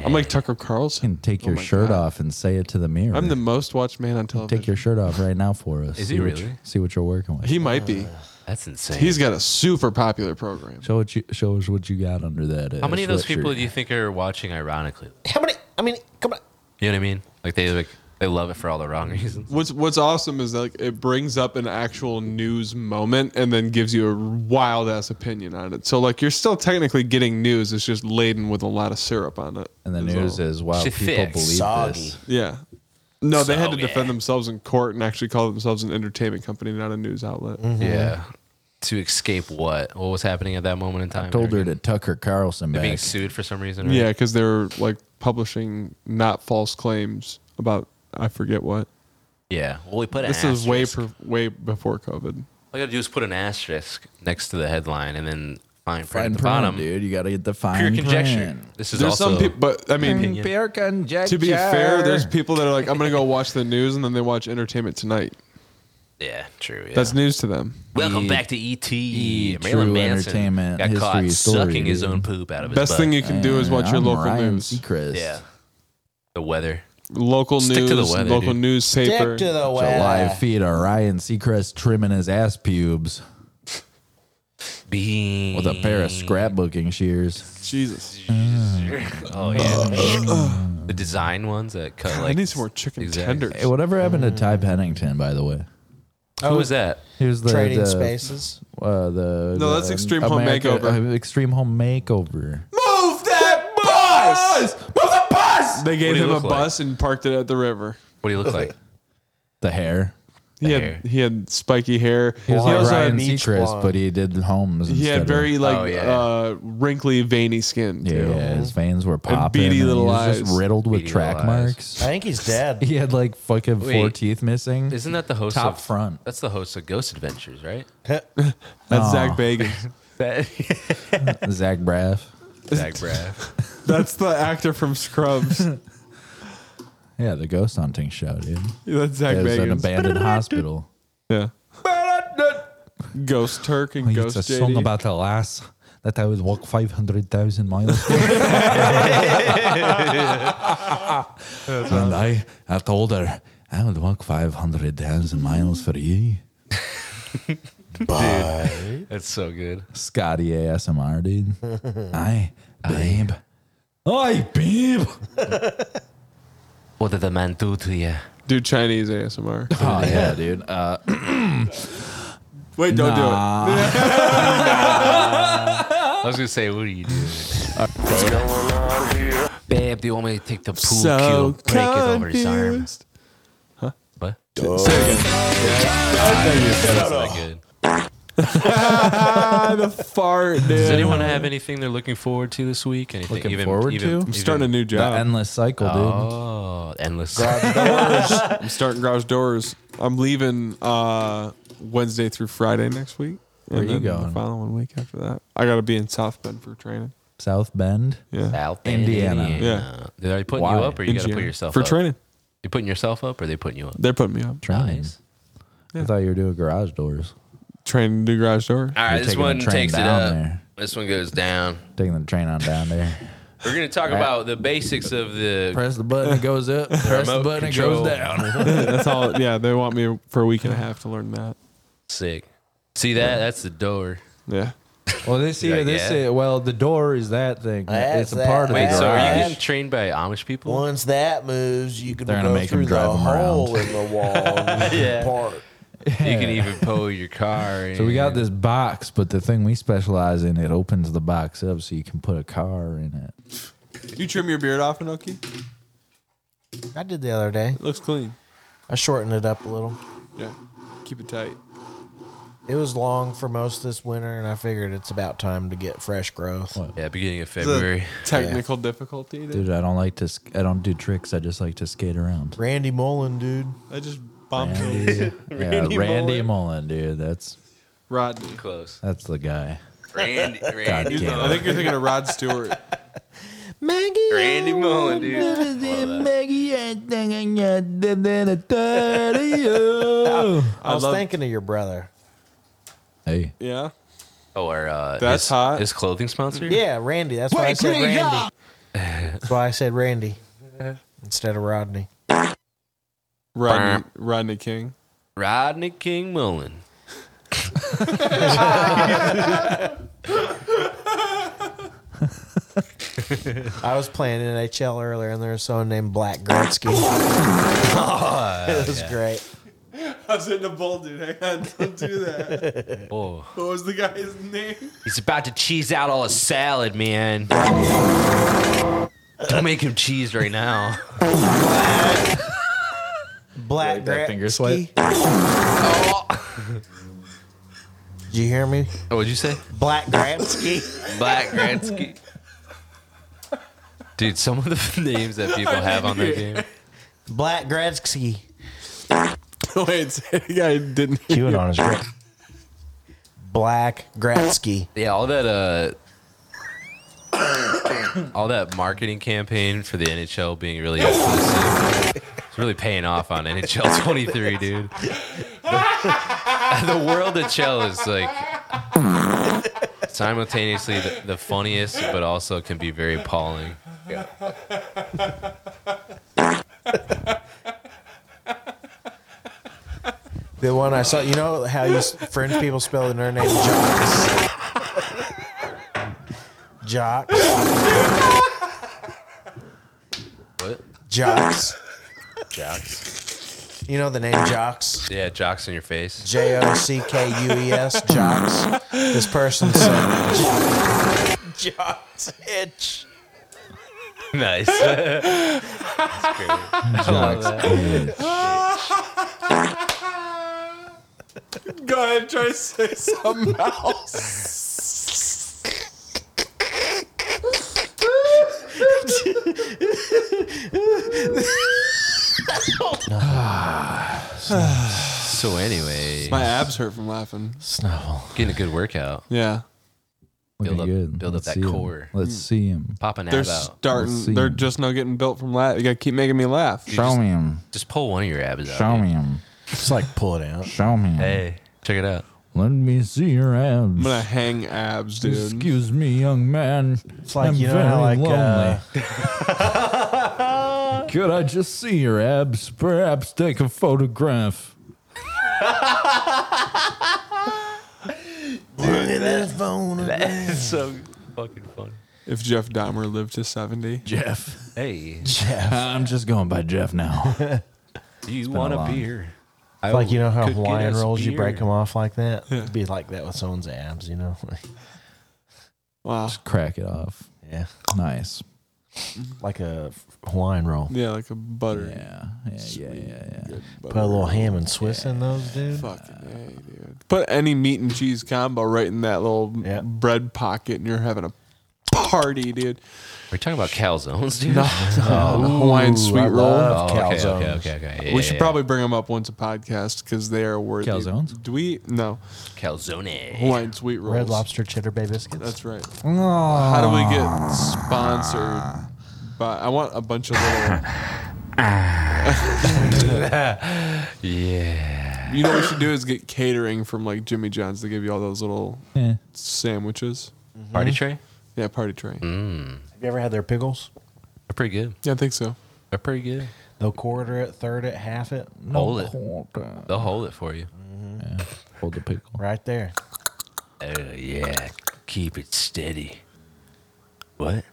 [SPEAKER 3] I'm like Tucker
[SPEAKER 2] You
[SPEAKER 3] Carlson.
[SPEAKER 2] can take your shirt off and say it to the mirror.
[SPEAKER 3] I'm the most watched man on television.
[SPEAKER 2] take your shirt off right now for us.
[SPEAKER 1] Is
[SPEAKER 2] see
[SPEAKER 1] he
[SPEAKER 2] what
[SPEAKER 1] really?
[SPEAKER 2] you- see what you're working with.
[SPEAKER 3] He might
[SPEAKER 2] Uh,
[SPEAKER 3] be.
[SPEAKER 1] That's insane.
[SPEAKER 3] He's got a super popular program.
[SPEAKER 2] show what you show us what you got under that. uh,
[SPEAKER 1] How many of those people do you think are watching ironically?
[SPEAKER 4] How many? I mean, come on.
[SPEAKER 1] You know what I mean? Like they like They love it for all the wrong reasons.
[SPEAKER 3] What's What's awesome is like it brings up an actual news moment and then gives you a wild ass opinion on it. So like you're still technically getting news. It's just laden with a lot of syrup on it.
[SPEAKER 2] And the news
[SPEAKER 3] all.
[SPEAKER 2] is, wow,
[SPEAKER 1] She
[SPEAKER 2] people
[SPEAKER 1] fixed.
[SPEAKER 2] believe
[SPEAKER 6] Soggy.
[SPEAKER 2] this.
[SPEAKER 3] yeah. No, they had to
[SPEAKER 1] So, yeah.
[SPEAKER 3] defend themselves in court and actually call themselves an entertainment company, not a news outlet.
[SPEAKER 2] Mm-hmm.
[SPEAKER 1] Yeah. To escape what? What was happening at that moment in time?
[SPEAKER 2] Told
[SPEAKER 1] They were
[SPEAKER 2] her to Tucker Carlson
[SPEAKER 1] being
[SPEAKER 2] back.
[SPEAKER 1] sued for some reason. Right?
[SPEAKER 3] Yeah, because they're like publishing not false claims about I forget what.
[SPEAKER 1] Yeah. Well, we put an
[SPEAKER 3] This is way
[SPEAKER 1] asterisk.
[SPEAKER 3] per, way before COVID.
[SPEAKER 1] All you gotta do is put an asterisk next to the headline and then fine print
[SPEAKER 2] Fine
[SPEAKER 1] at the
[SPEAKER 2] print,
[SPEAKER 1] bottom.
[SPEAKER 2] dude. You got to get the fine
[SPEAKER 1] Pure
[SPEAKER 2] print.
[SPEAKER 1] conjecture. This is
[SPEAKER 3] There's
[SPEAKER 1] also
[SPEAKER 3] some people, but I mean,
[SPEAKER 2] Pure conjecture.
[SPEAKER 3] to be fair, there's people that are like, I'm gonna go watch the news, and then they watch Entertainment Tonight.
[SPEAKER 1] yeah, true. Yeah.
[SPEAKER 3] That's news to them.
[SPEAKER 1] Welcome
[SPEAKER 2] E-
[SPEAKER 1] back to ET.
[SPEAKER 2] True
[SPEAKER 1] Marilyn Manson
[SPEAKER 2] Entertainment
[SPEAKER 1] got
[SPEAKER 2] History
[SPEAKER 1] caught
[SPEAKER 2] Story,
[SPEAKER 1] sucking his
[SPEAKER 2] dude.
[SPEAKER 1] own poop out of his
[SPEAKER 3] Best
[SPEAKER 1] butt.
[SPEAKER 3] thing you can do is watch your
[SPEAKER 2] I'm
[SPEAKER 3] local
[SPEAKER 2] Ryan
[SPEAKER 3] news,
[SPEAKER 2] Seacrest.
[SPEAKER 1] yeah. The weather.
[SPEAKER 3] local
[SPEAKER 1] Stick
[SPEAKER 3] news,
[SPEAKER 1] to the weather,
[SPEAKER 3] local
[SPEAKER 1] dude.
[SPEAKER 3] newspaper.
[SPEAKER 6] Stick to the
[SPEAKER 4] uh,
[SPEAKER 2] July
[SPEAKER 6] weather.
[SPEAKER 2] feed of Ryan Seacrest trimming his ass pubes
[SPEAKER 1] Being
[SPEAKER 2] with a pair
[SPEAKER 3] Mm.
[SPEAKER 2] of scrapbooking shears.
[SPEAKER 3] Jesus,
[SPEAKER 1] Oh yeah. the design ones that cut like
[SPEAKER 3] I need some more chicken
[SPEAKER 1] Exactly.
[SPEAKER 3] tenders.
[SPEAKER 2] Hey, whatever happened to Ty Pennington, by the way?
[SPEAKER 1] Who was that?
[SPEAKER 2] He was the
[SPEAKER 4] Trading
[SPEAKER 2] the-
[SPEAKER 4] spaces.
[SPEAKER 2] Uh, the
[SPEAKER 3] No,
[SPEAKER 2] the,
[SPEAKER 3] that's Extreme Home Makeover.
[SPEAKER 2] uh, extreme home makeover.
[SPEAKER 3] Move that bus!
[SPEAKER 2] Move the bus.
[SPEAKER 3] They
[SPEAKER 1] What
[SPEAKER 3] gave
[SPEAKER 1] do you
[SPEAKER 3] him a
[SPEAKER 1] look like?
[SPEAKER 3] bus and parked it at the river.
[SPEAKER 1] What do you look like?
[SPEAKER 2] The hair.
[SPEAKER 3] He
[SPEAKER 1] Hair.
[SPEAKER 3] had he had spiky hair.
[SPEAKER 2] He was
[SPEAKER 3] He
[SPEAKER 2] like
[SPEAKER 3] also
[SPEAKER 2] Ryan
[SPEAKER 3] had-
[SPEAKER 4] beach
[SPEAKER 2] Seacrest,
[SPEAKER 4] blonde.
[SPEAKER 2] but he did homes.
[SPEAKER 3] He
[SPEAKER 2] instead
[SPEAKER 3] had
[SPEAKER 2] of-
[SPEAKER 3] very like
[SPEAKER 1] Oh, yeah.
[SPEAKER 3] uh, wrinkly, veiny skin
[SPEAKER 2] Yeah,
[SPEAKER 3] too.
[SPEAKER 2] his veins were popping.
[SPEAKER 3] beady
[SPEAKER 2] and
[SPEAKER 3] little
[SPEAKER 2] he was
[SPEAKER 3] eyes.
[SPEAKER 2] just riddled with
[SPEAKER 1] Beady
[SPEAKER 2] track
[SPEAKER 1] little eyes.
[SPEAKER 2] marks.
[SPEAKER 4] I think he's dead.
[SPEAKER 2] He had like fucking four
[SPEAKER 1] Wait.
[SPEAKER 2] teeth missing.
[SPEAKER 1] Isn't that the host
[SPEAKER 2] Top
[SPEAKER 1] of
[SPEAKER 2] front.
[SPEAKER 1] That's the host of Ghost Adventures, right?
[SPEAKER 3] That's
[SPEAKER 2] Aw.
[SPEAKER 3] Zach Bagans.
[SPEAKER 2] Zach Braff?
[SPEAKER 1] Zach Braff.
[SPEAKER 3] That's the actor from Scrubs.
[SPEAKER 2] Yeah, the ghost hunting show, dude.
[SPEAKER 3] That's Zach
[SPEAKER 2] It was an
[SPEAKER 3] Bagans.
[SPEAKER 2] abandoned hospital.
[SPEAKER 3] Yeah. Ghost Turk and Ghost
[SPEAKER 2] it's a
[SPEAKER 3] JD.
[SPEAKER 2] song about a lass that I would walk 500,000 miles for. and I, I told her, I would walk 500,000 miles for you.
[SPEAKER 1] That's so good.
[SPEAKER 2] Scotty ASMR, dude. I, babe. I, babe.
[SPEAKER 1] What did the man do to you?
[SPEAKER 3] Do Chinese ASMR.
[SPEAKER 2] Oh, yeah, dude. Uh,
[SPEAKER 3] Wait, don't do it.
[SPEAKER 1] I was gonna say, what are you doing? Babe, do you want me to take the pool cue,
[SPEAKER 3] So
[SPEAKER 1] break it over his arm?
[SPEAKER 3] confused.
[SPEAKER 1] What? Not good.
[SPEAKER 3] Ah, the fart,
[SPEAKER 1] Does
[SPEAKER 3] dude.
[SPEAKER 1] anyone have anything they're looking forward to this week? Anything
[SPEAKER 2] Looking forward to?
[SPEAKER 3] I'm starting a new
[SPEAKER 2] the
[SPEAKER 3] job.
[SPEAKER 2] endless cycle, dude.
[SPEAKER 1] Oh, endless.
[SPEAKER 3] I'm starting garage doors. I'm leaving uh, Wednesday through Friday next week.
[SPEAKER 2] Where
[SPEAKER 3] and
[SPEAKER 2] you
[SPEAKER 3] then
[SPEAKER 2] going?
[SPEAKER 3] The following week after that, I gotta be in South Bend for training.
[SPEAKER 2] South Bend.
[SPEAKER 3] Yeah,
[SPEAKER 1] South
[SPEAKER 2] Indiana.
[SPEAKER 3] Yeah.
[SPEAKER 1] They're already putting
[SPEAKER 2] Why?
[SPEAKER 1] you up, or you got to put yourself
[SPEAKER 3] for
[SPEAKER 1] up?
[SPEAKER 3] training.
[SPEAKER 1] You're putting yourself up, or they putting you up?
[SPEAKER 3] They're putting me up.
[SPEAKER 2] Trying. I thought you were doing garage doors.
[SPEAKER 3] Training to do garage door.
[SPEAKER 1] All right,
[SPEAKER 2] You're
[SPEAKER 1] this
[SPEAKER 2] taking the
[SPEAKER 1] one
[SPEAKER 2] train
[SPEAKER 1] takes it
[SPEAKER 2] down
[SPEAKER 1] up.
[SPEAKER 2] there.
[SPEAKER 1] This one goes down.
[SPEAKER 2] Taking the train on down there.
[SPEAKER 1] We're gonna talk about the basics of the
[SPEAKER 2] Press the button, it goes up. Press the
[SPEAKER 1] Remote
[SPEAKER 2] button,
[SPEAKER 1] control.
[SPEAKER 2] it goes down.
[SPEAKER 3] That's all. Yeah, they want me for a week and a half to learn that.
[SPEAKER 1] sick. See that? That's the door.
[SPEAKER 3] Yeah.
[SPEAKER 2] Well, this
[SPEAKER 1] You're
[SPEAKER 2] year,
[SPEAKER 1] like,
[SPEAKER 2] this
[SPEAKER 1] yeah.
[SPEAKER 2] year, well, the door is that thing.
[SPEAKER 4] That's
[SPEAKER 2] it's a part of
[SPEAKER 4] that.
[SPEAKER 1] Wait,
[SPEAKER 2] the
[SPEAKER 1] so are you
[SPEAKER 2] garage.
[SPEAKER 1] getting trained by Amish people?
[SPEAKER 4] Once that moves, you can
[SPEAKER 2] They're gonna
[SPEAKER 4] go
[SPEAKER 2] make him
[SPEAKER 4] through the
[SPEAKER 2] drive 'em around.
[SPEAKER 4] hole in the wall. and Part.
[SPEAKER 1] You can even pull your car.
[SPEAKER 2] so we got
[SPEAKER 1] in.
[SPEAKER 2] this box, but the thing we specialize in, it opens the box up so you can put a car in it.
[SPEAKER 3] You trim your beard off, Anoki?
[SPEAKER 4] I did the other day.
[SPEAKER 3] It looks clean.
[SPEAKER 4] I shortened it up a little.
[SPEAKER 3] Yeah. Keep it tight.
[SPEAKER 4] It was long for most of this winter, and I figured it's about time to get fresh growth.
[SPEAKER 1] Yeah, beginning of
[SPEAKER 3] The
[SPEAKER 1] February.
[SPEAKER 3] technical difficulty. Dude.
[SPEAKER 2] Dude, I don't like to. sk- I don't do tricks. I just like to skate around.
[SPEAKER 4] Randy Mullen, dude.
[SPEAKER 3] I just bumped
[SPEAKER 2] Randy,
[SPEAKER 3] Randy.
[SPEAKER 2] yeah, Randy Mullen. dude. That's
[SPEAKER 3] Rodney.
[SPEAKER 1] Close.
[SPEAKER 2] that's the guy.
[SPEAKER 1] Randy,
[SPEAKER 2] God
[SPEAKER 1] Randy,
[SPEAKER 2] damn
[SPEAKER 3] I
[SPEAKER 2] it.
[SPEAKER 3] think you're thinking of Rod Stewart.
[SPEAKER 4] Maggie.
[SPEAKER 1] Randy Mullen, dude.
[SPEAKER 4] I was
[SPEAKER 3] love-
[SPEAKER 4] thinking of your brother.
[SPEAKER 2] Hey,
[SPEAKER 3] Yeah.
[SPEAKER 1] Oh, or uh,
[SPEAKER 3] That's
[SPEAKER 1] his,
[SPEAKER 3] hot.
[SPEAKER 1] His clothing sponsor.
[SPEAKER 4] Yeah, Randy. That's why I said Randy. That's why I said Randy instead of Rodney.
[SPEAKER 3] Rodney, Rodney King.
[SPEAKER 1] Rodney King Mullen.
[SPEAKER 4] I was playing NHL earlier, and there was someone named Black Gretzky. it was great.
[SPEAKER 3] I was in a bowl, dude. Hang on, don't do that.
[SPEAKER 1] Oh.
[SPEAKER 3] What was the guy's name?
[SPEAKER 1] He's about to cheese out all his salad, man. Don't make him cheese right now.
[SPEAKER 4] Black
[SPEAKER 2] Like that finger
[SPEAKER 4] Gretzky. Did you hear me?
[SPEAKER 1] Oh, what'd you say?
[SPEAKER 4] Black Gretzky.
[SPEAKER 1] Black Gretzky. Dude, some of the names that people have on their game.
[SPEAKER 4] Black Gretzky.
[SPEAKER 3] Wait, say it again. I didn't.
[SPEAKER 4] Cue it on his great. Black Gretzky.
[SPEAKER 1] Yeah, all that uh all that marketing campaign for the NHL being really exclusive. It's really paying off on NHL 23, dude. the world of Chell is like simultaneously the, the funniest, but also can be very appalling.
[SPEAKER 4] The one I saw. You know how you s- French people spell their name Jocks. Jocks.
[SPEAKER 1] What?
[SPEAKER 4] Jocks.
[SPEAKER 1] Jocks?
[SPEAKER 4] You know the name Jocks.
[SPEAKER 1] Yeah, jocks in your face.
[SPEAKER 4] J O C K U E S jocks. This person said jocks itch.
[SPEAKER 1] nice. That's great.
[SPEAKER 3] Go ahead, try to say something else.
[SPEAKER 1] So anyway,
[SPEAKER 3] My abs hurt from laughing.
[SPEAKER 4] Snuffle.
[SPEAKER 1] getting a good workout.
[SPEAKER 3] Yeah,
[SPEAKER 1] Build
[SPEAKER 2] Pretty
[SPEAKER 1] up-
[SPEAKER 2] good.
[SPEAKER 1] build up
[SPEAKER 2] Let's
[SPEAKER 1] that
[SPEAKER 2] see 'em.
[SPEAKER 1] core.
[SPEAKER 2] Let's see him.
[SPEAKER 1] Popping that
[SPEAKER 3] they're
[SPEAKER 1] out.
[SPEAKER 2] Let's
[SPEAKER 3] starting.
[SPEAKER 2] see.
[SPEAKER 3] They're just now getting built from laugh. You gotta keep making me laugh.
[SPEAKER 2] Show me him.
[SPEAKER 1] Just pull one of your abs out.
[SPEAKER 2] Show
[SPEAKER 1] dude.
[SPEAKER 2] me him.
[SPEAKER 4] It's like pull it out.
[SPEAKER 2] Show me him.
[SPEAKER 1] Hey, check it out.
[SPEAKER 2] Let me see your
[SPEAKER 3] I'm
[SPEAKER 2] abs.
[SPEAKER 3] gonna hang abs, dude.
[SPEAKER 2] Excuse me, young man. It's
[SPEAKER 4] like, you know how, like, uh,
[SPEAKER 2] Could I just see your abs? Perhaps take a photograph.
[SPEAKER 1] That's so fucking funny.
[SPEAKER 3] If Jeff Dahmer lived to seventy,
[SPEAKER 2] Jeff.
[SPEAKER 1] Hey,
[SPEAKER 2] Uh, I'm just going by Jeff now.
[SPEAKER 1] do you want
[SPEAKER 2] long-
[SPEAKER 1] a beer? I
[SPEAKER 4] Like you know how
[SPEAKER 1] could get
[SPEAKER 4] Hawaiian
[SPEAKER 1] us
[SPEAKER 4] rolls you break
[SPEAKER 1] beer.
[SPEAKER 4] them off like that. It'd be like that with someone's abs, you know.
[SPEAKER 3] wow.
[SPEAKER 2] Crack it off.
[SPEAKER 4] yeah,
[SPEAKER 2] Nice.
[SPEAKER 4] like a Hawaiian roll.
[SPEAKER 3] Yeah, like a butter.
[SPEAKER 2] Yeah. Yeah, yeah, yeah, yeah.
[SPEAKER 4] Put a little ham and Swiss in those, dude.
[SPEAKER 3] Fucking
[SPEAKER 2] uh,
[SPEAKER 3] A, dude. Put any meat and cheese combo right in that little
[SPEAKER 4] Yeah.
[SPEAKER 3] bread pocket, and you're having a party, dude.
[SPEAKER 1] Are you talking about calzones, dude?
[SPEAKER 3] The Hawaiian sweet roll.
[SPEAKER 1] Oh, okay, okay,
[SPEAKER 4] calzones.
[SPEAKER 1] okay, okay, okay. Yeah,
[SPEAKER 3] we should
[SPEAKER 1] yeah,
[SPEAKER 3] probably bring them up once a podcast because they are worthy.
[SPEAKER 2] Calzones?
[SPEAKER 3] Do we? No,
[SPEAKER 1] yeah. calzone.
[SPEAKER 3] Hawaiian sweet rolls.
[SPEAKER 4] Red Lobster cheddar bay biscuits.
[SPEAKER 3] That's right. How do we
[SPEAKER 1] Ah.
[SPEAKER 3] get sponsored? By, I want a bunch of little.
[SPEAKER 1] Yeah.
[SPEAKER 3] You know what we should do is get catering from like Jimmy John's. They give you all those little
[SPEAKER 2] Yeah.
[SPEAKER 3] sandwiches.
[SPEAKER 1] Party tray?
[SPEAKER 3] Yeah, party tray.
[SPEAKER 1] Mm-hmm.
[SPEAKER 4] Have you ever had their pickles?
[SPEAKER 1] They're pretty good.
[SPEAKER 3] Yeah, I think so.
[SPEAKER 1] They're pretty good.
[SPEAKER 4] They'll quarter it, third it, half it,
[SPEAKER 1] Hold it.
[SPEAKER 2] Hold, uh,
[SPEAKER 1] They'll hold it for you.
[SPEAKER 2] hold the pickle.
[SPEAKER 4] right there.
[SPEAKER 1] Oh, yeah. Keep it steady. What?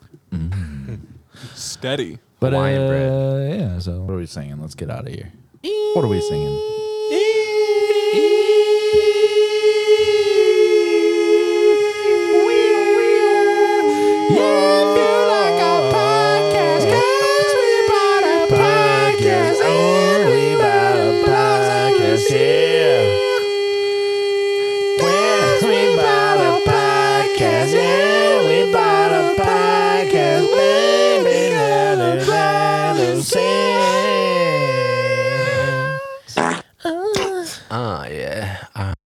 [SPEAKER 3] Steady.
[SPEAKER 2] But uh,
[SPEAKER 1] Hawaiian bread.
[SPEAKER 2] yeah, so E what are we singing? Let's get out of here. What are we singing? E Oh,
[SPEAKER 1] Ah, yeah. Ah,